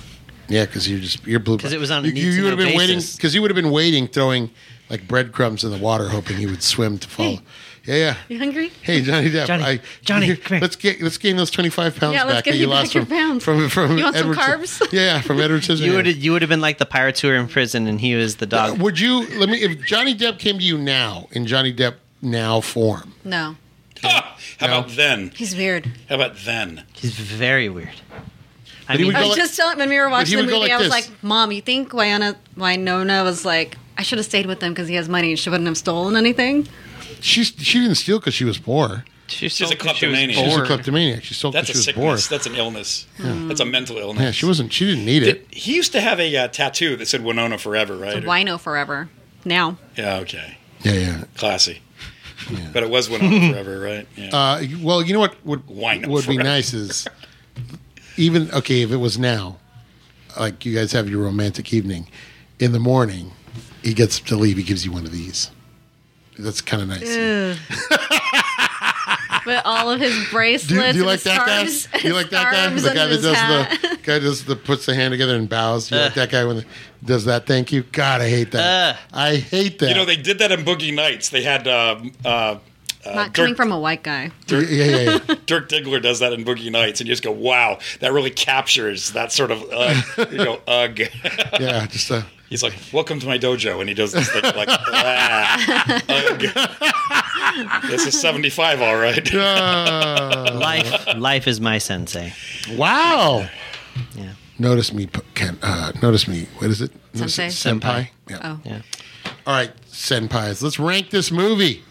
S1: Yeah, because you're just you're blue.
S3: 'Cause it was on a
S1: You,
S3: need
S1: you,
S3: to
S1: would have
S3: know
S1: been waiting
S3: basis.
S1: because you would have been waiting, throwing like breadcrumbs in the water, hoping he would swim to follow. Yeah, yeah.
S2: You hungry?
S1: Hey, Johnny Depp.
S3: Johnny,
S1: I,
S3: Johnny,
S1: here,
S3: come here.
S1: Let's get let's gain those twenty five pounds
S2: Yeah, let's
S1: back
S2: give
S1: that
S2: you
S1: you
S2: back
S1: lost
S2: your
S1: from,
S2: pounds.
S1: from from
S2: You want some
S1: Edward Sci-
S2: carbs?
S1: Yeah, yeah, from Edward Scissorhands.
S3: You would you would have been like the pirates who were in prison and he was the
S4: Uh,
S3: dog.
S1: Uh, Would you let me if Johnny Depp came to you now in Johnny Depp now form?
S2: No.
S4: Ah, how
S1: No.
S4: about then?
S2: He's weird.
S4: How about then?
S3: He's very weird. I
S1: But he
S3: mean,
S1: would
S2: I
S1: go
S2: was
S1: like-
S2: just telling when we were watching the
S1: would
S2: movie,
S1: go like
S2: I was
S1: this.
S2: like, "Mom, you think Winona Winona was like, I should have stayed with him because he has money and she wouldn't have stolen anything."
S1: She she didn't steal because she was poor.
S5: She
S4: She's a
S5: still thinks she was
S4: kleptomaniac.
S1: She was a
S5: bored.
S1: kleptomaniac. She stole because she
S4: That's a
S1: was
S4: sickness.
S1: bored.
S4: That's an illness.
S2: Hmm.
S4: That's a mental illness.
S1: Yeah, she wasn't. She didn't need it.
S4: He used to have a uh, tattoo that said Winona Forever, right? Or-
S2: Wino forever. Now.
S4: Yeah, okay.
S1: Yeah, yeah.
S4: Classy. But it was Winona Forever, right? Yeah.
S1: Uh, well, you know what would
S4: Why not
S1: would be
S4: forever?
S1: nice is even okay if it was now, like you guys have your romantic evening in the morning. He gets up to leave. He gives you one of these. That's kind of nice.
S2: but all of his bracelets.
S1: Do, you- do you
S2: and
S1: like
S2: his
S1: that
S2: scarves-
S1: guy? Do you like that guy?
S2: scarves
S1: The guy that
S2: under his
S1: does
S2: hat. Uh.
S1: the guy does the puts the hand together and bows. You like that guy when the, does that? Thank you. God, I hate that.
S3: Ugh.
S1: I hate that.
S4: you know, they did that in Boogie Nights. They had uh, uh,
S2: Not
S4: Dirk-
S2: coming from a white guy.
S1: yeah, yeah, yeah.
S4: Dirk Diggler does that in Boogie Nights, and you just go, wow, that really captures that sort of, uh, you go, ugh.
S1: yeah just uh,
S4: He's like, welcome to my dojo. And he does this thing like, ah, ugh. This is 75, all right.
S1: uh,
S3: life life is my sensei.
S1: wow.
S3: Yeah.
S1: Notice me, p- Ken. Uh, notice me. What is it? Notice-
S2: Senpai.
S1: Senpai. Yeah.
S2: Oh.
S3: Yeah.
S1: All right, senpais. Let's rank this movie.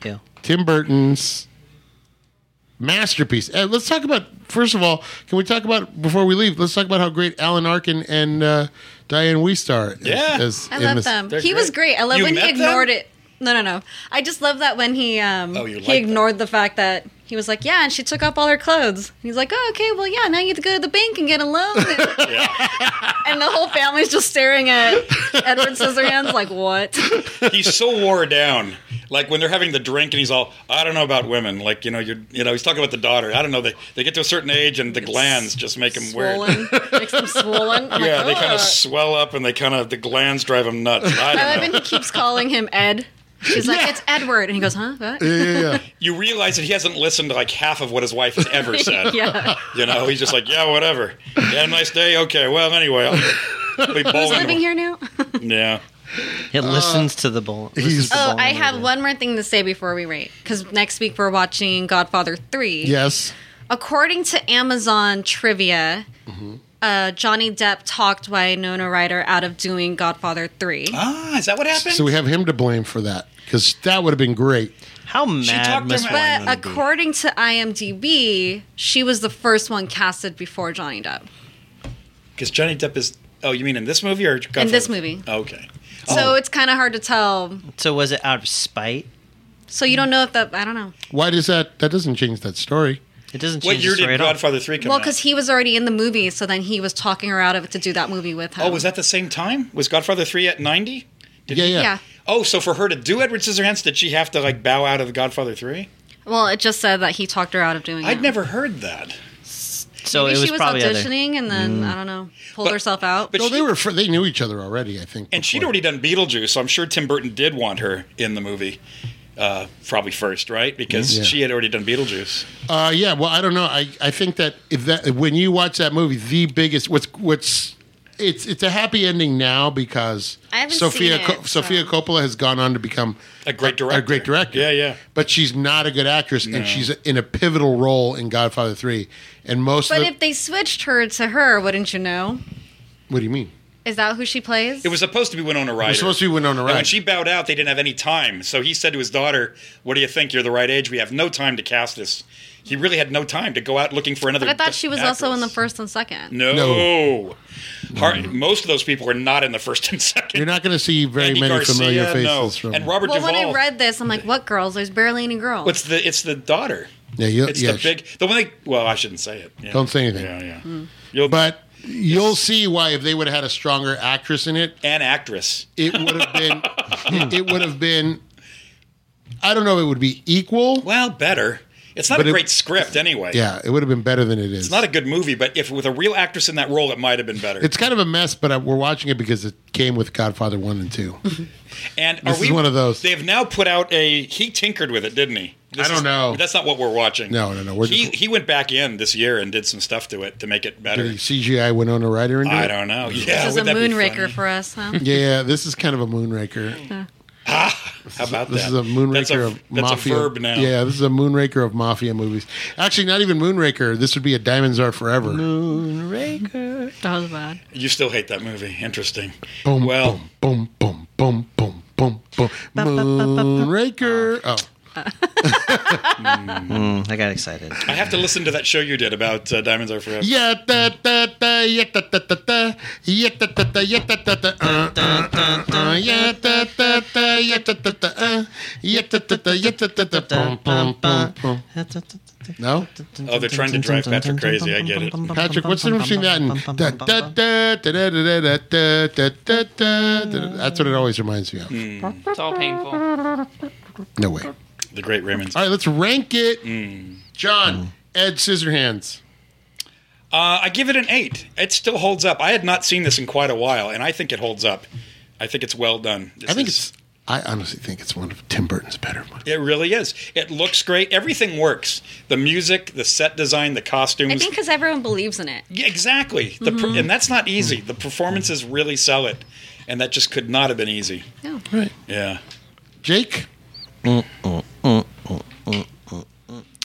S3: Go.
S1: Tim Burton's masterpiece. Uh, let's talk about first of all. Can we talk about before we leave? Let's talk about how great Alan Arkin and uh, Diane Weist are. as-
S4: Yeah.
S1: as-
S2: I
S1: in
S2: love
S1: this-
S2: them.
S4: They're
S2: He was
S4: great.
S2: great. I love
S4: You
S2: when he
S4: met them?
S2: ignored it. No, no, no. I just love that when he um
S4: Oh, you like
S2: he
S4: that.
S2: ignored the fact that he was like, yeah, and she took up all her clothes. And he's like, oh, okay, well, yeah, now you have to go to the bank and get a loan. and the whole family's just staring at Edward Scissorhands like, what?
S4: he's so wore down. Like when they're having the drink and he's all, I don't know about women. Like you know, you're you know, he's talking about the daughter. I don't know. They they get to a certain age and the glands just make him weird.
S2: swollen, makes him swollen. I'm
S4: Yeah,
S2: like,
S4: they kind
S2: "Ugh."
S4: of swell up and they kind of the glands drive him nuts. I
S2: I love
S4: don't
S2: when
S4: know.
S2: he keeps calling him Ed. She's like, it's Edward, and he goes, huh? What?
S1: Yeah, yeah, yeah.
S4: You realize that he hasn't listened to like half of what his wife has ever said.
S2: yeah.
S4: You know, he's just like, yeah, whatever. Yeah, nice day. Okay, well, anyway, I'll be
S2: Who's
S4: bowling.
S2: living here now?
S4: Yeah. Uh,
S3: It listens to the bull.
S1: he's-
S3: listens to
S2: Oh,
S3: bowling
S2: I
S3: over
S2: have
S3: there.
S2: one more thing to say before we rate because next week we're watching Godfather Three.
S1: Yes.
S2: According to Amazon trivia,
S4: Mm-hmm.
S2: uh, Johnny Depp talked Winona Ryder out of doing Godfather Three.
S4: Ah, is that what happened?
S1: So we have him to blame for that because that would have been great.
S3: How
S4: talked
S3: mad
S4: to
S3: must
S4: him-
S2: but
S3: Winona be?
S2: according to IMDb, she was the first one casted before Johnny Depp.
S4: Because Johnny Depp is. Oh, you mean in this movie or Godfather?
S2: In this movie.
S4: Okay.
S2: So it's kind of hard to tell.
S3: So was it out of spite?
S2: So you don't know if that. I don't know.
S1: Why does that? That doesn't change that story.
S3: It doesn't
S4: What
S3: change
S4: year
S3: the story
S4: did
S3: at all.
S4: Godfather Three come
S2: Well,
S4: out?
S2: because he was already in the movie, so then he was talking her out of it to do that movie with him.
S4: Oh, was that the same time? Was Godfather 3 at 90?
S1: yeah, yeah,
S2: yeah.
S4: Oh, so for her to do Edward Scissorhands, did she have to like bow out of Godfather 3?
S2: Well, it just said that he talked her out of doing it.
S4: I'd never heard that.
S3: So
S2: Maybe
S3: it was
S2: she was
S3: probably other-
S2: auditioning and then I don't know pulled
S4: But-
S2: herself out.
S4: but
S1: No,
S4: she-
S1: they were. fr- They knew each other already. I think.
S4: And she'd
S1: before.
S4: already done Beetlejuice, so I'm sure Tim Burton did want her in the movie. Uh, probably first, right? Because
S1: Yeah.
S4: she had already done Beetlejuice.
S1: Uh, yeah, well, I don't know. I, I think that if that when you watch that movie, the biggest what's what's it's it's a happy ending now because
S2: I haven't
S1: Sophia
S2: seen it,
S1: Co- Sophia
S2: so-
S1: Coppola has gone on to become
S4: A great director.
S1: A great director.
S4: Yeah, yeah.
S1: But she's not a good actress, and she's in a pivotal role in Godfather Three. And most
S2: But
S1: of the,
S2: if they switched her to her, wouldn't you know?
S1: what do you mean?
S2: Is that who she plays?
S4: It was supposed to be Winona Ryder. It
S1: was supposed to be Winona
S4: And
S1: Ryder.
S4: when she bowed out, they didn't have any time. So he said to his daughter, "What do you think? You're the right age. We have no time to cast this." He really had no time to go out looking for another.
S2: but I thought
S4: d-
S2: she was also
S4: actress.
S2: in the first and second.
S4: No,
S1: No.
S4: Har- most of those people were not in the first and 2nd
S1: You're not going to see very
S4: Andy
S1: many
S4: Garcia,
S1: familiar faces
S4: no.
S1: from
S4: and Robert
S2: Well,
S4: Duvall.
S2: when I read this, I'm like, what girls? There's barely any girls.
S4: What's the? It's the daughter.
S1: Yeah, you,
S4: It's
S1: yeah,
S4: the
S1: sh-
S4: big. The one they. Well, I shouldn't say it. Yeah.
S1: Uh, Don't say anything.
S4: Yeah, yeah.
S2: Hmm.
S4: You'll,
S1: But you'll see why if they would have had a stronger actress in it,
S4: an actress.
S1: it would have been it, it would have been I don't know if it would be equal.
S4: Well, better. It's not
S1: But
S4: a
S1: it-
S4: great script anyway.
S1: Yeah, it would have been better than it is.
S4: It's not a good movie, but if with a real actress in that role, it might have been better.
S1: It's kind of a mess, but uh we're watching it because it came with Godfather One and Two.
S4: and
S1: this
S4: are
S1: is
S4: we,
S1: one of those.
S4: They've now put out a. He tinkered with it, didn't he? This
S1: I don't
S4: is-
S1: know.
S4: That's not what we're watching.
S1: No, no, no, we're
S4: he
S1: just-
S4: he went back in this year and did some stuff to it to make it better.
S1: Did he CGI Winona Ryder into it?
S4: I don't know. Yeah,
S2: this is a
S4: would that be
S2: moonraker
S4: funny?
S2: for us, huh?
S1: Yeah, this is kind of a moonraker.
S4: How about
S1: This
S4: that?
S1: is a moonraker
S4: That's a,
S1: of
S4: that's
S1: mafia.
S4: a verb now.
S1: Yeah, this is a moonraker of mafia movies. Actually, not even moonraker. This would be a Diamonds Are Forever.
S2: That was bad.
S4: You still hate that movie. Interesting.
S1: Boom,
S4: well,
S1: boom, boom, boom, boom, boom, boom, boom. Moonraker. Oh,
S3: Mm, I got excited.
S4: I have to listen to that show you did about uh, Diamonds Are Forever.
S1: yeah, da, da, da, yeah, da, da, da, da, yeah, da, da, da, yeah, da, da, da, uh, uh, uh, uh, yeah, da, da, da, yeah, da, da, da, uh, yeah, da, da, da, yeah, da, da, da, boom, boom, boom, boom. No?
S4: Oh, they're trying to drive Patrick crazy. I get it.
S1: Patrick, what's the difference between that and da, da, da, da, da, da, da, da, da, da, da, da? That's what it always reminds me of.
S5: It's all painful.
S1: No way.
S4: The Great Raymond.
S1: All right, let's rank it. John, Ed Scissorhands.
S4: Uh, I give it an eight. It still holds up. I had not seen this in quite a while, and I think it holds up. I think it's well done. This
S1: I think
S4: is-
S1: it's. I honestly think it's one of Tim Burton's better ones.
S4: It really is. It looks great. Everything works. The music, the set design, the
S2: I
S4: costumes.
S2: think Mm-hmm. because everyone believes in it.
S4: Yeah, exactly. The per- and that's
S1: Hmm.
S4: not easy. The performances really sell it, and that just could not have been easy.
S2: No.
S1: Right,
S4: Yeah.
S1: Jake.
S3: I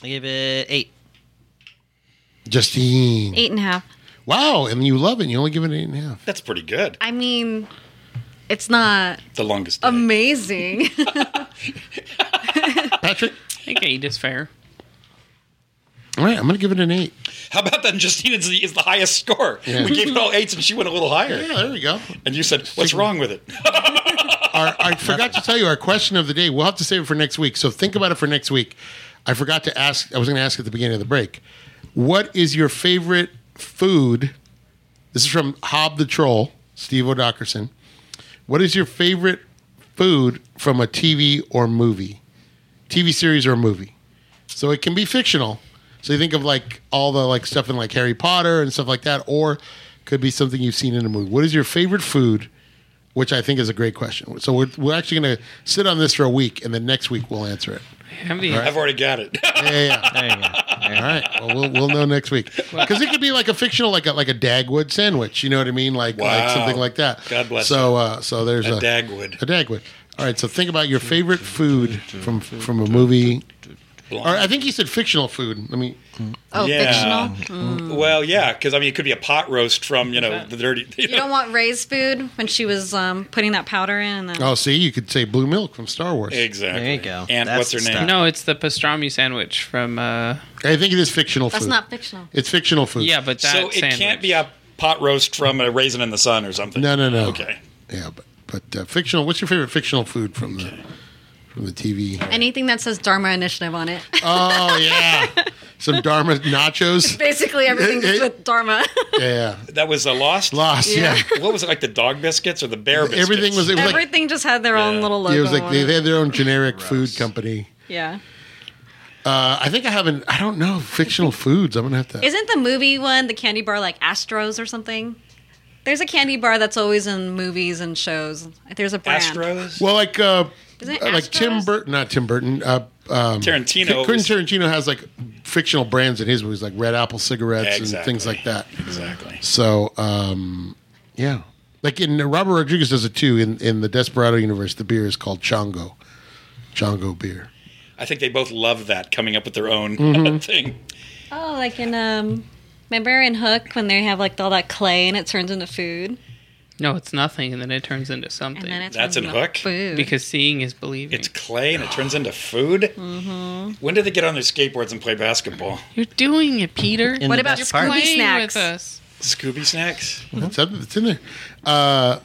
S3: give it eight.
S1: Justine.
S2: Eight and a half.
S1: Wow, and you love it. and You only give it an eight and a half.
S4: That's pretty good.
S2: I mean, it's not
S4: The longest. Day.
S2: Um, amazing.
S1: Patrick.
S5: I think eight is fair.
S1: All right, I'm gonna give it an eight.
S4: How about that? Justine is the, is the highest score.
S1: Yeah.
S4: We gave it all eights, and she went a little higher.
S1: Yeah, there we go.
S4: And you said, "What's wrong with it?"
S1: Our, I forgot to tell you our question of the day. We'll have to save it for next week. So think about it for next week. I forgot to ask. I was going to ask at the beginning of the break. What is your favorite food? This is from Hob the Troll, Steve O'Dockerson. What is your favorite food from a TV or movie, TV series or movie? So it can be fictional. So you think of like all the like stuff in like Harry Potter and stuff like that, or could be something you've seen in a movie. What is your favorite food? Which I think is a great question. So we're, we're actually going to sit on this for a week, and then next week we'll answer it.
S5: Have the
S4: I've already got it.
S1: Yeah, yeah. yeah.
S3: There you go.
S1: All right. Well, we'll we'll know next week because it could be like a fictional, like a like a Dagwood sandwich. You know what I mean? Like like
S4: Wow.
S1: something like that.
S4: God bless
S1: So uh, so there's a,
S4: A Dagwood.
S1: A Dagwood. All right. So think about your favorite food from from a movie. Or I think he said fictional food. I mean,
S2: Oh,
S4: Yeah.
S2: fictional.
S4: Well, yeah, because I mean, it could be a pot roast from you know the dirty.
S2: You
S4: You
S2: don't
S4: know.
S2: want Ray's food when she was um, putting that powder in. And then,
S1: oh, see, you could say blue milk from Star Wars.
S4: Exactly.
S3: There you go.
S4: And
S3: That's
S4: what's her
S3: the
S4: name?
S3: stuff.
S5: No, it's the pastrami sandwich from. uh
S1: I think it is fictional
S2: That's
S1: food.
S2: not fictional.
S1: It's fictional food.
S5: Yeah, but that
S4: So it
S5: sandwich.
S4: can't be a pot roast from a raisin in the sun or something.
S1: No, no, no.
S4: Okay.
S1: Yeah, but but uh, fictional. What's your favorite fictional food from the from the TV?
S2: Anything that says Dharma Initiative on it.
S1: Oh yeah, some Dharma nachos.
S2: Basically, everything
S1: It- it-
S2: with Dharma.
S1: Yeah,
S4: That was a lost.
S1: lost. Yeah.
S4: What was it like? The dog biscuits or the bear biscuits?
S1: Everything was it was like
S2: everything just had their own
S4: Yeah.
S2: little logo.
S1: it was like
S2: on
S1: they,
S2: it.
S1: they had their own generic food company.
S2: yeah.
S1: Uh, I think I haven't. I don't know fictional foods. I'm gonna have to.
S2: Isn't the movie one the candy bar like Astros or something? There's a candy bar that's always in movies and shows. There's a brand.
S4: Astros.
S1: Well, like uh,
S2: Isn't it
S1: uh, like Tim
S2: Astros?
S1: Burton, not Tim Burton. Uh, um,
S4: Tarantino
S1: Quentin
S4: was-
S1: Tarantino has like fictional brands in his movies, like Red Apple cigarettes
S4: Exactly.
S1: and things like that.
S4: Exactly.
S1: So um, Yeah. Like in Robert Rodriguez does it too. In in the Desperado universe, the beer is called Chongo, Chongo beer.
S4: I think they both love that coming up with their own
S1: Mm-hmm.
S4: thing.
S2: Oh, like in um, remember in Hook when they have like all that clay and it turns into food,
S5: No, it's nothing, and then it turns into
S2: and
S5: something.
S2: then it
S4: That's
S2: turns
S4: in
S2: into
S4: Hook?
S2: food.
S5: because seeing is believing.
S4: It's clay and it turns into food. When did they get on their skateboards and play basketball?
S5: You're doing it, Peter.
S3: In What the about
S5: You're
S3: best part.
S2: Scooby
S5: playing
S2: snacks?
S5: With us.
S4: Scooby snacks?
S1: That's something that's in there. Uh,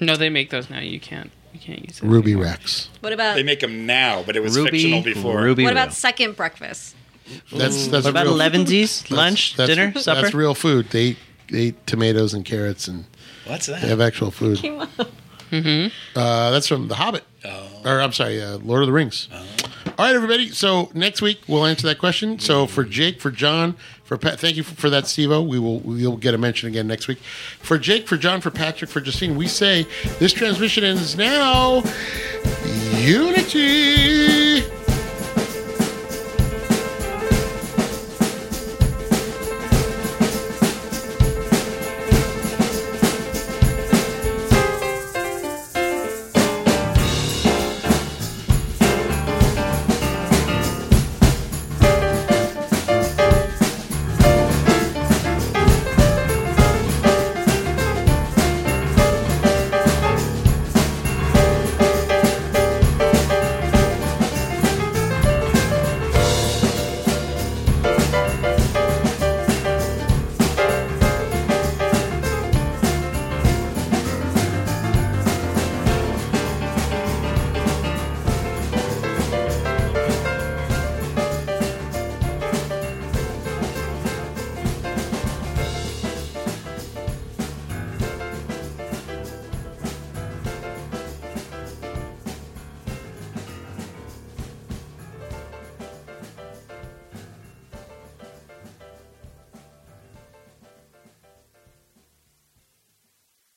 S5: No, they make those now. You can't. You can't use it.
S1: Ruby Rex.
S2: what about
S4: They make them now, but it was
S3: Ruby,
S4: fictional before.
S3: Ruby.
S2: what
S3: Roo.
S2: about second breakfast?
S1: That's that's
S3: what about
S1: real-
S3: elevensies? Lunch,
S1: that's-
S3: dinner,
S1: that's,
S3: supper.
S1: That's real food. They eat, they eat tomatoes and carrots, and
S4: What's
S1: they
S4: that?
S1: have actual food. Uh, that's from The Hobbit. Or I'm sorry, uh, Lord of the Rings. All right, everybody. So next week we'll answer that question. So for Jake, for John, for Pat, thank you for, for that, Stevo. We will we'll get a mention again next week. For Jake, for John, for Patrick, for Justine, we say this transmission ends now. Unity.